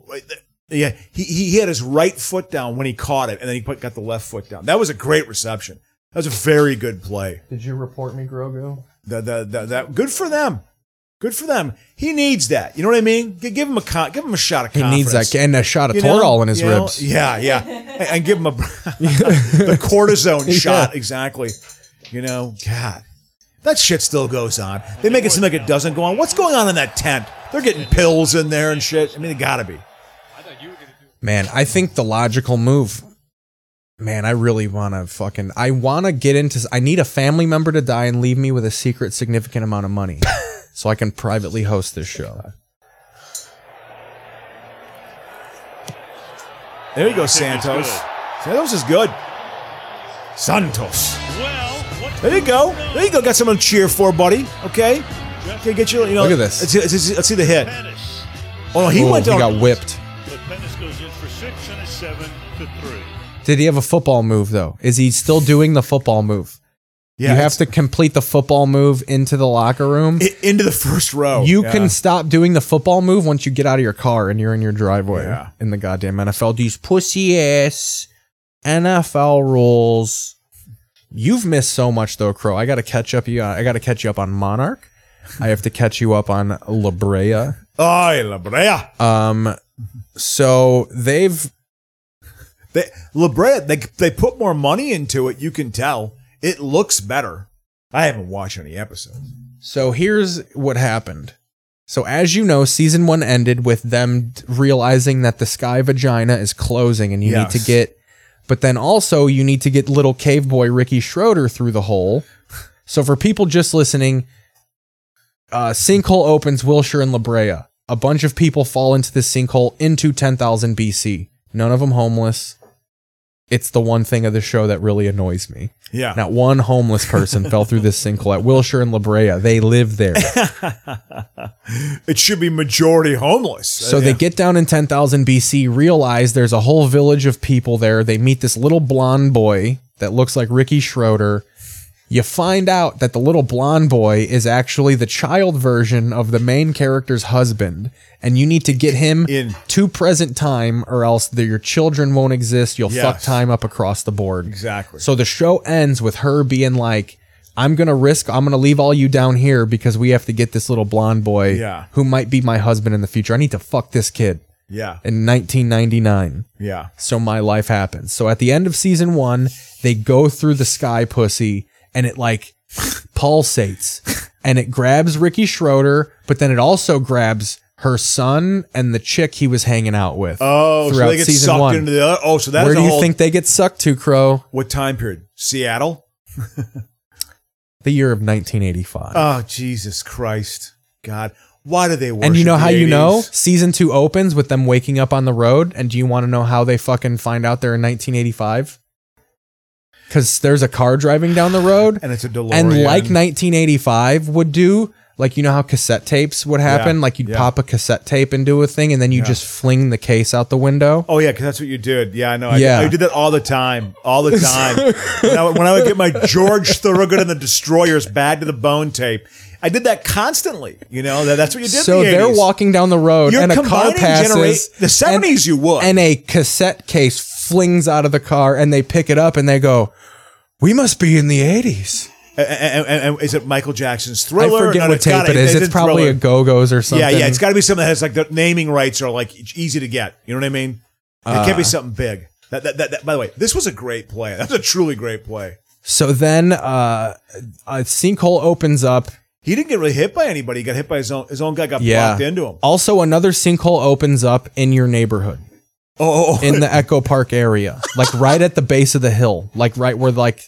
Speaker 8: Wait, th- Yeah, he, he he had his right foot down when he caught it, and then he put, got the left foot down. That was a great reception. That was a very good play.
Speaker 7: Did you report me, Grogu?
Speaker 8: The, the, the, that good for them. Good for them. He needs that. You know what I mean? G- Give him a con- give him a shot of
Speaker 7: He
Speaker 8: confidence.
Speaker 7: needs that and a shot of
Speaker 8: You know,
Speaker 7: Toradol in his
Speaker 8: you know,
Speaker 7: ribs.
Speaker 8: Yeah, yeah, and, and give him a the cortisone shot exactly. You know, God, that shit still goes on. They make it seem like it doesn't go on. What's going on in that tent? They're getting pills in there and shit. I mean, it gotta be.
Speaker 7: Man, I think the logical move. Man, I really want to fucking. I want to get into. I need a family member to die and leave me with a secret, significant amount of money, so I can privately host this show.
Speaker 8: There you go,
Speaker 10: think it's
Speaker 8: Santos.
Speaker 10: good.
Speaker 8: Santos is good. Santos.
Speaker 10: Well, what
Speaker 8: There you go. There you go. Got someone to cheer for, buddy. Okay. Okay, get your. You know,
Speaker 7: Look at this.
Speaker 8: Let's see, let's see- let's see the hit.
Speaker 10: Pettis.
Speaker 8: Oh no, he
Speaker 7: Ooh,
Speaker 8: went down.
Speaker 7: He got whipped.
Speaker 10: But Pettis goes in for six and a seven to three.
Speaker 7: Did he have a football move though? Is he still doing the football move?
Speaker 8: yeah,
Speaker 7: you
Speaker 8: it's-
Speaker 7: have to complete the football move into the locker room.
Speaker 8: i- into the first row.
Speaker 7: you
Speaker 8: Oh, Yeah.
Speaker 7: can stop doing the football move once you get out of your car and you're in your driveway
Speaker 8: Yeah.
Speaker 7: in the goddamn NFL. These pussy ass NFL rules. You've missed so much though, Crow. I got to catch up you. I got to catch you up on Monarch. I have to catch you up on La Brea.
Speaker 8: Ay, La Brea.
Speaker 7: Um, so they've
Speaker 8: They, La Brea, they, they put more money into it. You can tell it looks better. I haven't watched any episodes.
Speaker 7: So here's what happened. So as you know, season one ended with them t- realizing that the sky vagina is closing, and you
Speaker 8: Yes.
Speaker 7: need to get. But then also you need to get little cave boy Ricky Schroeder through the hole. So for people just listening, uh, sinkhole opens Wilshire and La Brea. A bunch of people fall into this sinkhole into 10,000 BC. None of them homeless. It's the one thing of the show that really annoys me.
Speaker 8: Yeah.
Speaker 7: Not one homeless person fell through this sinkhole at Wilshire and La Brea. They live there.
Speaker 8: it should be majority homeless.
Speaker 7: So they get down in 10,000 BC, realize there's a whole village of people there. They meet this little blonde boy that looks like Ricky Schroeder. You find out that the little blonde boy is actually the child version of the main character's husband, and you need to get him
Speaker 8: In.
Speaker 7: to present time, or else the, your children won't exist. You'll fuck
Speaker 8: Yes.
Speaker 7: time up across the board.
Speaker 8: Exactly.
Speaker 7: So the show ends with her being like, I'm going to risk, I'm going to leave all you down here because we have to get this little blonde boy
Speaker 8: Yeah.
Speaker 7: who might be my husband in the future. I need to fuck this kid
Speaker 8: Yeah.
Speaker 7: in 1999.
Speaker 8: Yeah.
Speaker 7: So my life happens. So at the end of season one, they go through the sky pussy and it like pulsates and it grabs Ricky Schroeder, but then it also grabs her son and the chick he was hanging out with.
Speaker 8: Oh, so they get sucked into the other. Oh, so that's
Speaker 7: Where
Speaker 8: a
Speaker 7: do you
Speaker 8: whole,
Speaker 7: think they get sucked to, Crow?
Speaker 8: What time period? Seattle?
Speaker 7: The year of 1985.
Speaker 8: Oh, Jesus Christ. God. Why do they worship
Speaker 7: and you know
Speaker 8: the
Speaker 7: how you know
Speaker 8: 80s?
Speaker 7: season two opens with them waking up on the road and do you want to know how they fucking find out they're in 1985 because there's a car driving down the road
Speaker 8: And it's a DeLorean.
Speaker 7: and like 1985 would do like you know how cassette tapes would happen
Speaker 8: Yeah,
Speaker 7: like you'd
Speaker 8: yeah.
Speaker 7: pop a cassette tape into a thing and then you
Speaker 8: Yeah.
Speaker 7: just fling the case out the window
Speaker 8: Oh yeah, because that's what you did. Yeah, I know. I,
Speaker 7: Yeah.
Speaker 8: I did that all the time, all the time. when, I, would- when I would get my George Thorogood and the Destroyers bad to the bone tape, I did that constantly. You know that, that's what you did.
Speaker 7: so
Speaker 8: in the
Speaker 7: they're
Speaker 8: 80s.
Speaker 7: walking down the road
Speaker 8: You're
Speaker 7: and a car
Speaker 8: combining genera-
Speaker 7: passes
Speaker 8: the 70s
Speaker 7: and-
Speaker 8: you would.
Speaker 7: and a cassette case flings out of the car and they pick it up and they go we must be in the 80s
Speaker 8: And, and- and- and is it Michael Jackson's
Speaker 7: I
Speaker 8: Thriller?
Speaker 7: forget
Speaker 8: No,
Speaker 7: what
Speaker 8: it's gotta-
Speaker 7: tape it is. It's,
Speaker 8: a
Speaker 7: probably
Speaker 8: Thriller.
Speaker 7: a Go Go's or something.
Speaker 8: Yeah, yeah. It's got to be something that's like the naming rights are like e-, easy to get. You know what I mean? It can't be
Speaker 7: Ah.
Speaker 8: something big. That, that, that, that- by the way, this was a great play. That's a truly great play.
Speaker 7: so then uh, a sinkhole opens up.
Speaker 8: He didn't get really hit by anybody. He got hit by his own. His own guy got
Speaker 7: Yeah.
Speaker 8: blocked into him.
Speaker 7: Also, another sinkhole opens up in your neighborhood
Speaker 8: Oh, oh, oh.
Speaker 7: in the Echo Park area, like right at the base of the hill, like right where like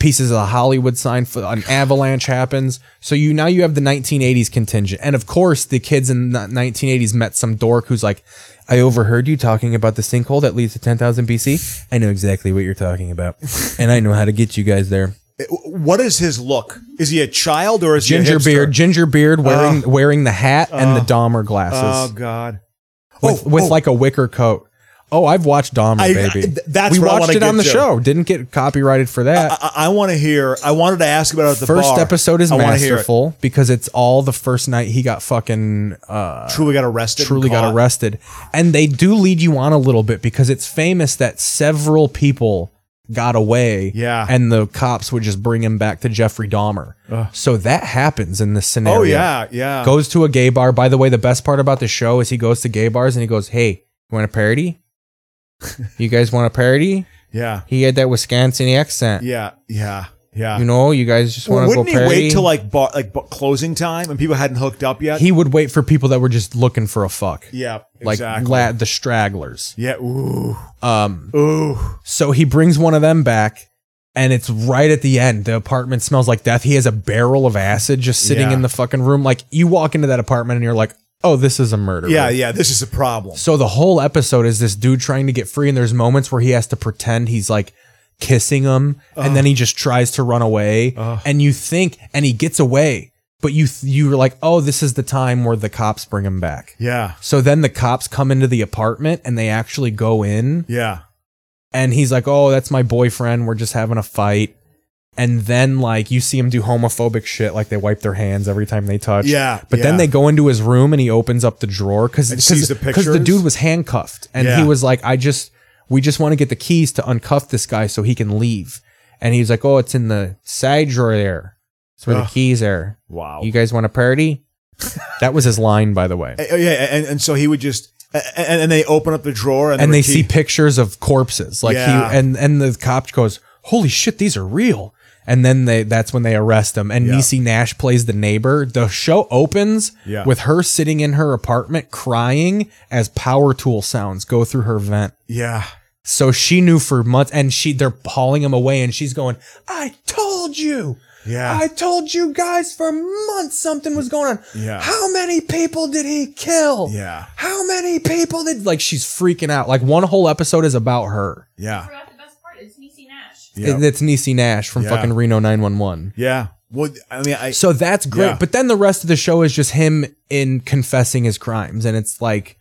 Speaker 7: pieces of the Hollywood sign for an avalanche happens. So you now you have the 1980s contingent, and of course the kids in the 1980s met some dork who's like, "I overheard you talking about the sinkhole that leads to 10,000 BC. I know exactly what you're talking about, and I know how to get you guys there."
Speaker 8: what is his look? Is he a child or is he a
Speaker 7: ginger
Speaker 8: hipster? Ah.
Speaker 7: beard, ginger beard, wearing wearing the hat and the Dahmer
Speaker 8: Oh
Speaker 7: glasses
Speaker 8: God!
Speaker 7: with,
Speaker 8: oh,
Speaker 7: with
Speaker 8: oh.
Speaker 7: like a wicker coat. Oh, I've watched Dahmer,
Speaker 8: I- I-
Speaker 7: baby.
Speaker 8: th- that's
Speaker 7: we
Speaker 8: what I
Speaker 7: watched
Speaker 8: wanna
Speaker 7: it on the
Speaker 8: get to.
Speaker 7: show. Didn't get copyrighted for that.
Speaker 8: I, I want to hear. I wanted to ask about it at uh, the
Speaker 7: first
Speaker 8: bar.
Speaker 7: episode is
Speaker 8: I wanna hear it.
Speaker 7: masterful because it's all the first night he got fucking uh,
Speaker 8: Truly got arrested. and
Speaker 7: truly got
Speaker 8: caught.
Speaker 7: arrested, and they do lead you on a little bit because it's famous that several people got away.
Speaker 8: Yeah.
Speaker 7: and the cops would just bring him back to Jeffrey Dahmer. So that happens in this scenario.
Speaker 8: Oh yeah, yeah.
Speaker 7: goes to a gay bar. By the way, the best part about the show is he goes to gay bars and he goes, "Hey, you want a parody? you guys want a parody?"
Speaker 8: yeah,
Speaker 7: He had that Wisconsin accent.
Speaker 8: yeah, yeah, yeah.
Speaker 7: You know, you guys just want to go
Speaker 8: Wouldn't he
Speaker 7: parody.
Speaker 8: wait till like bar, like bar, closing time and people hadn't hooked up yet?
Speaker 7: he would wait for people that were just looking for a fuck,
Speaker 8: yeah,
Speaker 7: like
Speaker 8: exactly.
Speaker 7: la- the stragglers.
Speaker 8: yeah, ooh,
Speaker 7: Um,
Speaker 8: ooh.
Speaker 7: so he brings one of them back. And it's right at the end. The apartment smells like death. He has a barrel of acid just sitting
Speaker 8: Yeah.
Speaker 7: in the fucking room. Like you walk into that apartment and you're like, "Oh, this is a murder."
Speaker 8: Yeah, yeah. This is a problem.
Speaker 7: So the whole episode is this dude trying to get free, and there's moments where he has to pretend he's like kissing him, and then he just tries to run away, and you think, and he gets away, but you th- you were like, oh, this is the time where the cops bring him back.
Speaker 8: Yeah.
Speaker 7: So then the cops come into the apartment and they actually go in,
Speaker 8: Yeah.
Speaker 7: and he's like, oh, that's my boyfriend. We're just having a fight. And then like you see him do homophobic shit, like they wipe their hands every time they touch.
Speaker 8: Yeah,
Speaker 7: But then
Speaker 8: yeah.
Speaker 7: they go into his room and he opens up the drawer because
Speaker 8: And sees the
Speaker 7: because the
Speaker 8: pictures?
Speaker 7: dude was handcuffed and
Speaker 8: Yeah.
Speaker 7: he was like, I just we just want to get the keys to uncuff this guy so he can leave. And he's like, oh, it's in the side drawer there. It's where the
Speaker 8: Ugh.
Speaker 7: keys are.
Speaker 8: Wow.
Speaker 7: You guys want a party? that was his line, by the way.
Speaker 8: Uh, yeah, and, and so he would just and, and they open up the drawer and,
Speaker 7: and
Speaker 8: there
Speaker 7: they
Speaker 8: were
Speaker 7: see
Speaker 8: key-
Speaker 7: pictures of corpses like
Speaker 8: Yeah.
Speaker 7: he and and the cop goes holy shit these are real and then they that's when they arrest him and
Speaker 8: Yeah.
Speaker 7: Niecy Nash plays the neighbor the show opens
Speaker 8: Yeah.
Speaker 7: with her sitting in her apartment crying as power tool sounds go through her vent
Speaker 8: yeah
Speaker 7: so she knew for months and she they're hauling him away and she's going I told you
Speaker 8: yeah
Speaker 7: I told you guys for months something was going on.
Speaker 8: Yeah.
Speaker 7: How many people did he kill?
Speaker 8: Yeah.
Speaker 7: How many people did like she's freaking out. Like one whole episode is about her.
Speaker 8: yeah
Speaker 1: forgot the best part. It's Niecy Nash.
Speaker 8: Yeah.
Speaker 7: And It's Niecy Nash from
Speaker 8: Yeah.
Speaker 7: fucking Reno 911.
Speaker 8: yeah. Well, I mean, I
Speaker 7: So that's great.
Speaker 8: Yeah.
Speaker 7: But then the rest of the show is just him in confessing his crimes and it's like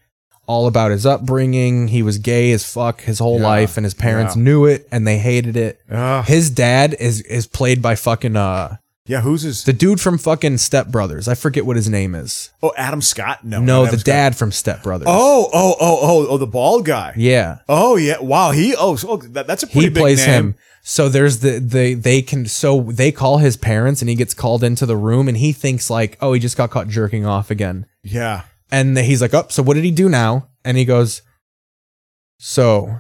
Speaker 7: all about his upbringing. He was gay as fuck his whole
Speaker 8: Yeah.
Speaker 7: life and his parents
Speaker 8: Yeah.
Speaker 7: knew it and they hated it.
Speaker 8: Ugh.
Speaker 7: His dad is is played by fucking uh
Speaker 8: yeah, who's his?
Speaker 7: the dude from fucking Step Brothers. I forget what his name is.
Speaker 8: oh, Adam Scott? No,
Speaker 7: No,
Speaker 8: not Adam
Speaker 7: the
Speaker 8: Scott.
Speaker 7: dad from Step Brothers.
Speaker 8: Oh, oh, oh, oh, oh, the bald guy.
Speaker 7: yeah,
Speaker 8: Oh, yeah. Wow. He. Oh, so, oh, that, that's a pretty
Speaker 7: he
Speaker 8: big
Speaker 7: plays
Speaker 8: name.
Speaker 7: him. So there's the they they can so they call his parents and he gets called into the room and he thinks like oh he just got caught jerking off again
Speaker 8: Yeah.
Speaker 7: and then he's like oh so what did he do now and he goes so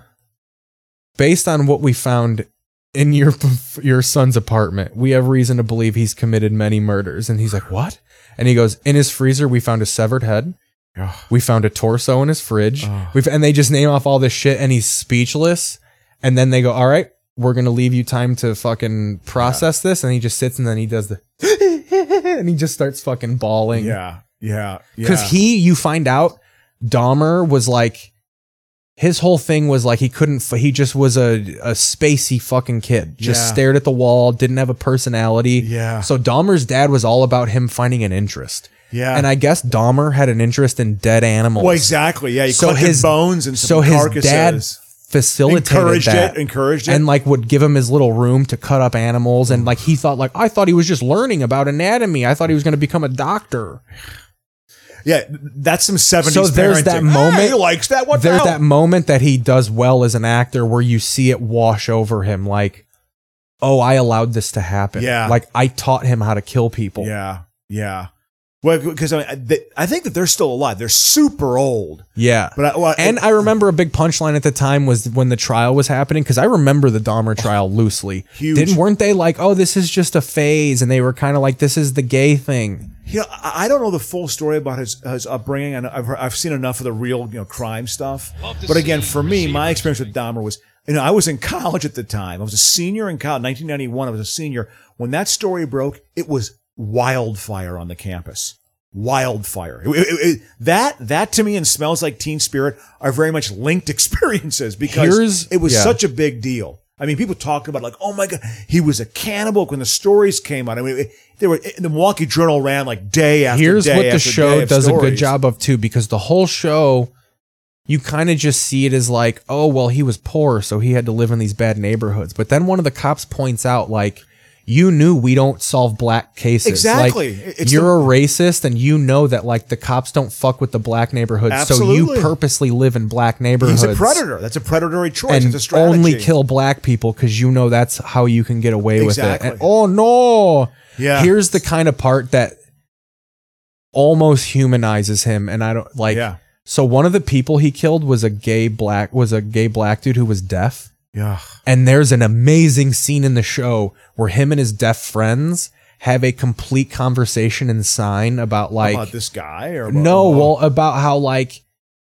Speaker 7: based on what we found in your your son's apartment we have reason to believe he's committed many murders and he's like what and he goes in his freezer we found a severed head
Speaker 8: Ugh.
Speaker 7: we found a torso in his fridge
Speaker 8: Ugh.
Speaker 7: We've, and they just name off all this shit and he's speechless and then they go all right we're gonna leave you time to fucking process this and he just sits and then he does the and he just starts fucking bawling
Speaker 8: Yeah. Yeah. Yeah.
Speaker 7: because he you find out Dahmer was like his whole thing was like he couldn't f- he just was a a spacey fucking kid just
Speaker 8: Yeah.
Speaker 7: stared at the wall didn't have a personality
Speaker 8: Yeah.
Speaker 7: so Dahmer's dad was all about him finding an interest
Speaker 8: Yeah.
Speaker 7: and I guess Dahmer had an interest in dead animals
Speaker 8: Well, exactly. Yeah. He
Speaker 7: So
Speaker 8: collected
Speaker 7: his-
Speaker 8: bones and
Speaker 7: so
Speaker 8: some
Speaker 7: his
Speaker 8: carcasses.
Speaker 7: dad facilitated
Speaker 8: Encouraged
Speaker 7: that
Speaker 8: it, encouraged it.
Speaker 7: and like would give him his little room to cut up animals and like he thought like I thought he was just learning about anatomy I thought he was going to become a doctor
Speaker 8: yeah. That's some seventies.
Speaker 7: So there's that moment-
Speaker 8: he likes that. What the
Speaker 7: there's
Speaker 8: hell?
Speaker 7: that moment that he does well as an actor where you see it wash over him like oh i allowed this to happen
Speaker 8: Yeah.
Speaker 7: like i taught him how to kill people
Speaker 8: Yeah, yeah. Well, because I, mean, I- they, I think that they're still alive. They're super old,
Speaker 7: yeah
Speaker 8: but I, well,
Speaker 7: and I remember a big punchline at the time was when the trial was happening because I remember the Dahmer trial loosely.
Speaker 8: Oh, Huge.
Speaker 7: Didn't weren't they like, oh, this is just a phase, and they were kind of like, this is the gay thing.
Speaker 8: you know, I I don't know the full story about his his upbringing, and I've heard, I've seen enough of the real you know crime stuff. But again, for me, my experience with Dahmer was you know I was in college at the time. I was a senior in college, 1991. I was a senior when that story broke. It was wildfire on the campus. Wildfire. It- it- it- that that to me and smells like Teen Spirit are very much linked experiences because
Speaker 7: Here's-
Speaker 8: it was
Speaker 7: yeah.
Speaker 8: such a big deal. I mean, people talk about like, oh my god, he was a cannibal. When the stories came out, I mean, it, they were the Milwaukee Journal ran like day after
Speaker 7: Here's
Speaker 8: day
Speaker 7: what the
Speaker 8: after
Speaker 7: show
Speaker 8: day of
Speaker 7: does a good
Speaker 8: stories.
Speaker 7: job of too, because the whole show, you kind of just see it as like, oh well, he was poor, so he had to live in these bad neighborhoods. But then one of the cops points out like. You knew we don't solve black cases. Like,
Speaker 8: Exactly. It's
Speaker 7: you're
Speaker 8: the-
Speaker 7: a racist, and you know that like the cops don't fuck with the black neighborhoods. So
Speaker 8: Absolutely.
Speaker 7: you purposely live in black neighborhoods.
Speaker 8: He's a predator. That's a predatory choice.
Speaker 7: and
Speaker 8: it's a strategy.
Speaker 7: only kill black people because you know that's how you can get away
Speaker 8: Exactly.
Speaker 7: with it. And, oh no!
Speaker 8: Yeah.
Speaker 7: here's the kind of part that almost humanizes him, and I don't like.
Speaker 8: Yeah.
Speaker 7: So one of the people he killed was a gay black was a gay black dude who was deaf.
Speaker 8: Yeah.
Speaker 7: And there's an amazing scene in the show where him and his deaf friends have a complete conversation in sign about like
Speaker 8: about this guy or about-
Speaker 7: no, well, about how like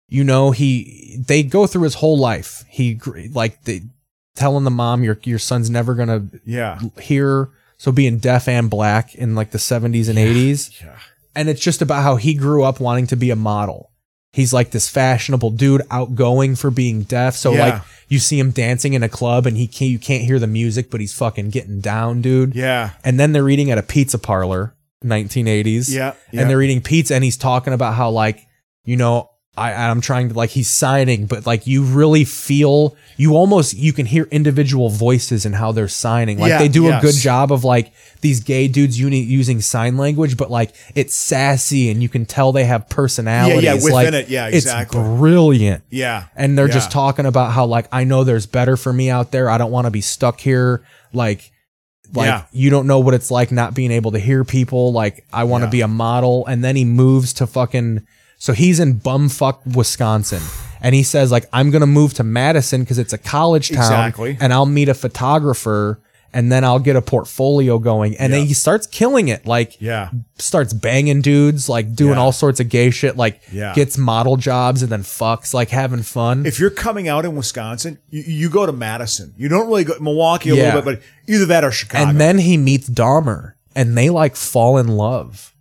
Speaker 7: you know he they go through his whole life. He gr- like they telling the mom your your son's never gonna
Speaker 8: yeah,
Speaker 7: hear. So being deaf and black in like the seventies and eighties,
Speaker 8: yeah,
Speaker 7: and it's just about how he grew up wanting to be a model. He's like this fashionable dude, outgoing for being deaf. So
Speaker 8: Yeah.
Speaker 7: like you see him dancing in a club, and he can't you can't hear the music, but he's fucking getting down, dude.
Speaker 8: yeah.
Speaker 7: And then they're eating at a pizza parlor. 1980s.
Speaker 8: Yeah, yeah.
Speaker 7: And they're eating pizza and he's talking about how like, you know, I, I'm trying to like he's signing, but like you really feel you almost you can hear individual voices and in how they're signing. Like
Speaker 8: Yeah,
Speaker 7: they do
Speaker 8: yes.
Speaker 7: a good job of like these gay dudes uni- using sign language, but like it's sassy and you can tell they have personalities.
Speaker 8: within
Speaker 7: Like,
Speaker 8: it. Yeah, exactly.
Speaker 7: It's brilliant
Speaker 8: Yeah.
Speaker 7: and they're
Speaker 8: Yeah.
Speaker 7: just talking about how like I know there's better for me out there. I don't want to be stuck here. Like, like
Speaker 8: Yeah.
Speaker 7: you don't know what it's like not being able to hear people. Like I want to
Speaker 8: Yeah.
Speaker 7: be a model. And then he moves to fucking. So he's in bumfuck Wisconsin, and he says like I'm gonna move to Madison because it's a college town,
Speaker 8: Exactly.
Speaker 7: and I'll meet a photographer. And then I'll get a portfolio going, and
Speaker 8: Yeah.
Speaker 7: then he starts killing it. Like,
Speaker 8: Yeah.
Speaker 7: starts banging dudes, like doing
Speaker 8: Yeah.
Speaker 7: all sorts of gay shit, like
Speaker 8: Yeah.
Speaker 7: gets model jobs and then fucks, like having fun.
Speaker 8: If you're coming out in Wisconsin, you, you go to Madison. You don't really go Milwaukee a
Speaker 7: Yeah.
Speaker 8: little bit, but either that or Chicago.
Speaker 7: and then he meets Dahmer and they like fall in love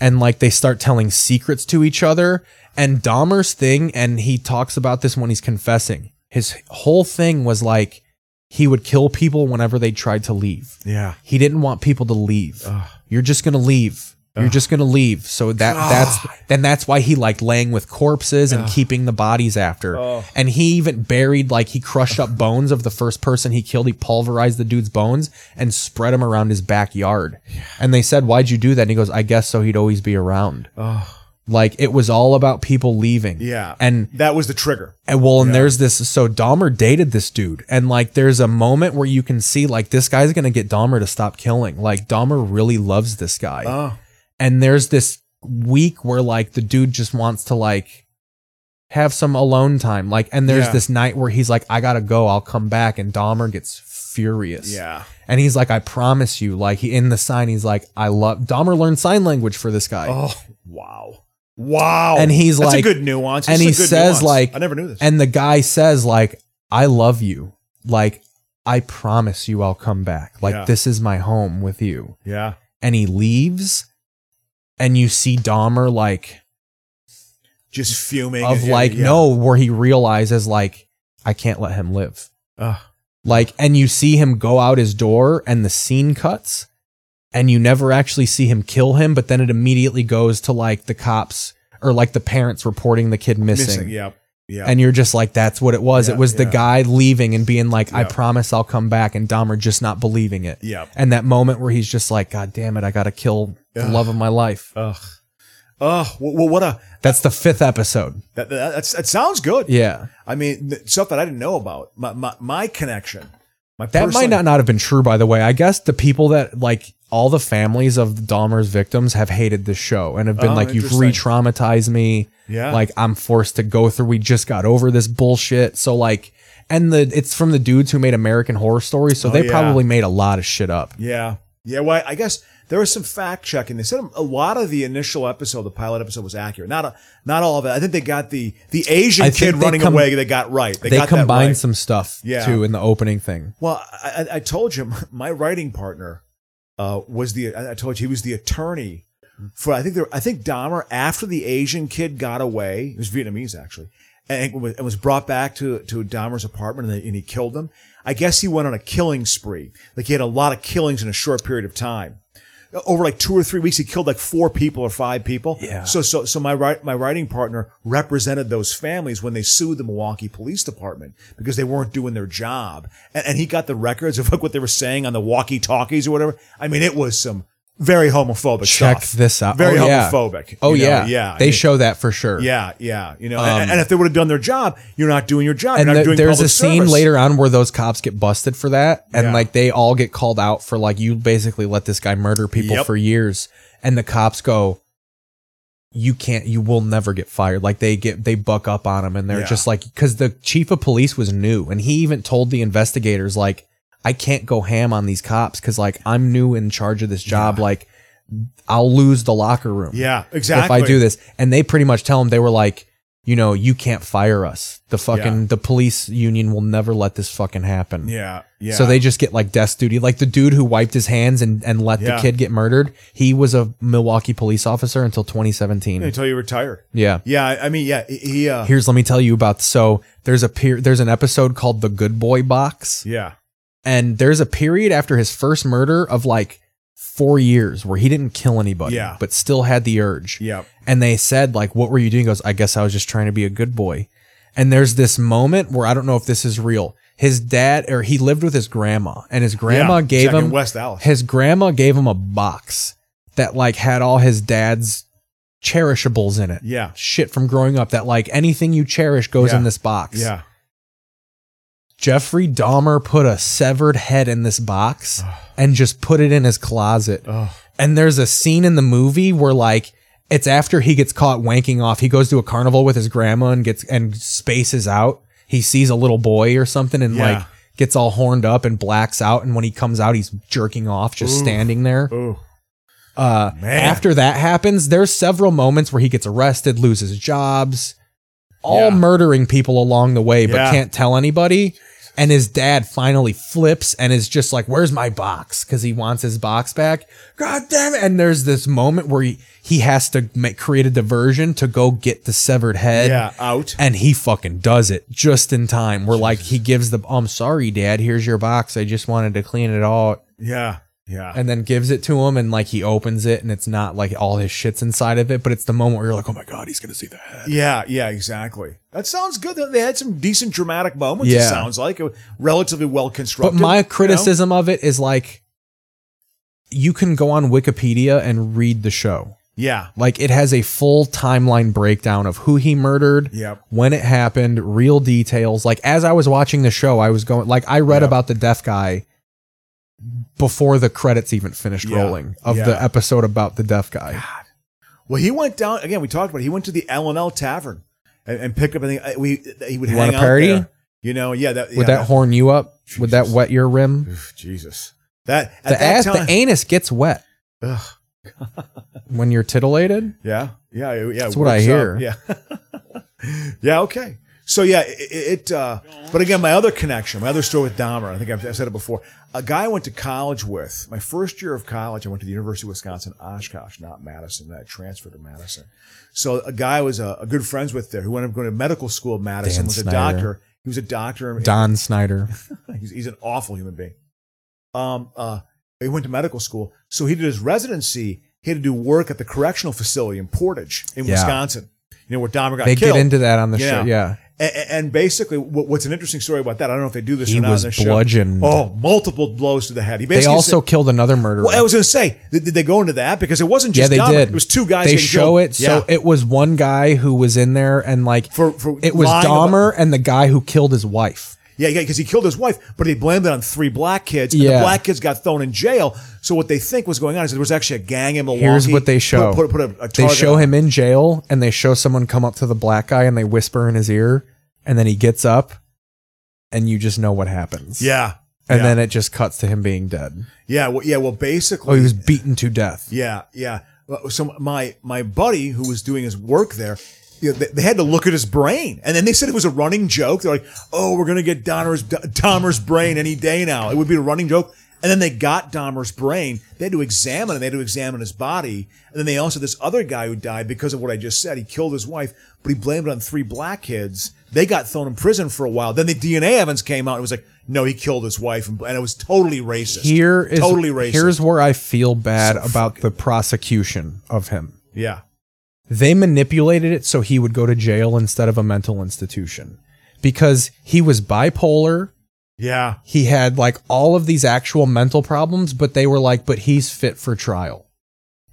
Speaker 7: and like they start telling secrets to each other and Dahmer's thing and he talks about this when he's confessing his whole thing was like he would kill people whenever they tried to leave
Speaker 8: yeah.
Speaker 7: he didn't want people to leave you're just gonna leave you're just gonna leave so that that's then that's why he liked laying with corpses and keeping the bodies after and he even buried like he crushed up bones of the first person he killed he pulverized the dude's bones and spread them around his backyard and they said why'd you do that and he goes i guess so he'd always be around like it was all about people leaving
Speaker 8: Yeah.
Speaker 7: and
Speaker 8: That was the trigger.
Speaker 7: and well, and there's this. So Dahmer dated this dude, and like there's a moment where you can see like this guy's gonna get Dahmer to stop killing. Like Dahmer really loves this guy,
Speaker 8: Oh.
Speaker 7: and there's this week where like the dude just wants to like have some alone time. Like, and there's
Speaker 8: Yeah.
Speaker 7: this night where he's like, I gotta go, I'll come back, and Dahmer gets furious.
Speaker 8: Yeah.
Speaker 7: and he's like, I promise you. Like he in the sign, he's like, I love Dahmer learned sign language for this guy.
Speaker 8: Oh, wow. Wow.
Speaker 7: And he's
Speaker 8: That's
Speaker 7: like-
Speaker 8: a good nuance.
Speaker 7: and
Speaker 8: This
Speaker 7: he
Speaker 8: is a good
Speaker 7: says
Speaker 8: nuance.
Speaker 7: like
Speaker 8: I never knew this.
Speaker 7: and the guy says like i love you like i promise you i'll come back like
Speaker 8: Yeah.
Speaker 7: this is my home with you
Speaker 8: yeah.
Speaker 7: and he leaves and you see dahmer like
Speaker 8: Just fuming.
Speaker 7: of
Speaker 8: Yeah,
Speaker 7: like
Speaker 8: yeah.
Speaker 7: no where he realizes like i can't let him live
Speaker 8: Ugh.
Speaker 7: like and you see him go out his door and the scene cuts and you never actually see him kill him but then it immediately goes to like the cops or like the parents reporting the kid
Speaker 8: missing. Yeah. Yeah.
Speaker 7: and you're just like, that's what it was.
Speaker 8: Yeah,
Speaker 7: it was the
Speaker 8: yeah.
Speaker 7: guy leaving and being like, I
Speaker 8: Yeah.
Speaker 7: promise I'll come back, and Dahmer just not believing it.
Speaker 8: Yeah.
Speaker 7: And that moment where he's just like, God damn it, I gotta kill the
Speaker 8: Ugh.
Speaker 7: love of my life.
Speaker 8: Ugh. Oh, well, what a
Speaker 7: That's the fifth episode.
Speaker 8: that, that, that's- that sounds good.
Speaker 7: Yeah.
Speaker 8: I mean, th- stuff that I didn't know about. My my, my connection. My
Speaker 7: That
Speaker 8: personal-
Speaker 7: might not, not have been true, by the way. I guess the people that like all the families of Dahmer's victims have hated this show and have been
Speaker 8: Oh,
Speaker 7: like, You've
Speaker 8: interesting.
Speaker 7: re traumatized me.
Speaker 8: Yeah.
Speaker 7: Like I'm forced to go through. We just got over this bullshit. So like and the it's from the dudes who made American Horror Story, so
Speaker 8: Oh,
Speaker 7: they
Speaker 8: yeah.
Speaker 7: probably made a lot of shit up.
Speaker 8: Yeah. Yeah. Well, I guess there was some fact checking. They said a lot of the initial episode, the pilot episode, was accurate. Not a, not all of it. I think they got the the Asian
Speaker 7: I think
Speaker 8: kid
Speaker 7: they
Speaker 8: running
Speaker 7: com-
Speaker 8: away. They got right. They,
Speaker 7: they,
Speaker 8: got that
Speaker 7: combined
Speaker 8: right.
Speaker 7: some stuff
Speaker 8: Yeah.
Speaker 7: too in the opening thing.
Speaker 8: Well, I, I I told you my writing partner uh, was the. I I told you he was the attorney for. I think there. I think Dahmer after the Asian kid got away. He was Vietnamese actually, and was, and was brought back to to Dahmer's apartment and, they, and he killed them. I guess he went on a killing spree. Like he had a lot of killings in a short period of time. Over like two or three weeks, he killed like four people or five people.
Speaker 7: Yeah.
Speaker 8: So so so my wri- my writing partner represented those families when they sued the Milwaukee Police Department because they weren't doing their job, and, and he got the records of like what they were saying on the walkie talkies or whatever. I mean, it was some very homophobic
Speaker 7: Check
Speaker 8: stuff.
Speaker 7: this out.
Speaker 8: Very
Speaker 7: Oh, yeah.
Speaker 8: homophobic.
Speaker 7: Oh
Speaker 8: you know?
Speaker 7: yeah,
Speaker 8: yeah.
Speaker 7: They
Speaker 8: yeah.
Speaker 7: show that for sure.
Speaker 8: Yeah, yeah. You know, and, and if they would have done their job, you're not doing your job.
Speaker 7: And
Speaker 8: you're not
Speaker 7: the-
Speaker 8: doing
Speaker 7: there's
Speaker 8: public
Speaker 7: a scene
Speaker 8: service.
Speaker 7: later on where those cops get busted for that, and
Speaker 8: Yeah.
Speaker 7: like they all get called out for like you basically let this guy murder people
Speaker 8: Yep.
Speaker 7: for years, and the cops go, "You can't, you will never get fired." Like they get they buck up on him, and they're
Speaker 8: Yeah.
Speaker 7: just like, because the chief of police was new, and he even told the investigators like, "I can't go ham on these cops because like I'm new in charge of this job, like." I'll lose the locker room.
Speaker 8: Yeah, exactly.
Speaker 7: if I do this. And they pretty much tell him they were like, you know, you can't fire us. The fucking
Speaker 8: Yeah.
Speaker 7: the police union will never let this fucking happen.
Speaker 8: Yeah, yeah.
Speaker 7: So they just get like desk duty. Like the dude who wiped his hands and, and let
Speaker 8: Yeah.
Speaker 7: the kid get murdered, he was a Milwaukee police officer until 2017. Yeah.
Speaker 8: until you retired. Yeah, I I mean, yeah, he- he. Uh,
Speaker 7: Here's let me tell you about so there's a peer there's an episode called The Good Boy Box.
Speaker 8: yeah,
Speaker 7: And there's a period after his first murder of like four years where he didn't kill anybody,
Speaker 8: Yeah.
Speaker 7: but still had the urge.
Speaker 8: Yep.
Speaker 7: And they said, like, what were you doing? He goes, I guess I was just trying to be a good boy. And there's this moment where I don't know if this is real. His dad, or he lived with his grandma, and his grandma
Speaker 8: Yeah,
Speaker 7: gave
Speaker 8: Jack in
Speaker 7: him
Speaker 8: West Allis.
Speaker 7: His grandma gave him a box that like had all his dad's cherishables in it.
Speaker 8: Yeah.
Speaker 7: shit from growing up. That like anything you cherish goes
Speaker 8: Yeah.
Speaker 7: in this box.
Speaker 8: Yeah.
Speaker 7: Jeffrey Dahmer put a severed head in this box and just put it in his closet.
Speaker 8: Oh,
Speaker 7: And there's a scene in the movie where like it's after he gets caught wanking off. He goes to a carnival with his grandma and gets and spaces out. He sees a little boy or something and
Speaker 8: Yeah.
Speaker 7: like gets all horned up and blacks out and when he comes out he's jerking off just
Speaker 8: Ooh.
Speaker 7: standing there.
Speaker 8: Oh.
Speaker 7: Uh
Speaker 8: Man.
Speaker 7: after that happens, there's several moments where he gets arrested, loses jobs, all
Speaker 8: Yeah.
Speaker 7: murdering people along the way, but
Speaker 8: Yeah.
Speaker 7: can't tell anybody. And his dad finally flips and is just like, "Where's my box?" Because he wants his box back. God damn it! And there's this moment where he, he has to make, create a diversion to go get the severed head.
Speaker 8: Yeah. Out.
Speaker 7: And he fucking does it just in time. Where like he gives the, "I'm sorry, dad. Here's your box. I just wanted to clean it all
Speaker 8: Yeah. Yeah.
Speaker 7: and then gives it to him and like he opens it and it's not like all his shit's inside of it but it's the moment where you're like oh my god he's gonna see the head
Speaker 8: Yeah, yeah, exactly. That sounds good. though. They had some decent dramatic moments. It
Speaker 7: Yeah.
Speaker 8: sounds like It was relatively well
Speaker 7: but
Speaker 8: constructed. you
Speaker 7: my
Speaker 8: know?
Speaker 7: criticism of it is like you can go on wikipedia and read the show
Speaker 8: yeah,
Speaker 7: like it has a full timeline breakdown of who he murdered
Speaker 8: Yep.
Speaker 7: when it happened real details like as i was watching the show i was going like i read
Speaker 8: Yep.
Speaker 7: about the deaf guy before the credits even finished
Speaker 8: Yeah.
Speaker 7: rolling of
Speaker 8: Yeah.
Speaker 7: the episode about the deaf guy
Speaker 8: Well, he went down again. We talked about. it. He went to the L and L Tavern and, and picked up. I think we he would
Speaker 7: You
Speaker 8: hang
Speaker 7: want a
Speaker 8: out
Speaker 7: parody?
Speaker 8: there. You know, yeah. That, yeah,
Speaker 7: would that horn you up would that
Speaker 8: Jesus.
Speaker 7: wet your rim
Speaker 8: Oof, Jesus, that at
Speaker 7: the
Speaker 8: that
Speaker 7: ass,
Speaker 8: time.
Speaker 7: the anus gets wet
Speaker 8: Ugh.
Speaker 7: when you're titillated.
Speaker 8: Yeah, yeah, yeah. it
Speaker 7: That's what I
Speaker 8: works
Speaker 7: hear.
Speaker 8: out. Yeah, yeah. Okay. So yeah, it. it uh, but again, my other connection, my other story with Dahmer. I think I've, I've said it before. A guy I went to college with. My first year of college, I went to the University of Wisconsin Oshkosh, not Madison. I transferred to Madison. So a guy I was uh, a good friends with there who ended up going to medical school at Madison
Speaker 7: Dan
Speaker 8: was
Speaker 7: Snyder.
Speaker 8: a doctor. He was a doctor. in-
Speaker 7: Don Snyder.
Speaker 8: he's, he's an awful human being. Um, uh, he went to medical school, so he did his residency. He had to do work at the correctional facility in Portage, in
Speaker 7: Yeah.
Speaker 8: Wisconsin. You know where Dahmer got
Speaker 7: They
Speaker 8: killed.
Speaker 7: get into that on the
Speaker 8: Yeah.
Speaker 7: show. Yeah.
Speaker 8: and, and basically, what, what's an interesting story about that? I don't know if they do this
Speaker 7: He
Speaker 8: or not.
Speaker 7: was
Speaker 8: on the show.
Speaker 7: bludgeoned.
Speaker 8: Oh, multiple blows to the head. He
Speaker 7: They
Speaker 8: basically
Speaker 7: also
Speaker 8: said-
Speaker 7: killed another murderer.
Speaker 8: well, I was going to say, did, did they go into that because it wasn't
Speaker 7: yeah,
Speaker 8: just
Speaker 7: they
Speaker 8: Dahmer.
Speaker 7: did.
Speaker 8: It was two guys.
Speaker 7: They
Speaker 8: getting
Speaker 7: show
Speaker 8: killed.
Speaker 7: it. So it was one guy who was in there and like
Speaker 8: For- for
Speaker 7: it was
Speaker 8: lying
Speaker 7: Dahmer and the guy who killed his wife.
Speaker 8: Yeah, yeah, because he killed his wife, but he blamed it on three black kids, and
Speaker 7: Yeah.
Speaker 8: the black kids got thrown in jail. So what they think was going on is there was actually a gang in Milwaukee.
Speaker 7: Here's what they
Speaker 8: Put-
Speaker 7: show.
Speaker 8: Put, put a,
Speaker 7: they
Speaker 8: a target
Speaker 7: show
Speaker 8: on-
Speaker 7: him in jail and they show someone come up to the black guy and they whisper in his ear and then he gets up and you just know what happens.
Speaker 8: Yeah,
Speaker 7: And
Speaker 8: yeah.
Speaker 7: then it just cuts to him being dead.
Speaker 8: yeah, well, yeah. Well, basically,
Speaker 7: Oh, he was beaten to death.
Speaker 8: yeah, yeah. Well, So my my buddy who was doing his work there. You know, they, they had to look at his brain, and then they said it was a running joke. They're like, "Oh, we're gonna get Dahmer's Dahmer's brain any day now. It would be a running joke." And then they got Dahmer's brain. They had to examine it. They had to examine his body, and then they also this other guy who died because of what I just said. He killed his wife, but he blamed it on three black kids. They got thrown in prison for a while. Then the DNA evidence came out. and It was like, no, he killed his wife, and, and it was totally racist.
Speaker 7: Here is
Speaker 8: totally racist.
Speaker 7: Here's where I feel bad about the prosecution of him.
Speaker 8: yeah,
Speaker 7: They manipulated it so he would go to jail instead of a mental institution because he was bipolar.
Speaker 8: yeah.
Speaker 7: He had like all of these actual mental problems, but they were like, but he's fit for trial.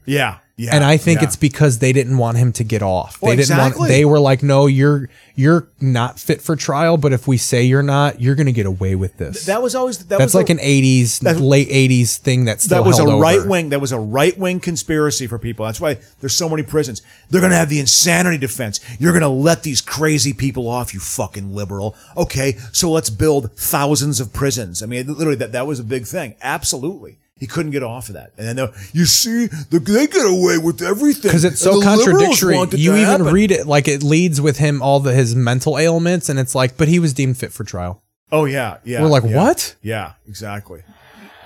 Speaker 8: Yeah. Yeah.
Speaker 7: and I think
Speaker 8: yeah.
Speaker 7: it's because they didn't want him to get off. They
Speaker 8: Well,
Speaker 7: didn't
Speaker 8: exactly.
Speaker 7: want they were like, no, you're you're not fit for trial, but if we say you're not, you're gonna get away with this.
Speaker 8: that was always that
Speaker 7: That's
Speaker 8: was
Speaker 7: like
Speaker 8: a,
Speaker 7: an eighties,
Speaker 8: that-
Speaker 7: late eighties thing that's still
Speaker 8: that was a
Speaker 7: held over.
Speaker 8: right wing that was a right wing conspiracy for people. That's why there's so many prisons. They're gonna have the insanity defense. You're gonna let these crazy people off, you fucking liberal. Okay, so let's build thousands of prisons. I mean, literally that that was a big thing. Absolutely. He couldn't get off of that, and then they're, you see, the, they get away with everything
Speaker 7: because it's
Speaker 8: and
Speaker 7: so
Speaker 8: the liberals
Speaker 7: contradictory.
Speaker 8: want it
Speaker 7: You
Speaker 8: to
Speaker 7: even
Speaker 8: happen.
Speaker 7: read it like it leads with him all the his mental ailments, and it's like, but he was deemed fit for trial.
Speaker 8: Oh yeah, yeah.
Speaker 7: We're like,
Speaker 8: yeah.
Speaker 7: what?
Speaker 8: Yeah, exactly.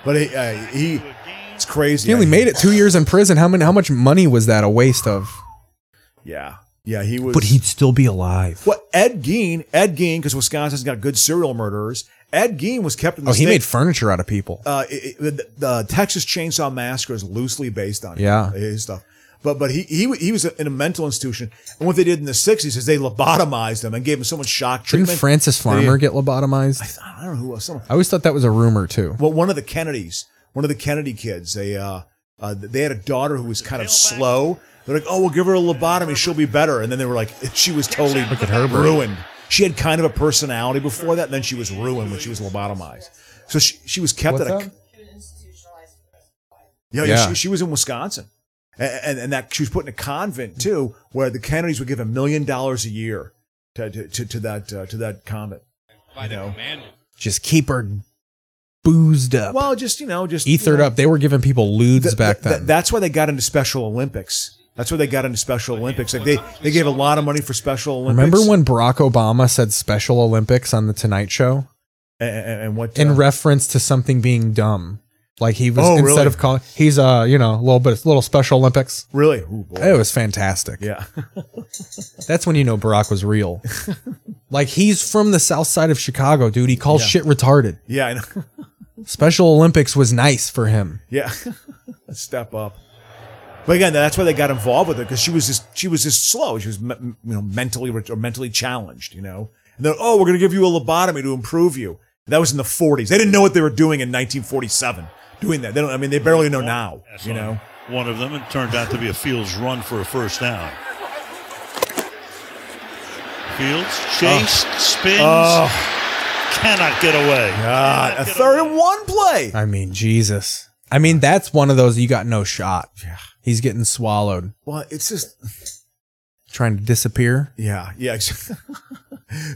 Speaker 8: But he, uh, he it's crazy.
Speaker 7: He only
Speaker 8: I-
Speaker 7: made it two years in prison. How many? How much money was that a waste of?
Speaker 8: Yeah, yeah. He was.
Speaker 7: But he'd still be alive.
Speaker 8: Well, Ed Gein, Ed Gein, because Wisconsin's got good serial murderers. Ed Gein was kept in the
Speaker 7: Oh, he
Speaker 8: state-
Speaker 7: made furniture out of people.
Speaker 8: uh, it, it- the, the Texas Chainsaw Massacre is loosely based on him,
Speaker 7: Yeah.
Speaker 8: his stuff. But but he he wa- he was in a mental institution, and what they did in the '60s is they lobotomized him and gave him so much shock
Speaker 7: Didn't
Speaker 8: treatment.
Speaker 7: Francis
Speaker 8: that he-
Speaker 7: Farmer get lobotomized?
Speaker 8: I don't know who else. Someone,
Speaker 7: I always thought that was a rumor too.
Speaker 8: well, one of the Kennedys, one of the Kennedy kids, they uh, uh they had a daughter who was kind of slow. They're like, oh, we'll give her a lobotomy, she'll be better. And then they were like, she was totally ruined. She had kind of a personality before that, and then she was ruined when she was lobotomized. So she, she was kept
Speaker 7: What's
Speaker 8: in a
Speaker 7: that?
Speaker 8: Yeah, yeah.
Speaker 7: Yeah.
Speaker 8: She, she was in Wisconsin, and, and and that she was put in a convent too, where the Kennedys would give a million dollars a year to to, to, to that uh, to that convent.
Speaker 2: By the
Speaker 8: No.
Speaker 2: commandment.
Speaker 7: Just keep her boozed up,
Speaker 8: Well, just you know, just
Speaker 7: ethered
Speaker 8: you know,
Speaker 7: up. They were giving people lewds
Speaker 8: th-
Speaker 7: back
Speaker 8: th-
Speaker 7: then.
Speaker 8: that's why they got into Special Olympics. That's why they got into Special Olympics. Like they they gave a lot of money for Special Olympics.
Speaker 7: Remember when Barack Obama said Special Olympics on the Tonight Show
Speaker 8: and, and, and what
Speaker 7: in
Speaker 8: uh,
Speaker 7: reference to something being dumb? Like he was
Speaker 8: Oh,
Speaker 7: instead
Speaker 8: really?
Speaker 7: of calling, he's uh you know a little bit little Special Olympics.
Speaker 8: really? Ooh, boy.
Speaker 7: It was fantastic.
Speaker 8: Yeah,
Speaker 7: That's when you know Barack was real. like he's from the South Side of Chicago, dude. He calls
Speaker 8: Yeah.
Speaker 7: shit retarded.
Speaker 8: yeah, I know.
Speaker 7: Special Olympics was nice for him.
Speaker 8: Yeah, step up. But again, that's why they got involved with her because she was just she was just slow. She was me- m- you know mentally ret- or mentally challenged, you know. And then oh, we're gonna give you a lobotomy to improve you. That was in the 40s. They didn't know what they were doing in 1947. Doing that, they don't. I mean, they barely know now. You know.
Speaker 10: One of them, and turned out to be a Fields run for a first down. Fields chased, spins,
Speaker 8: Oh
Speaker 10: cannot get away.
Speaker 8: God, a
Speaker 10: Cannot get
Speaker 8: third
Speaker 10: away.
Speaker 8: and one play.
Speaker 7: I mean, Jesus. I mean, that's one of those you got no shot. Yeah. He's getting swallowed,
Speaker 8: Well, it's just
Speaker 7: trying to disappear.
Speaker 8: yeah, yeah.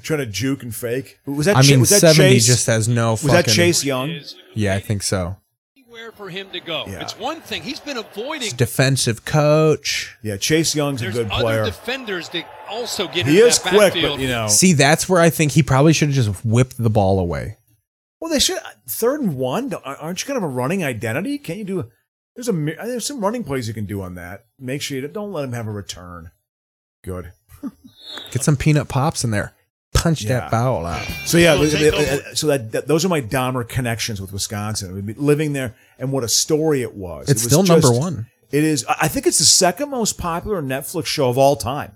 Speaker 8: Trying to juke and fake. Was that?
Speaker 7: I
Speaker 8: Ch-
Speaker 7: mean,
Speaker 8: was that
Speaker 7: 70
Speaker 8: Chase?
Speaker 7: just has no
Speaker 8: was
Speaker 7: fucking.
Speaker 8: that Chase Young?
Speaker 2: Is
Speaker 7: Yeah, I think so.
Speaker 2: anywhere for him to go.
Speaker 8: Yeah.
Speaker 2: It's one thing. He's been
Speaker 7: He's
Speaker 2: avoiding.
Speaker 7: defensive coach.
Speaker 8: Yeah, Chase Young's a
Speaker 2: There's
Speaker 8: good
Speaker 2: other
Speaker 8: player.
Speaker 2: defenders that also get
Speaker 8: He
Speaker 2: into
Speaker 8: is
Speaker 2: that
Speaker 8: quick,
Speaker 2: backfield.
Speaker 8: but you know.
Speaker 7: See, that's where I think he probably should have just whipped the ball away.
Speaker 8: Well, they should third and one. don't- Aren't you kind of a running identity? Can't you do? There's a mi- uh, there's some running plays you can do on that. Make sure you don't let him have a return. Good.
Speaker 7: Get some peanut pops in there. Punch
Speaker 8: Yeah.
Speaker 7: that foul out.
Speaker 8: So yeah,
Speaker 10: Well,
Speaker 8: they-
Speaker 10: take
Speaker 8: they-
Speaker 10: over.
Speaker 8: so that, that those are my Dahmer connections with Wisconsin. We'd be Living there and what a story it was.
Speaker 7: It's
Speaker 8: It was
Speaker 7: still number
Speaker 8: just-
Speaker 7: one.
Speaker 8: It is. I I think it's the second most popular Netflix show of all time.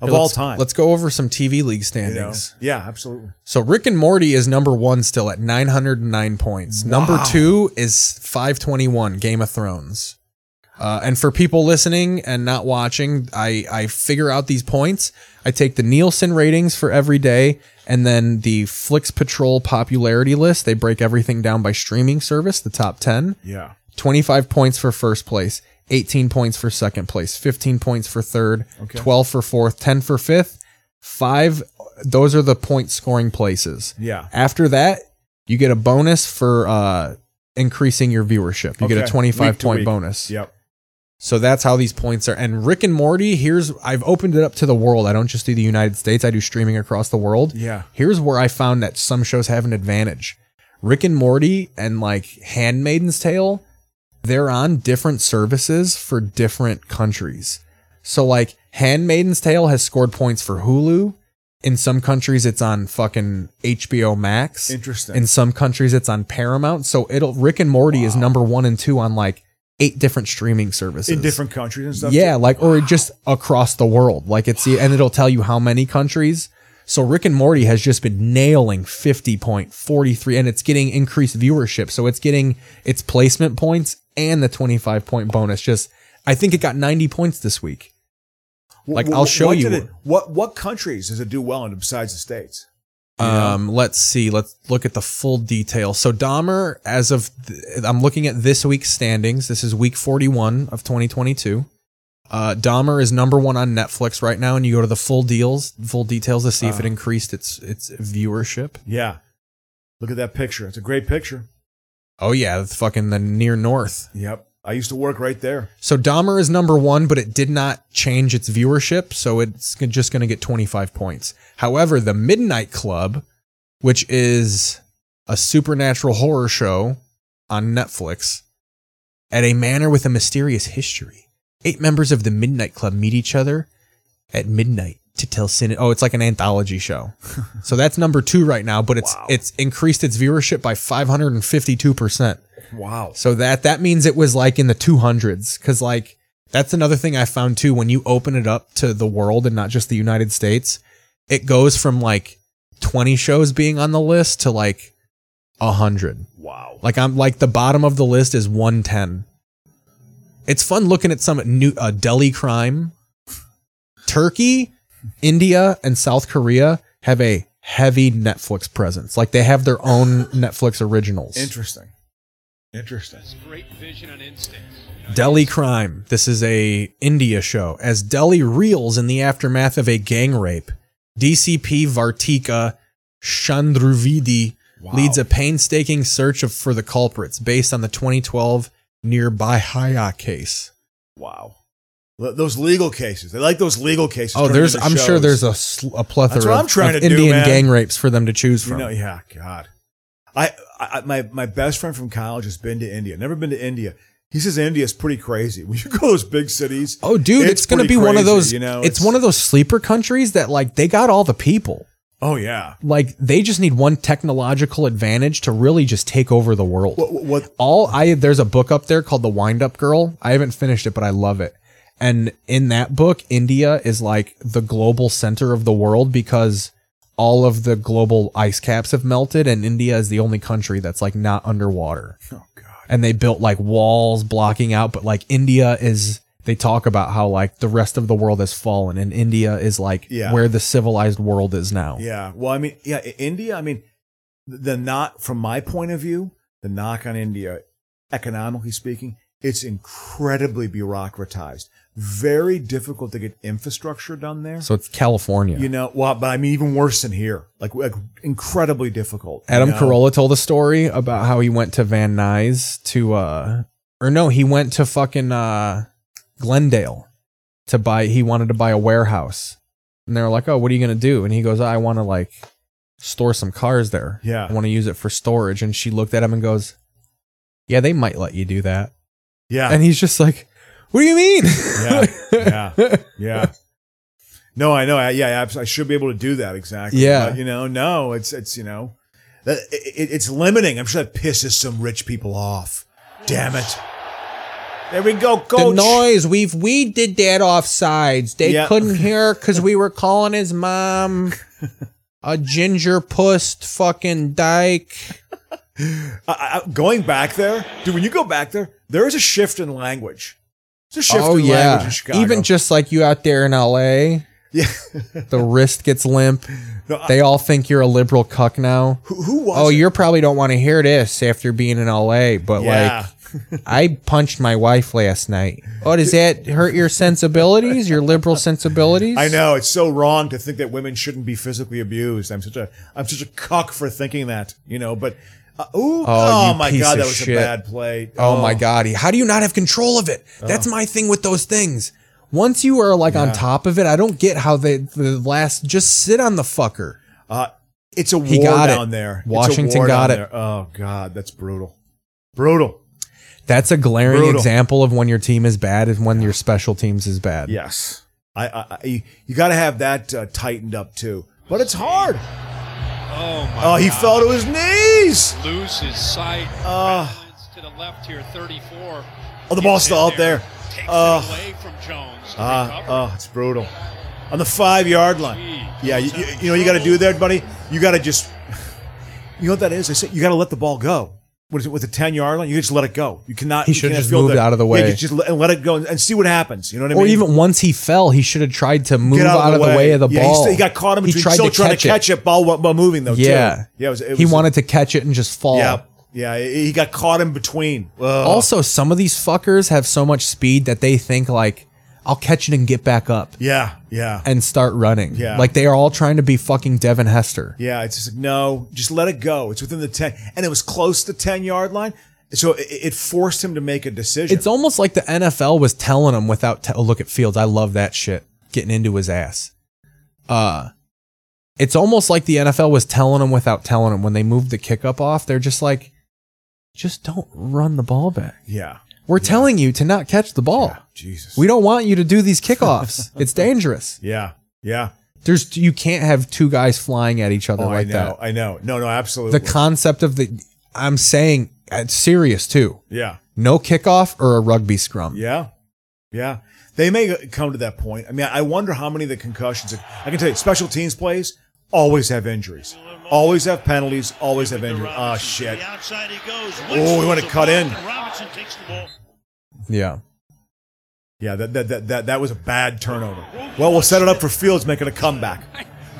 Speaker 8: Of
Speaker 7: Here,
Speaker 8: all
Speaker 7: let's-
Speaker 8: time.
Speaker 7: Let's go over some TV league
Speaker 8: you know?
Speaker 7: standings.
Speaker 8: Yeah, absolutely.
Speaker 7: So Rick and Morty is number one still at 909 points. Number two is 521, Game of Thrones. Uh, and for people listening and not watching, I, I figure out these points. I take the Nielsen ratings for every day and then the Flix Patrol popularity list. They break everything down by streaming service, the top 10.
Speaker 8: Yeah.
Speaker 7: 25 points for first place, 18 points for second place, 15 points for third, 12 for fourth, 10 for fifth. Five, those are the point scoring places.
Speaker 8: Yeah.
Speaker 7: After that, you get a bonus for uh, increasing your viewership. You get
Speaker 8: Okay.
Speaker 7: a 25
Speaker 8: Week to
Speaker 7: point
Speaker 8: week.
Speaker 7: bonus.
Speaker 8: Yep.
Speaker 7: So that's how these points are. And Rick and Morty, here's, I've opened it up to the world. I don't just do the United States, I do streaming across the world.
Speaker 8: Yeah.
Speaker 7: Here's where I found that some shows have an advantage. Rick and Morty and like Handmaiden's Tale, they're on different services for different countries. So like Handmaiden's Tale has scored points for Hulu. In some countries it's on fucking HBO Max.
Speaker 8: Interesting.
Speaker 7: In some countries it's on Paramount. So it'll Rick and Morty is number 1 and 2 on like eight different streaming services.
Speaker 8: In different countries and stuff.
Speaker 7: Yeah,
Speaker 8: too?
Speaker 7: like or just across the world. Like it's and it'll tell you how many countries. So Rick and Morty has just been nailing 50 point 43 and it's getting increased viewership. So it's getting its placement points and the 25 point bonus. Just I think it got 90 points this week. Like,
Speaker 8: Wh- wh-
Speaker 7: I'll show
Speaker 8: what
Speaker 7: you.
Speaker 8: did it- what what countries does it do well in besides the states?
Speaker 7: Um, let's see. Let's look at the full detail. So Dahmer, as of th- I'm looking at this week's standings. This is week 41 of 2022. Uh, Dahmer is number one on Netflix right now, and you go to the full deals, full details to see if it increased its its viewership.
Speaker 8: Yeah. Look at that picture. It's a great picture.
Speaker 7: Oh yeah, it's fucking the near north.
Speaker 8: Yep. I used to work right there.
Speaker 7: So Dahmer is number one, but it did not change its viewership, so it's g- just going to get 25 points. However, the Midnight Club, which is a supernatural horror show on Netflix, at a manor with a mysterious history, eight members of the Midnight Club meet each other at midnight to tell Sin. Oh, it's like an anthology show. so that's number two right now, but it's it's increased its viewership by five hundred and fifty two percent.
Speaker 8: Wow.
Speaker 7: So that that means it was like in the two hundreds because like that's another thing I found too when you open it up to the world and not just the United States, it goes from like twenty shows being on the list to like a hundred.
Speaker 8: Wow.
Speaker 7: Like I'm like the bottom of the list is 110. It's fun looking at some new uh, Delhi crime. Turkey, India, and South Korea have a heavy Netflix presence. Like they have their own Netflix originals.
Speaker 8: Interesting. Interesting.
Speaker 2: Great vision and instincts.
Speaker 7: Delhi Crime. This is a India show. As Delhi reels in the aftermath of a gang rape, DCP Vartika Chandruvedi leads a painstaking search of, for the culprits based on the 2012 nearby Haya case.
Speaker 8: Wow. L- Those legal cases. They like those legal cases.
Speaker 7: Oh,
Speaker 8: turned
Speaker 7: there's
Speaker 8: into
Speaker 7: I'm sure
Speaker 8: shows.
Speaker 7: there's a, sl- a plethora
Speaker 8: That's what I'm
Speaker 7: of,
Speaker 8: trying
Speaker 7: of
Speaker 8: to do,
Speaker 7: Indian
Speaker 8: man.
Speaker 7: gang rapes for them to choose
Speaker 8: You
Speaker 7: from.
Speaker 8: know, yeah, God. I, I I- my my best friend from college has been to India. Never been to India. He says India is pretty crazy. When you go to those big cities,
Speaker 7: Oh, dude, it's, going to be
Speaker 8: pretty
Speaker 7: one of
Speaker 8: crazy,
Speaker 7: those.
Speaker 8: You know,
Speaker 7: it's one of those sleeper countries that like they got all the people.
Speaker 8: Oh yeah.
Speaker 7: like they just need one technological advantage to really just take over the world.
Speaker 8: What, what, what
Speaker 7: All I there's a book up there called The Wind Up Girl. I haven't finished it, but I love it. And in that book, India is like the global center of the world because all of the global ice caps have melted and India is the only country that's like not underwater. Oh god. And they built like walls blocking out, but like India is they talk about how like the rest of the world has fallen and India is like
Speaker 8: Yeah.
Speaker 7: where the civilized world is now.
Speaker 8: Yeah. Well, I mean, yeah, I- India. I mean, the not from my point of view, the knock on India, economically speaking, it's incredibly bureaucratized. Very difficult to get infrastructure done there.
Speaker 7: So it's California.
Speaker 8: You know, well, but I mean, even worse than here, like, like incredibly difficult. you
Speaker 7: Adam
Speaker 8: know?
Speaker 7: Carolla told a story about how he went to Van Nuys to uh or no, he went to fucking uh Glendale to buy he wanted to buy a warehouse. And they were like, "Oh, what are you going to do?" And he goes, "I want to like store some cars there.
Speaker 8: Yeah.
Speaker 7: I want to use it for storage." And she looked at him and goes, "Yeah, they might let you do that."
Speaker 8: Yeah.
Speaker 7: And he's just like, "What do you mean?"
Speaker 8: yeah. Yeah. Yeah. No, I know. I, yeah, I, I should be able to do that exactly.
Speaker 7: Yeah.
Speaker 8: But, you know, no, it's it's you know, that, it, it- it's limiting. I'm sure that pisses some rich people off. Damn it. There we go,
Speaker 7: The
Speaker 8: coach.
Speaker 7: noise we've we did that off sides. They
Speaker 8: Yeah.
Speaker 7: couldn't hear because we were calling his mom a ginger pussed fucking dyke.
Speaker 8: I, I, going back there, dude. When you go back there, there is a shift in language. It's a shift in language in Chicago.
Speaker 7: Oh, even just like you out there in L.A.,
Speaker 8: yeah.
Speaker 7: the wrist gets limp.
Speaker 8: No, I-
Speaker 7: They all think you're a liberal cuck now.
Speaker 8: who, who was?
Speaker 7: Oh,
Speaker 8: it?
Speaker 7: you probably don't want to hear this after being in L.A., but
Speaker 8: yeah.
Speaker 7: like I punched my wife last night. Oh, does that hurt your sensibilities? Your liberal sensibilities?
Speaker 8: I know it's so wrong to think that women shouldn't be physically abused. I'm such a I'm such a cuck for thinking that, you know. But uh, ooh, oh,
Speaker 7: Oh, you
Speaker 8: my
Speaker 7: piece
Speaker 8: god, that
Speaker 7: of
Speaker 8: was
Speaker 7: shit.
Speaker 8: a bad play.
Speaker 7: Oh, my god, he- how do you not have control of it?
Speaker 8: Oh.
Speaker 7: That's my thing with those things. Once you are like on top of it, I don't get how they the last just sit on the fucker.
Speaker 8: Uh, it's a war
Speaker 7: He got it.
Speaker 8: down there. It's a
Speaker 7: Washington
Speaker 8: war
Speaker 7: got
Speaker 8: down
Speaker 7: it.
Speaker 8: there. Oh god, that's brutal, brutal.
Speaker 7: That's a glaring
Speaker 8: Brutal.
Speaker 7: example of when your team is bad and when your special teams is bad.
Speaker 8: Yes, I, I, I you, got to have that uh, tightened up too. But it's hard.
Speaker 2: Oh my
Speaker 8: Oh, he
Speaker 2: God.
Speaker 8: fell to his knees.
Speaker 2: Loses sight.
Speaker 8: Ah.
Speaker 2: Balance to the left here, 34.
Speaker 8: Oh, the ball's
Speaker 2: Gets in
Speaker 8: still out there.
Speaker 2: Takes
Speaker 8: Ah.
Speaker 2: it away from Jones. to
Speaker 8: Ah,
Speaker 2: recover.
Speaker 8: oh, it's brutal. On the five yard line.
Speaker 2: Jeez.
Speaker 8: Yeah, you, you, you know what you got to do there, buddy? You got to just, you know what that is? I said you got to let the ball go. What is it with the ten yard line? You just let it go. You cannot.
Speaker 7: He
Speaker 8: you
Speaker 7: should've
Speaker 8: cannot
Speaker 7: just
Speaker 8: feel
Speaker 7: moved out of the
Speaker 8: Yeah,
Speaker 7: way.
Speaker 8: you just let, and let it go and, and see what happens. You know what I
Speaker 7: Or
Speaker 8: mean?
Speaker 7: even once he fell, he should have tried to move
Speaker 8: Get
Speaker 7: out, of the way, of the
Speaker 8: yeah,
Speaker 7: ball.
Speaker 8: He, still- he got caught in
Speaker 7: He
Speaker 8: between.
Speaker 7: tried
Speaker 8: still
Speaker 7: to
Speaker 8: trying
Speaker 7: catch
Speaker 8: to catch
Speaker 7: it.
Speaker 8: it, ball while, while moving though. too.
Speaker 7: Yeah,
Speaker 8: yeah. It was, it
Speaker 7: he
Speaker 8: was-
Speaker 7: wanted to catch it and just fall.
Speaker 8: Yeah, yeah. He he got caught in between. Ugh.
Speaker 7: Also, some of these fuckers have so much speed that they think like, "I'll catch it and get back up."
Speaker 8: yeah, yeah,
Speaker 7: and start running.
Speaker 8: Yeah.
Speaker 7: Like they are all trying to be fucking Devin Hester.
Speaker 8: yeah. It's just like no, just let it go. It's within the ten, and it was close to ten yard line, so it, it forced him to make a decision.
Speaker 7: It's almost like the NFL was telling him without te- oh, look at Fields. I love that shit. Getting into his ass. Uh it's almost like the NFL was telling him without telling him when they moved the kick up off. They're just like just don't run the ball back.
Speaker 8: yeah.
Speaker 7: We're telling you to not catch the ball.
Speaker 8: Jesus.
Speaker 7: We don't want you to do these kickoffs. it's dangerous.
Speaker 8: Yeah. Yeah.
Speaker 7: There's you can't have two guys flying at each other
Speaker 8: Oh, I
Speaker 7: like
Speaker 8: know.
Speaker 7: that.
Speaker 8: I know. No, no, absolutely.
Speaker 7: The concept of the I'm saying it's serious too.
Speaker 8: yeah.
Speaker 7: No kickoff or a rugby scrum.
Speaker 8: Yeah. Yeah. They may come to that point. I mean, I wonder how many of the concussions. I can tell you, special teams plays always have injuries, always have penalties, always have injuries. Oh, shit.
Speaker 10: The outside he goes.
Speaker 8: Oh, we want to cut in.
Speaker 10: Robinson takes the ball.
Speaker 7: Yeah.
Speaker 8: Yeah, that, that, that, that, that was a bad turnover. Well, we'll set it up for Fields making a comeback.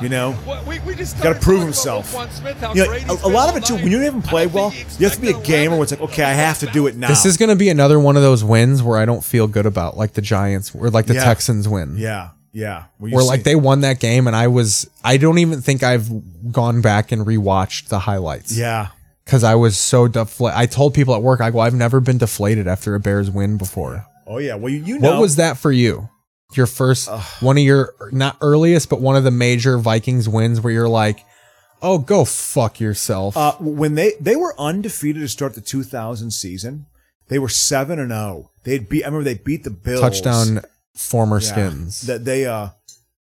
Speaker 8: You know?
Speaker 9: We, we just
Speaker 8: Got
Speaker 9: started
Speaker 8: to prove
Speaker 9: talking about
Speaker 8: himself.
Speaker 9: Roquan Smith, how
Speaker 8: You know,
Speaker 9: great he's
Speaker 8: a, a
Speaker 9: been
Speaker 8: lot
Speaker 9: all
Speaker 8: of it too.
Speaker 9: night.
Speaker 8: When you haven't
Speaker 9: I
Speaker 8: played
Speaker 9: don't
Speaker 8: well,
Speaker 9: think
Speaker 8: you have to be a
Speaker 9: expect
Speaker 8: gamer
Speaker 9: eleven
Speaker 8: where it's like, okay, I have to do it now.
Speaker 7: This is going to be another one of those wins where I don't feel good about, like the Giants or like the
Speaker 8: Yeah.
Speaker 7: Texans win.
Speaker 8: yeah, yeah. Well, you
Speaker 7: Where
Speaker 8: see-
Speaker 7: like they won that game and I was I don't even think I've gone back and rewatched the highlights.
Speaker 8: yeah,
Speaker 7: Cuz I was so deflated. I told people at work I go I've never been deflated after a Bears win before.
Speaker 8: oh yeah. Well, you, you know,
Speaker 7: What was that for you? Your first one of your not earliest but one of the major Vikings wins where you're like, "Oh, go fuck yourself."
Speaker 8: Uh, when they they were undefeated to start the 2000 season, they were seven and zero. They had beat. I remember they beat the Bills.
Speaker 7: Touchdown former
Speaker 8: Yeah.
Speaker 7: skins.
Speaker 8: That they uh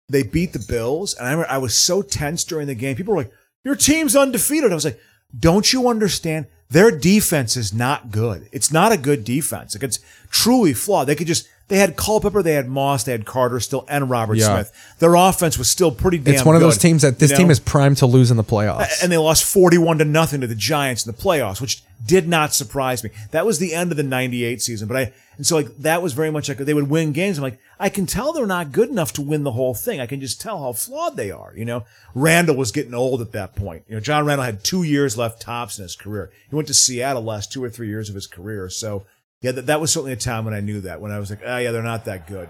Speaker 8: they beat the Bills, and I remember I was so tense during the game. People were like, "Your team's undefeated." I was like, "Don't you understand? Their defense is not good. It's not a good defense. Like it's truly flawed. They could just." They had Culpepper, they had Moss, they had Carter still, and Robert
Speaker 7: Yeah.
Speaker 8: Smith. Their offense was still pretty damn.
Speaker 7: it's one of those
Speaker 8: good,
Speaker 7: teams that this
Speaker 8: you
Speaker 7: team
Speaker 8: know?
Speaker 7: is primed to lose in the playoffs.
Speaker 8: and they lost 41 to nothing to the Giants in the playoffs, which did not surprise me. That was the end of the 98 season, but I and so like that was very much like they would win games. I'm like, I can tell they're not good enough to win the whole thing. I can just tell how flawed they are, you know. Randall was getting old at that point. You know, John Randall had 2 years left tops in his career. He went to Seattle last 2 or 3 years of his career. So, yeah, that, that was certainly a time when I knew that when I was like, oh yeah, they're not that good.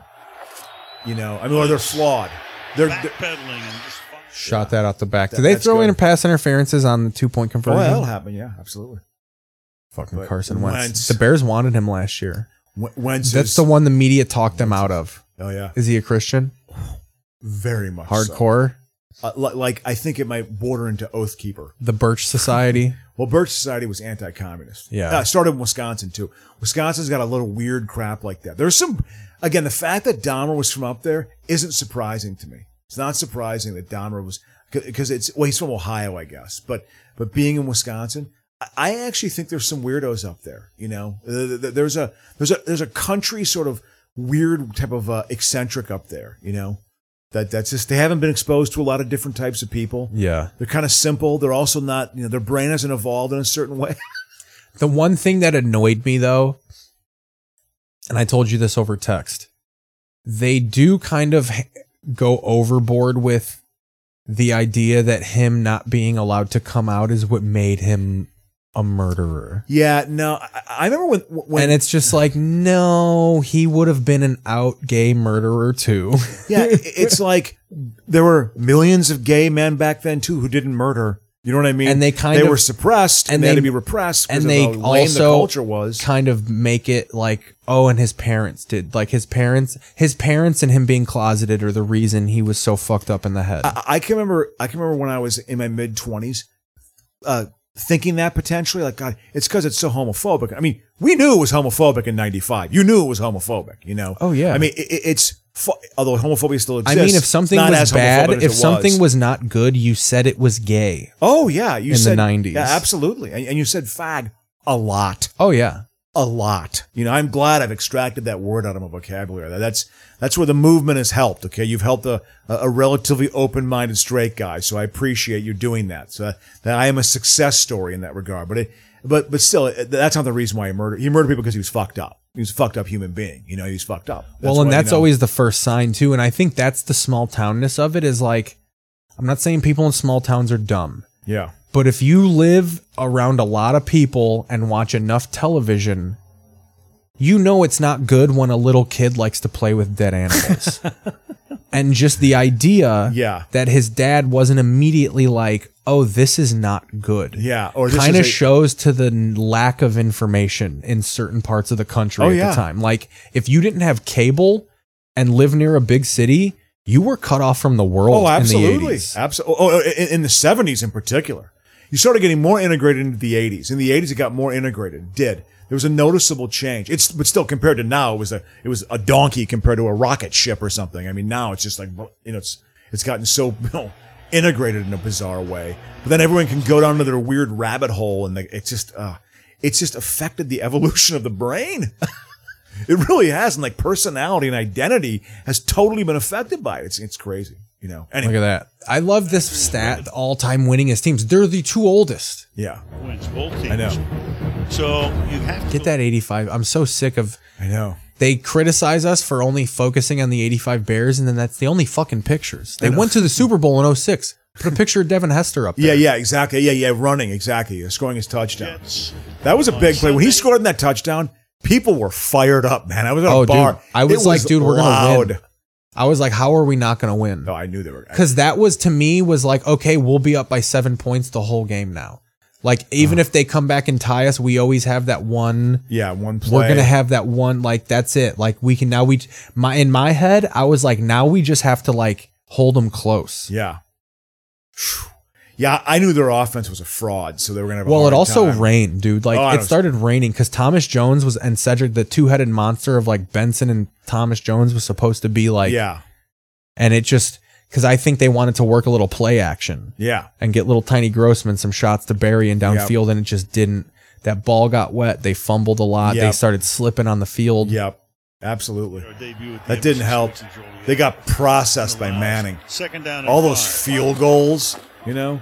Speaker 8: You know, I mean, or they're flawed. They're, they're
Speaker 10: Backpedaling and just
Speaker 7: Shot that out the back.
Speaker 8: That-
Speaker 7: Did they
Speaker 8: that's
Speaker 7: throw in
Speaker 8: good.
Speaker 7: pass interferences on the two point
Speaker 8: Oh,
Speaker 7: conversion?
Speaker 8: that'll happen. Yeah, absolutely.
Speaker 7: Fucking
Speaker 8: But
Speaker 7: Carson Wentz.
Speaker 8: Wentz-
Speaker 7: The Bears wanted him last year.
Speaker 8: Wen- Wentz
Speaker 7: That's
Speaker 8: is-
Speaker 7: the one the media talked him out of.
Speaker 8: Oh yeah,
Speaker 7: Is he a Christian?
Speaker 8: very much so.
Speaker 7: Hardcore?
Speaker 8: Uh, li- like I think it might border into Oath Keeper.
Speaker 7: The Birch Society?
Speaker 8: Well, Birch Society was anti-communist.
Speaker 7: Yeah.
Speaker 8: uh, it started in Wisconsin too. Wisconsin's got a little weird crap like that. There's some. Again, the fact that Dahmer was from up there isn't surprising to me. It's not surprising that Dahmer was because it's well, he's from Ohio, I guess. But but being in Wisconsin, I- I actually think there's some weirdos up there. You know, Th- th- there's a there's a there's a country sort of weird type of uh, eccentric up there. You know, that that's just they haven't been exposed to a lot of different types of people.
Speaker 7: Yeah.
Speaker 8: They're kind of simple. They're also not, you know, their brain hasn't evolved in a certain way.
Speaker 7: The one thing that annoyed me though, and I told you this over text, they do kind of h- go overboard with the idea that him not being allowed to come out is what made him a murderer.
Speaker 8: yeah, no, I, I remember when when
Speaker 7: and it's just like, no, he would have been an out gay murderer too.
Speaker 8: yeah, i- it's like there were millions of gay men back then too who didn't murder. You know what I mean?
Speaker 7: And they kind
Speaker 8: they
Speaker 7: of-
Speaker 8: were suppressed and,
Speaker 7: and
Speaker 8: they, had
Speaker 7: they-
Speaker 8: to be repressed because
Speaker 7: and they
Speaker 8: of how lame
Speaker 7: also
Speaker 8: the culture was.
Speaker 7: kind of make it like, oh, and his parents did. Like his parents, his parents and him being closeted are the reason he was so fucked up in the head.
Speaker 8: I, I can remember. I can remember when I was in my mid twenties, uh, thinking that potentially, like God, it's because it's so homophobic. I mean, we knew it was homophobic in '95. You knew it was homophobic. You know?
Speaker 7: Oh, yeah.
Speaker 8: I mean, it, it- it's fu- although homophobia still
Speaker 7: I
Speaker 8: exists.
Speaker 7: mean, if
Speaker 8: it's
Speaker 7: something
Speaker 8: not
Speaker 7: was
Speaker 8: as homophobic
Speaker 7: bad,
Speaker 8: as
Speaker 7: if
Speaker 8: it
Speaker 7: something was. not good, you said it was gay.
Speaker 8: oh yeah, you
Speaker 7: in the
Speaker 8: said
Speaker 7: 90s.
Speaker 8: Yeah, absolutely, and, and you said fag a lot,
Speaker 7: Oh yeah,
Speaker 8: a lot. You know, I'm glad I've extracted that word out of my vocabulary. That- That's that's where the movement has helped. Okay, you've helped a a a relatively open minded straight guy, so I appreciate you doing that. So that, that I am a success story in that regard. But it, but but still, it- that's not the reason why he murdered. He murdered people because he was fucked up. He was a fucked up human being. You know, he was fucked up.
Speaker 7: well, and
Speaker 8: why, you
Speaker 7: that's
Speaker 8: know-
Speaker 7: always the first sign too. And I think that's the small townness of it is like, I'm not saying people in small towns are dumb.
Speaker 8: yeah.
Speaker 7: But if you live around a lot of people and watch enough television, you know it's not good when a little kid likes to play with dead animals. and just the idea
Speaker 8: Yeah.
Speaker 7: that his dad wasn't immediately like, oh, this is not good.
Speaker 8: Yeah, or this
Speaker 7: kind
Speaker 8: is
Speaker 7: of
Speaker 8: a-
Speaker 7: shows to the n- lack of information in certain parts of the country
Speaker 8: Oh,
Speaker 7: at
Speaker 8: yeah.
Speaker 7: the time. Like, if you didn't have cable and live near a big city, you were cut off from the world.
Speaker 8: Oh,
Speaker 7: In the
Speaker 8: absolutely,
Speaker 7: 80s.
Speaker 8: absolutely. Oh, in, in the seventies in particular, you started getting more integrated into the eighties. In the eighties, it got more integrated. It Did there was a noticeable change? It's but still compared to now, it was a it was a donkey compared to a rocket ship or something. I mean, now it's just like you know, it's It's gotten so you know, integrated in a bizarre way. But then everyone can go down to their weird rabbit hole, and they, it's just uh, it's just affected the evolution of the brain. it really has, and like personality and identity has totally been affected by it. It's it's crazy, you know. Anyway,
Speaker 7: Look at that. I love this stat. The all-time winningest teams. They're the two oldest.
Speaker 8: yeah,
Speaker 10: Wins both teams.
Speaker 8: I know,
Speaker 10: So you have
Speaker 7: Get
Speaker 10: to
Speaker 7: that 85. I'm so sick of.
Speaker 8: I know.
Speaker 7: They criticize us for only focusing on the 85 Bears, and then that's the only fucking pictures. They went to the Super Bowl in 06. Put a picture of Devin Hester up there.
Speaker 8: Yeah, yeah, exactly. Yeah, yeah, running exactly, scoring his touchdown.
Speaker 10: Jets.
Speaker 8: That was a
Speaker 10: on
Speaker 8: big play. When he
Speaker 10: Sunday.
Speaker 8: scored in that touchdown, people were fired up, man. I was at a
Speaker 7: Oh, dude.
Speaker 8: bar.
Speaker 7: I was like, dude, we're gonna
Speaker 8: loud.
Speaker 7: win. I was like, how are we not going to win?
Speaker 8: No, I knew they were.
Speaker 7: Because that was to me was like, okay, we'll be up by seven points the whole game now. Like
Speaker 8: Uh-huh.
Speaker 7: even if they come back and tie us, we always have that one.
Speaker 8: yeah, one play.
Speaker 7: We're gonna have that one. Like that's it. Like we can now. We my in my head, I was like, now we just have to like hold them close.
Speaker 8: Yeah. Phew. Yeah, I knew their offense was a fraud, so they were gonna. Have a
Speaker 7: Well, it
Speaker 8: hard
Speaker 7: also
Speaker 8: time.
Speaker 7: rained, dude. Like
Speaker 8: Oh, I
Speaker 7: it
Speaker 8: don't-
Speaker 7: started raining because Thomas Jones was and Cedric, the two-headed monster of like Benson and Thomas Jones, was supposed to be like.
Speaker 8: yeah,
Speaker 7: And it just because I think they wanted to work a little play action.
Speaker 8: yeah,
Speaker 7: and get little tiny Grossman some shots to bury and downfield, and it just didn't. That ball got wet. They fumbled a lot. They
Speaker 8: Yep.
Speaker 7: started slipping on the field.
Speaker 8: yep, absolutely.
Speaker 10: Our debut at the
Speaker 8: That didn't
Speaker 10: Embassy
Speaker 8: help.
Speaker 10: Suites in Joliet.
Speaker 8: They got processed by
Speaker 10: Miles.
Speaker 8: Manning.
Speaker 10: Second down. and
Speaker 8: All those
Speaker 10: five.
Speaker 8: field goals, you know.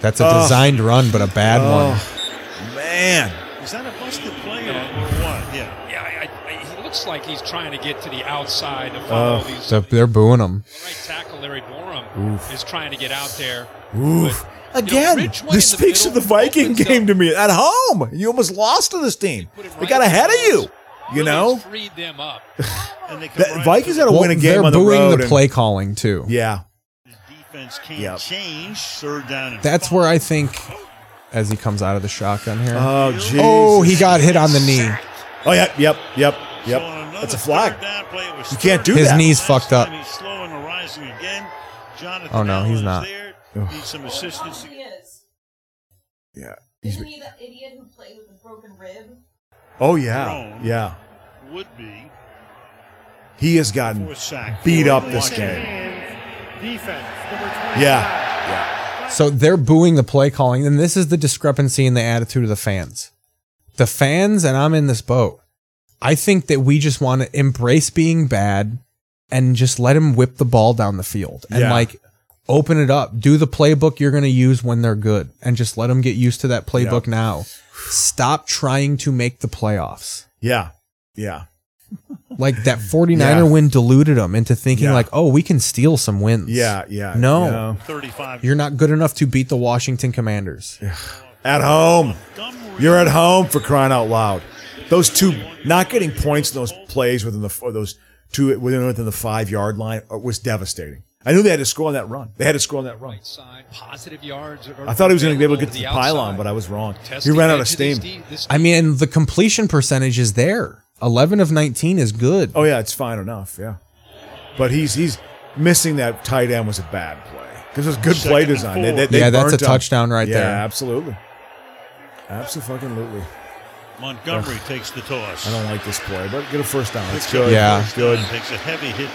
Speaker 7: That's a
Speaker 8: Oh.
Speaker 7: designed run, but a bad one.
Speaker 8: Oh, man,
Speaker 10: Is that a busted play or, or what? Yeah.
Speaker 9: Yeah, I, I, he looks like he's trying to get to the outside to
Speaker 8: Ah.
Speaker 9: follow these.
Speaker 7: So they're booing him.
Speaker 9: the right tackle Larry Borum is trying to get out there.
Speaker 8: Oof.
Speaker 9: But, you know,
Speaker 8: again,
Speaker 9: Ridgeway
Speaker 8: this
Speaker 9: in
Speaker 8: speaks of the
Speaker 9: middle
Speaker 8: Viking
Speaker 9: opens up,
Speaker 8: game to me at home. You almost lost to this team.
Speaker 9: put it
Speaker 8: They
Speaker 9: right
Speaker 8: got ahead of
Speaker 9: in
Speaker 8: you. You
Speaker 9: really
Speaker 8: know,
Speaker 9: freed them up.
Speaker 10: And they come
Speaker 8: the
Speaker 10: right
Speaker 8: Vikings got to
Speaker 7: Well,
Speaker 8: win a
Speaker 7: they're
Speaker 8: game on the
Speaker 7: booing
Speaker 8: road.
Speaker 7: the
Speaker 8: and-
Speaker 7: play calling too.
Speaker 8: Yeah,
Speaker 10: Defense can't
Speaker 8: Yep.
Speaker 10: change. Third down and
Speaker 7: That's where I think, as he comes out of the shotgun here.
Speaker 8: Oh, jeez.
Speaker 7: oh, he got hit on the knee.
Speaker 8: Oh, yep, yep, yep,
Speaker 10: So
Speaker 8: yep.
Speaker 10: on another
Speaker 8: That's a flag.
Speaker 10: third down play, it was
Speaker 8: You can't
Speaker 10: third
Speaker 8: do
Speaker 10: down.
Speaker 7: His
Speaker 8: that.
Speaker 7: knees
Speaker 10: Last
Speaker 7: fucked up.
Speaker 10: time He's slow and rising again. Jonathan
Speaker 7: Oh, no,
Speaker 10: Allen's
Speaker 7: he's not.
Speaker 10: there.
Speaker 8: Ugh.
Speaker 10: Needs some assistance.
Speaker 1: He is.
Speaker 8: Yeah.
Speaker 1: Isn't he the idiot who played with a broken rib?
Speaker 8: Oh yeah,
Speaker 10: Wrong.
Speaker 8: yeah.
Speaker 10: Would be
Speaker 8: He has gotten
Speaker 10: fourth sack.
Speaker 8: beat up
Speaker 10: Fourth
Speaker 8: this
Speaker 10: sack.
Speaker 8: game.
Speaker 9: Defense.
Speaker 8: Yeah,
Speaker 7: So they're booing the play calling, and this is the discrepancy in the attitude of the fans. The fans, and I'm in this boat. I think that we just want to embrace being bad and just let him whip the ball down the field and
Speaker 8: Yeah.
Speaker 7: like open it up. Do the playbook you're going to use when they're good and just let them get used to that playbook now. Stop trying to make the playoffs.
Speaker 8: yeah, yeah.
Speaker 7: Like that 49er
Speaker 8: Yeah.
Speaker 7: win deluded them into thinking
Speaker 8: Yeah.
Speaker 7: like, "Oh, we can steal some wins."
Speaker 8: Yeah, yeah.
Speaker 7: No.
Speaker 8: you know.
Speaker 10: 35.
Speaker 7: You're not good enough to beat the Washington Commanders.
Speaker 8: At home.
Speaker 10: Montgomery.
Speaker 8: You're at home for crying out loud. Those two not getting points in those plays within the or those two within within the five yard line uh, was devastating. I knew they had to score on that run. They had to score on that run.
Speaker 9: Side, positive yards.
Speaker 8: I thought he was going to be able to get to the pylon, but I was wrong. He ran out of steam.
Speaker 7: I mean, and the completion percentage is there. 11 of 19 is good.
Speaker 8: Oh yeah, it's fine enough. Yeah, but he's he's missing that tight end was a bad play. This was good play
Speaker 10: Second and
Speaker 8: design. They, they,
Speaker 10: four.
Speaker 8: they
Speaker 7: Yeah, that's
Speaker 8: burnt
Speaker 7: a
Speaker 8: him.
Speaker 7: touchdown right
Speaker 8: yeah,
Speaker 7: there.
Speaker 8: absolutely. Absolutely.
Speaker 10: Montgomery takes the toss.
Speaker 8: I don't like this play, but get a first down. That's
Speaker 10: Picks up
Speaker 8: good.
Speaker 7: Yeah.
Speaker 10: first
Speaker 8: good.
Speaker 10: down, Takes a heavy hit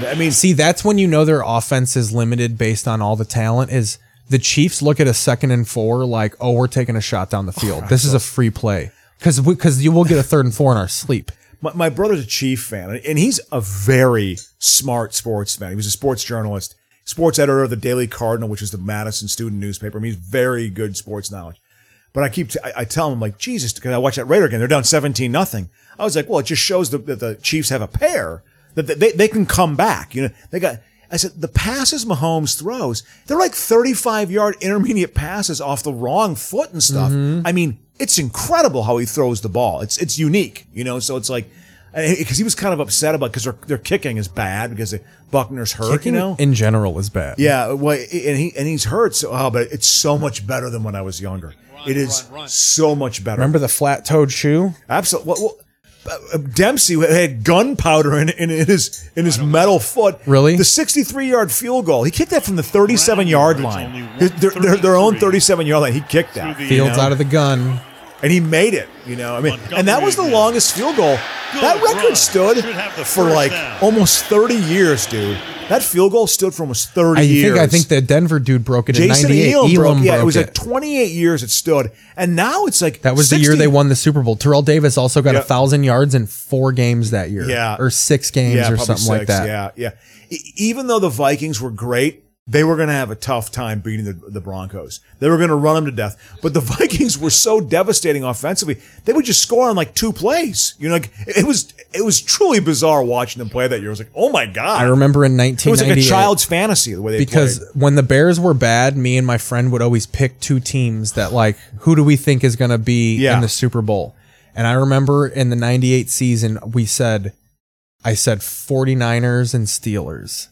Speaker 10: there.
Speaker 8: I mean,
Speaker 7: See, that's when you know their offense is limited based on all the talent is the Chiefs look at a second and four like, "Oh, we're taking a shot down the field. This is a free play." Cuz cuz you will get a third and four in our sleep.
Speaker 8: my, my brother's a Chief fan, and- and he's a very smart sports man. He was a sports journalist, sports editor of the Daily Cardinal, which is the Madison student newspaper. I mean, he's very good sports knowledge. But I keep, t- I, I tell him, like, Jesus, because I watch that Raider game. They're down 17 nothing. I was like, well, it just shows that that the Chiefs have a pair, that that they, they can come back. You know, they got, I said, the passes Mahomes throws, they're like 35 yard intermediate passes off the wrong foot and stuff. I mean, it's incredible how he throws the ball. It's, it's unique, you know, so it's like, because he was kind of upset about because their, their kicking is bad because they, Buckner's hurt,
Speaker 7: Kicking
Speaker 8: you know.
Speaker 7: in general is bad.
Speaker 8: yeah, well, and he and he's hurt. So, oh, but it's so much better than when I was younger. it is
Speaker 9: run, run.
Speaker 8: so much better.
Speaker 7: Remember the flat-toed shoe?
Speaker 8: Absolutely. Well, well, uh, Dempsey had gunpowder in, in, in his in his metal foot.
Speaker 7: Really?
Speaker 8: The 63 yard field goal. He kicked that from the 37 yard line.
Speaker 10: It's only
Speaker 8: Their, their, their own
Speaker 10: 133.
Speaker 8: 37 yard line. He kicked that.
Speaker 10: Through the- uh,
Speaker 7: Fields
Speaker 8: you know?
Speaker 7: out of the gun.
Speaker 8: and he made it. You know, I mean,
Speaker 10: Montgomery
Speaker 8: and that was the
Speaker 10: again.
Speaker 8: longest field goal.
Speaker 10: Good
Speaker 8: that record
Speaker 10: run.
Speaker 8: stood
Speaker 10: Should have the
Speaker 8: for
Speaker 10: first
Speaker 8: like
Speaker 10: down.
Speaker 8: almost 30 years, dude. That field goal stood for almost 30
Speaker 7: I
Speaker 8: years.
Speaker 7: Uh, think I think the Denver dude broke it
Speaker 8: Jason
Speaker 7: in 98.
Speaker 8: Elam, broke. Yeah, it was
Speaker 7: it.
Speaker 8: like 28 years it stood. And now it's like
Speaker 7: That was the year
Speaker 8: 60
Speaker 7: they won the Super Bowl. Terrell Davis also got a
Speaker 8: Yep.
Speaker 7: thousand yards in four games that year.
Speaker 8: Yeah.
Speaker 7: Or six games or
Speaker 8: probably
Speaker 7: something like
Speaker 8: six,
Speaker 7: that.
Speaker 8: Yeah, yeah. E- even though the Vikings were great, they were going to have a tough time beating the, the Broncos. They were going to run them to death. But the Vikings were so devastating offensively; they would just score on like two plays. You know, like it was it was truly bizarre watching them play that year. It was like, oh my god!
Speaker 7: I remember in
Speaker 8: it was like a
Speaker 7: 1998.
Speaker 8: child's fantasy the way they
Speaker 7: because
Speaker 8: played.
Speaker 7: when the Bears were bad, me and my friend would always pick two teams that like who do we think is going to be
Speaker 8: Yeah.
Speaker 7: in the Super Bowl. And I remember in the 98 season we said I said 49ers and Steelers.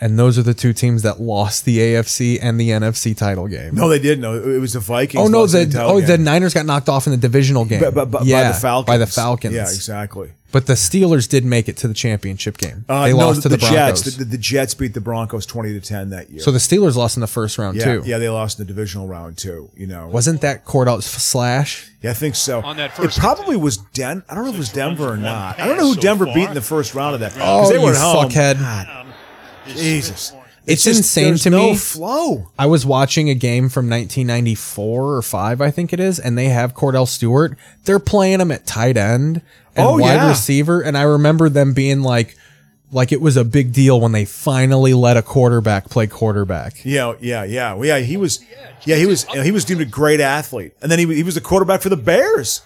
Speaker 7: And those are the two teams that lost the AFC and the NFC title game.
Speaker 8: No, they didn't. No, it was the Vikings.
Speaker 7: Oh no,
Speaker 8: lost
Speaker 7: the
Speaker 8: in title
Speaker 7: oh
Speaker 8: game.
Speaker 7: the Niners got knocked off in the divisional game.
Speaker 8: By- by- by-
Speaker 7: Yeah,
Speaker 8: by the Falcons.
Speaker 7: By the Falcons.
Speaker 8: Yeah, exactly.
Speaker 7: But the Steelers did make it to the championship game.
Speaker 8: Uh,
Speaker 7: they
Speaker 8: no,
Speaker 7: lost to the, Broncos.
Speaker 8: Jets. The, the Jets beat the Broncos twenty to ten that year.
Speaker 7: so the Steelers lost in the first round
Speaker 8: yeah,
Speaker 7: too.
Speaker 8: yeah, they lost in the divisional round too. You know,
Speaker 7: Wasn't that Cordell Slash?
Speaker 8: Yeah, I think so.
Speaker 9: On that
Speaker 8: it
Speaker 9: first-
Speaker 8: probably was Den. I don't know if it was Denver or
Speaker 10: one
Speaker 8: not.
Speaker 10: pass
Speaker 8: I don't know who
Speaker 10: so
Speaker 8: Denver
Speaker 10: far.
Speaker 8: beat in the first round of that. 'Cause
Speaker 7: Oh,
Speaker 8: they were
Speaker 7: you
Speaker 8: at home.
Speaker 7: fuckhead.
Speaker 8: God, Jesus,
Speaker 7: It's
Speaker 8: just-
Speaker 7: insane
Speaker 8: there's
Speaker 7: to
Speaker 8: no
Speaker 7: me.
Speaker 8: Flow.
Speaker 7: I was watching a game from 1994 or 5, I think it is, and they have Cordell Stewart. They're playing him at tight end and
Speaker 8: Oh,
Speaker 7: wide
Speaker 8: yeah.
Speaker 7: receiver. And I remember them being like, like it was a big deal when they finally let a quarterback play quarterback.
Speaker 8: Yeah, yeah, yeah. Well, yeah, he was. Yeah, he was. He was deemed a great athlete, and then he, he was the quarterback for the Bears.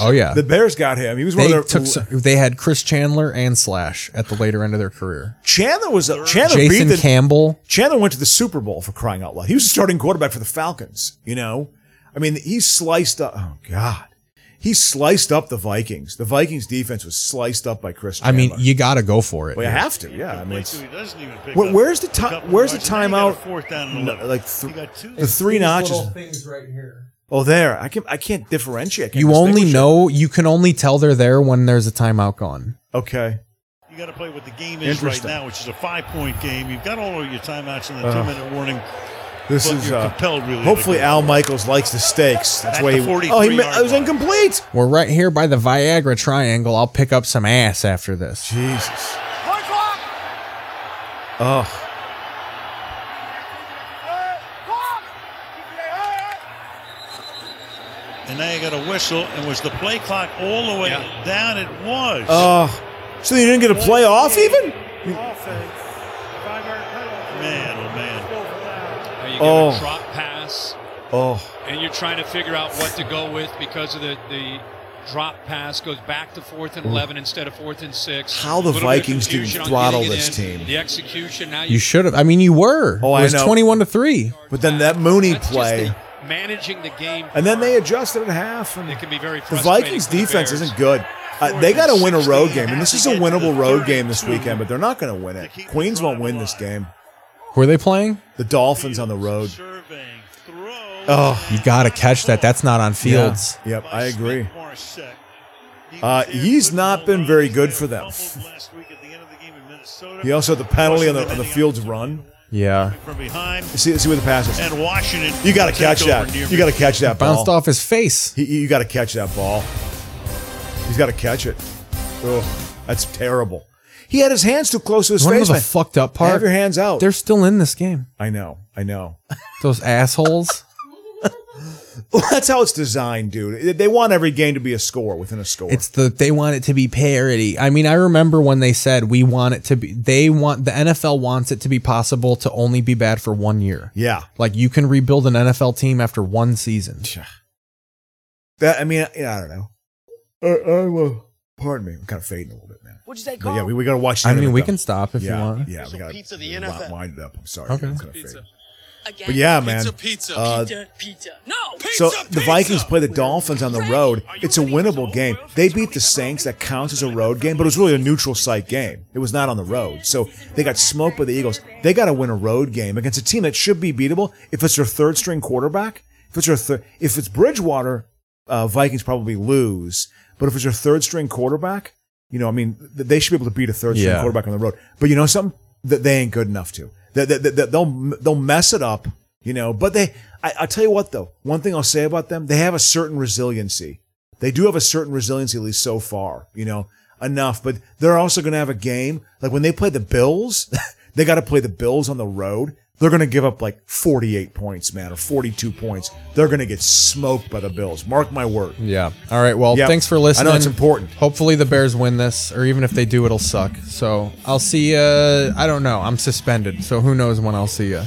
Speaker 7: Oh, yeah.
Speaker 8: The Bears got him. He was one
Speaker 7: they
Speaker 8: of their.
Speaker 7: took some, they had Chris Chandler and Slash at the later end of their career.
Speaker 8: Chandler was a Chandler
Speaker 7: Jason
Speaker 8: beat the,
Speaker 7: Campbell.
Speaker 8: Chandler went to the Super Bowl for crying out loud. He was the starting quarterback for the Falcons. You know, I mean, he sliced up. Oh God, he sliced up the Vikings. The Vikings defense was sliced up by Chris.
Speaker 7: I
Speaker 8: Chandler.
Speaker 7: mean, you got to go for it.
Speaker 8: well, you have to. Yeah, I mean, it's,
Speaker 10: He doesn't even pick
Speaker 8: Where-
Speaker 10: up
Speaker 8: where's the
Speaker 10: a
Speaker 8: ti-
Speaker 10: couple
Speaker 8: where's the
Speaker 10: yards, and now you got a
Speaker 8: timeout?
Speaker 10: Fourth down and
Speaker 8: No,
Speaker 10: eleven.
Speaker 8: like th-
Speaker 10: You got two.
Speaker 8: the three notches.
Speaker 7: things right here.
Speaker 8: Oh, there. I can. I can't differentiate. I can't
Speaker 7: You only
Speaker 8: distinguish it.
Speaker 7: know, you can only tell they're there when there's a timeout gone.
Speaker 8: Okay.
Speaker 10: You got to play what the game is right
Speaker 8: Interesting.
Speaker 10: now, which is a five-point game. You've got all of your timeouts and the
Speaker 8: Uh,
Speaker 10: two-minute warning.
Speaker 8: This
Speaker 10: But
Speaker 8: is
Speaker 10: you're
Speaker 8: uh,
Speaker 10: compelled, really, to
Speaker 8: Hopefully,
Speaker 10: go
Speaker 8: Al Michaels likes the stakes. That's
Speaker 10: At
Speaker 8: why
Speaker 10: the
Speaker 8: he. Oh,
Speaker 10: 43
Speaker 8: he mi- it was
Speaker 10: yard line.
Speaker 8: incomplete.
Speaker 7: We're right here by the Viagra Triangle. I'll pick up some ass after this.
Speaker 8: Jesus. Oh.
Speaker 10: And now you got a whistle, and was the play clock all the way down? It was.
Speaker 8: Oh, so you didn't get a play off even?
Speaker 10: man, oh man.
Speaker 2: Now you get
Speaker 8: Oh.
Speaker 2: a drop pass,
Speaker 8: Oh,
Speaker 2: and you're trying to figure out what to go with because of the, the drop pass goes back to fourth and eleven instead of fourth and six.
Speaker 8: How the
Speaker 2: Little bit of
Speaker 8: Vikings didn't
Speaker 2: confusion on
Speaker 8: throttle
Speaker 2: getting it
Speaker 8: this
Speaker 2: in.
Speaker 8: team.
Speaker 2: The execution now
Speaker 7: You should have. I mean, you were.
Speaker 8: Oh,
Speaker 7: it
Speaker 8: I
Speaker 7: was
Speaker 8: know.
Speaker 7: 21 to 3.
Speaker 8: but then that Mooney
Speaker 2: That's just
Speaker 8: play,
Speaker 2: the managing the game,
Speaker 8: and then they adjusted it in half. And
Speaker 2: it can be very
Speaker 8: the
Speaker 2: frustrating
Speaker 8: Vikings
Speaker 2: for the
Speaker 8: defense
Speaker 2: Bears.
Speaker 8: isn't good. Uh, they got to win a road game, and this is a winnable road game this weekend. But they're not going to win it. Queens won't win this game.
Speaker 7: Who are they playing?
Speaker 8: The Dolphins on the road.
Speaker 10: Serving throw.
Speaker 8: Oh,
Speaker 7: You got to catch that. That's not on fields.
Speaker 8: Yeah. Yep, I agree.
Speaker 10: Uh, he's not been very good for them.
Speaker 8: He also had the penalty on the, on the field's run.
Speaker 7: Yeah.
Speaker 10: From behind,
Speaker 8: See, see where the pass is.
Speaker 10: and Washington.
Speaker 8: You got to catch that. You got to catch that ball.
Speaker 7: Bounced off his face.
Speaker 8: He, you got to catch that ball. He's got to catch it. Ugh, that's terrible. He had his hands too close to his
Speaker 7: You wanna know
Speaker 8: face.
Speaker 7: the
Speaker 8: man.
Speaker 7: fucked up part?
Speaker 8: Have your hands out.
Speaker 7: They're still in this game.
Speaker 8: I know. I know.
Speaker 7: Those assholes.
Speaker 8: that's how it's designed, dude. They- They want every game to be a score within a score.
Speaker 7: It's the they want it to be parity. I mean, I remember when they said we want it to be they want the NFL wants it to be possible to only be bad for one year.
Speaker 8: yeah.
Speaker 7: Like you can rebuild an NFL team after one season.
Speaker 8: That I mean, yeah, I don't know. Uh, uh, well, pardon me. I'm kind of fading a little bit, man.
Speaker 12: What'd you say,
Speaker 8: But
Speaker 12: Carl?
Speaker 8: yeah, we, we got to watch. the
Speaker 7: I
Speaker 8: end of
Speaker 7: mean,
Speaker 8: it,
Speaker 7: we
Speaker 8: though.
Speaker 7: can stop if
Speaker 8: yeah,
Speaker 7: you want.
Speaker 8: Yeah, we got
Speaker 9: pizza,
Speaker 8: to
Speaker 9: the NFL.
Speaker 8: wind it up. I'm sorry.
Speaker 7: Okay.
Speaker 8: I'm kind of fading.
Speaker 12: Again?
Speaker 8: But yeah, man.
Speaker 9: pizza.
Speaker 8: Uh,
Speaker 12: Pizza, pizza. No!
Speaker 8: So the Vikings play the Dolphins on the road. It's a winnable game. They beat the Saints. That counts as a road game, but it was really a neutral site game. It was not on the road. So they got smoked by the Eagles. They got to win a road game against a team that should be beatable if it's their third string quarterback. If it's their third, if it's Bridgewater, uh, Vikings probably lose. But if it's your third string quarterback, you know, I mean, th- they should be able to beat a third string
Speaker 7: Yeah.
Speaker 8: quarterback on the road. But you know something that they ain't good enough to. That that- that- that they'll they'll mess it up, you know. But they, I, I'll tell you what though. One thing I'll say about them, they have a certain resiliency. They do have a certain resiliency, at least so far, you know, enough. But they're also going to have a game like when they play the Bills. They got to play the Bills on the road. They're going to give up like 48 points, man, or 42 points. They're going to get smoked by the Bills. Mark my word.
Speaker 7: Yeah. All right. Well,
Speaker 8: Yep.
Speaker 7: thanks for listening.
Speaker 8: I know it's important.
Speaker 7: Hopefully the Bears win this, or even if they do, it'll suck. So I'll see. Uh, I don't know. I'm suspended, so who knows when I'll see you.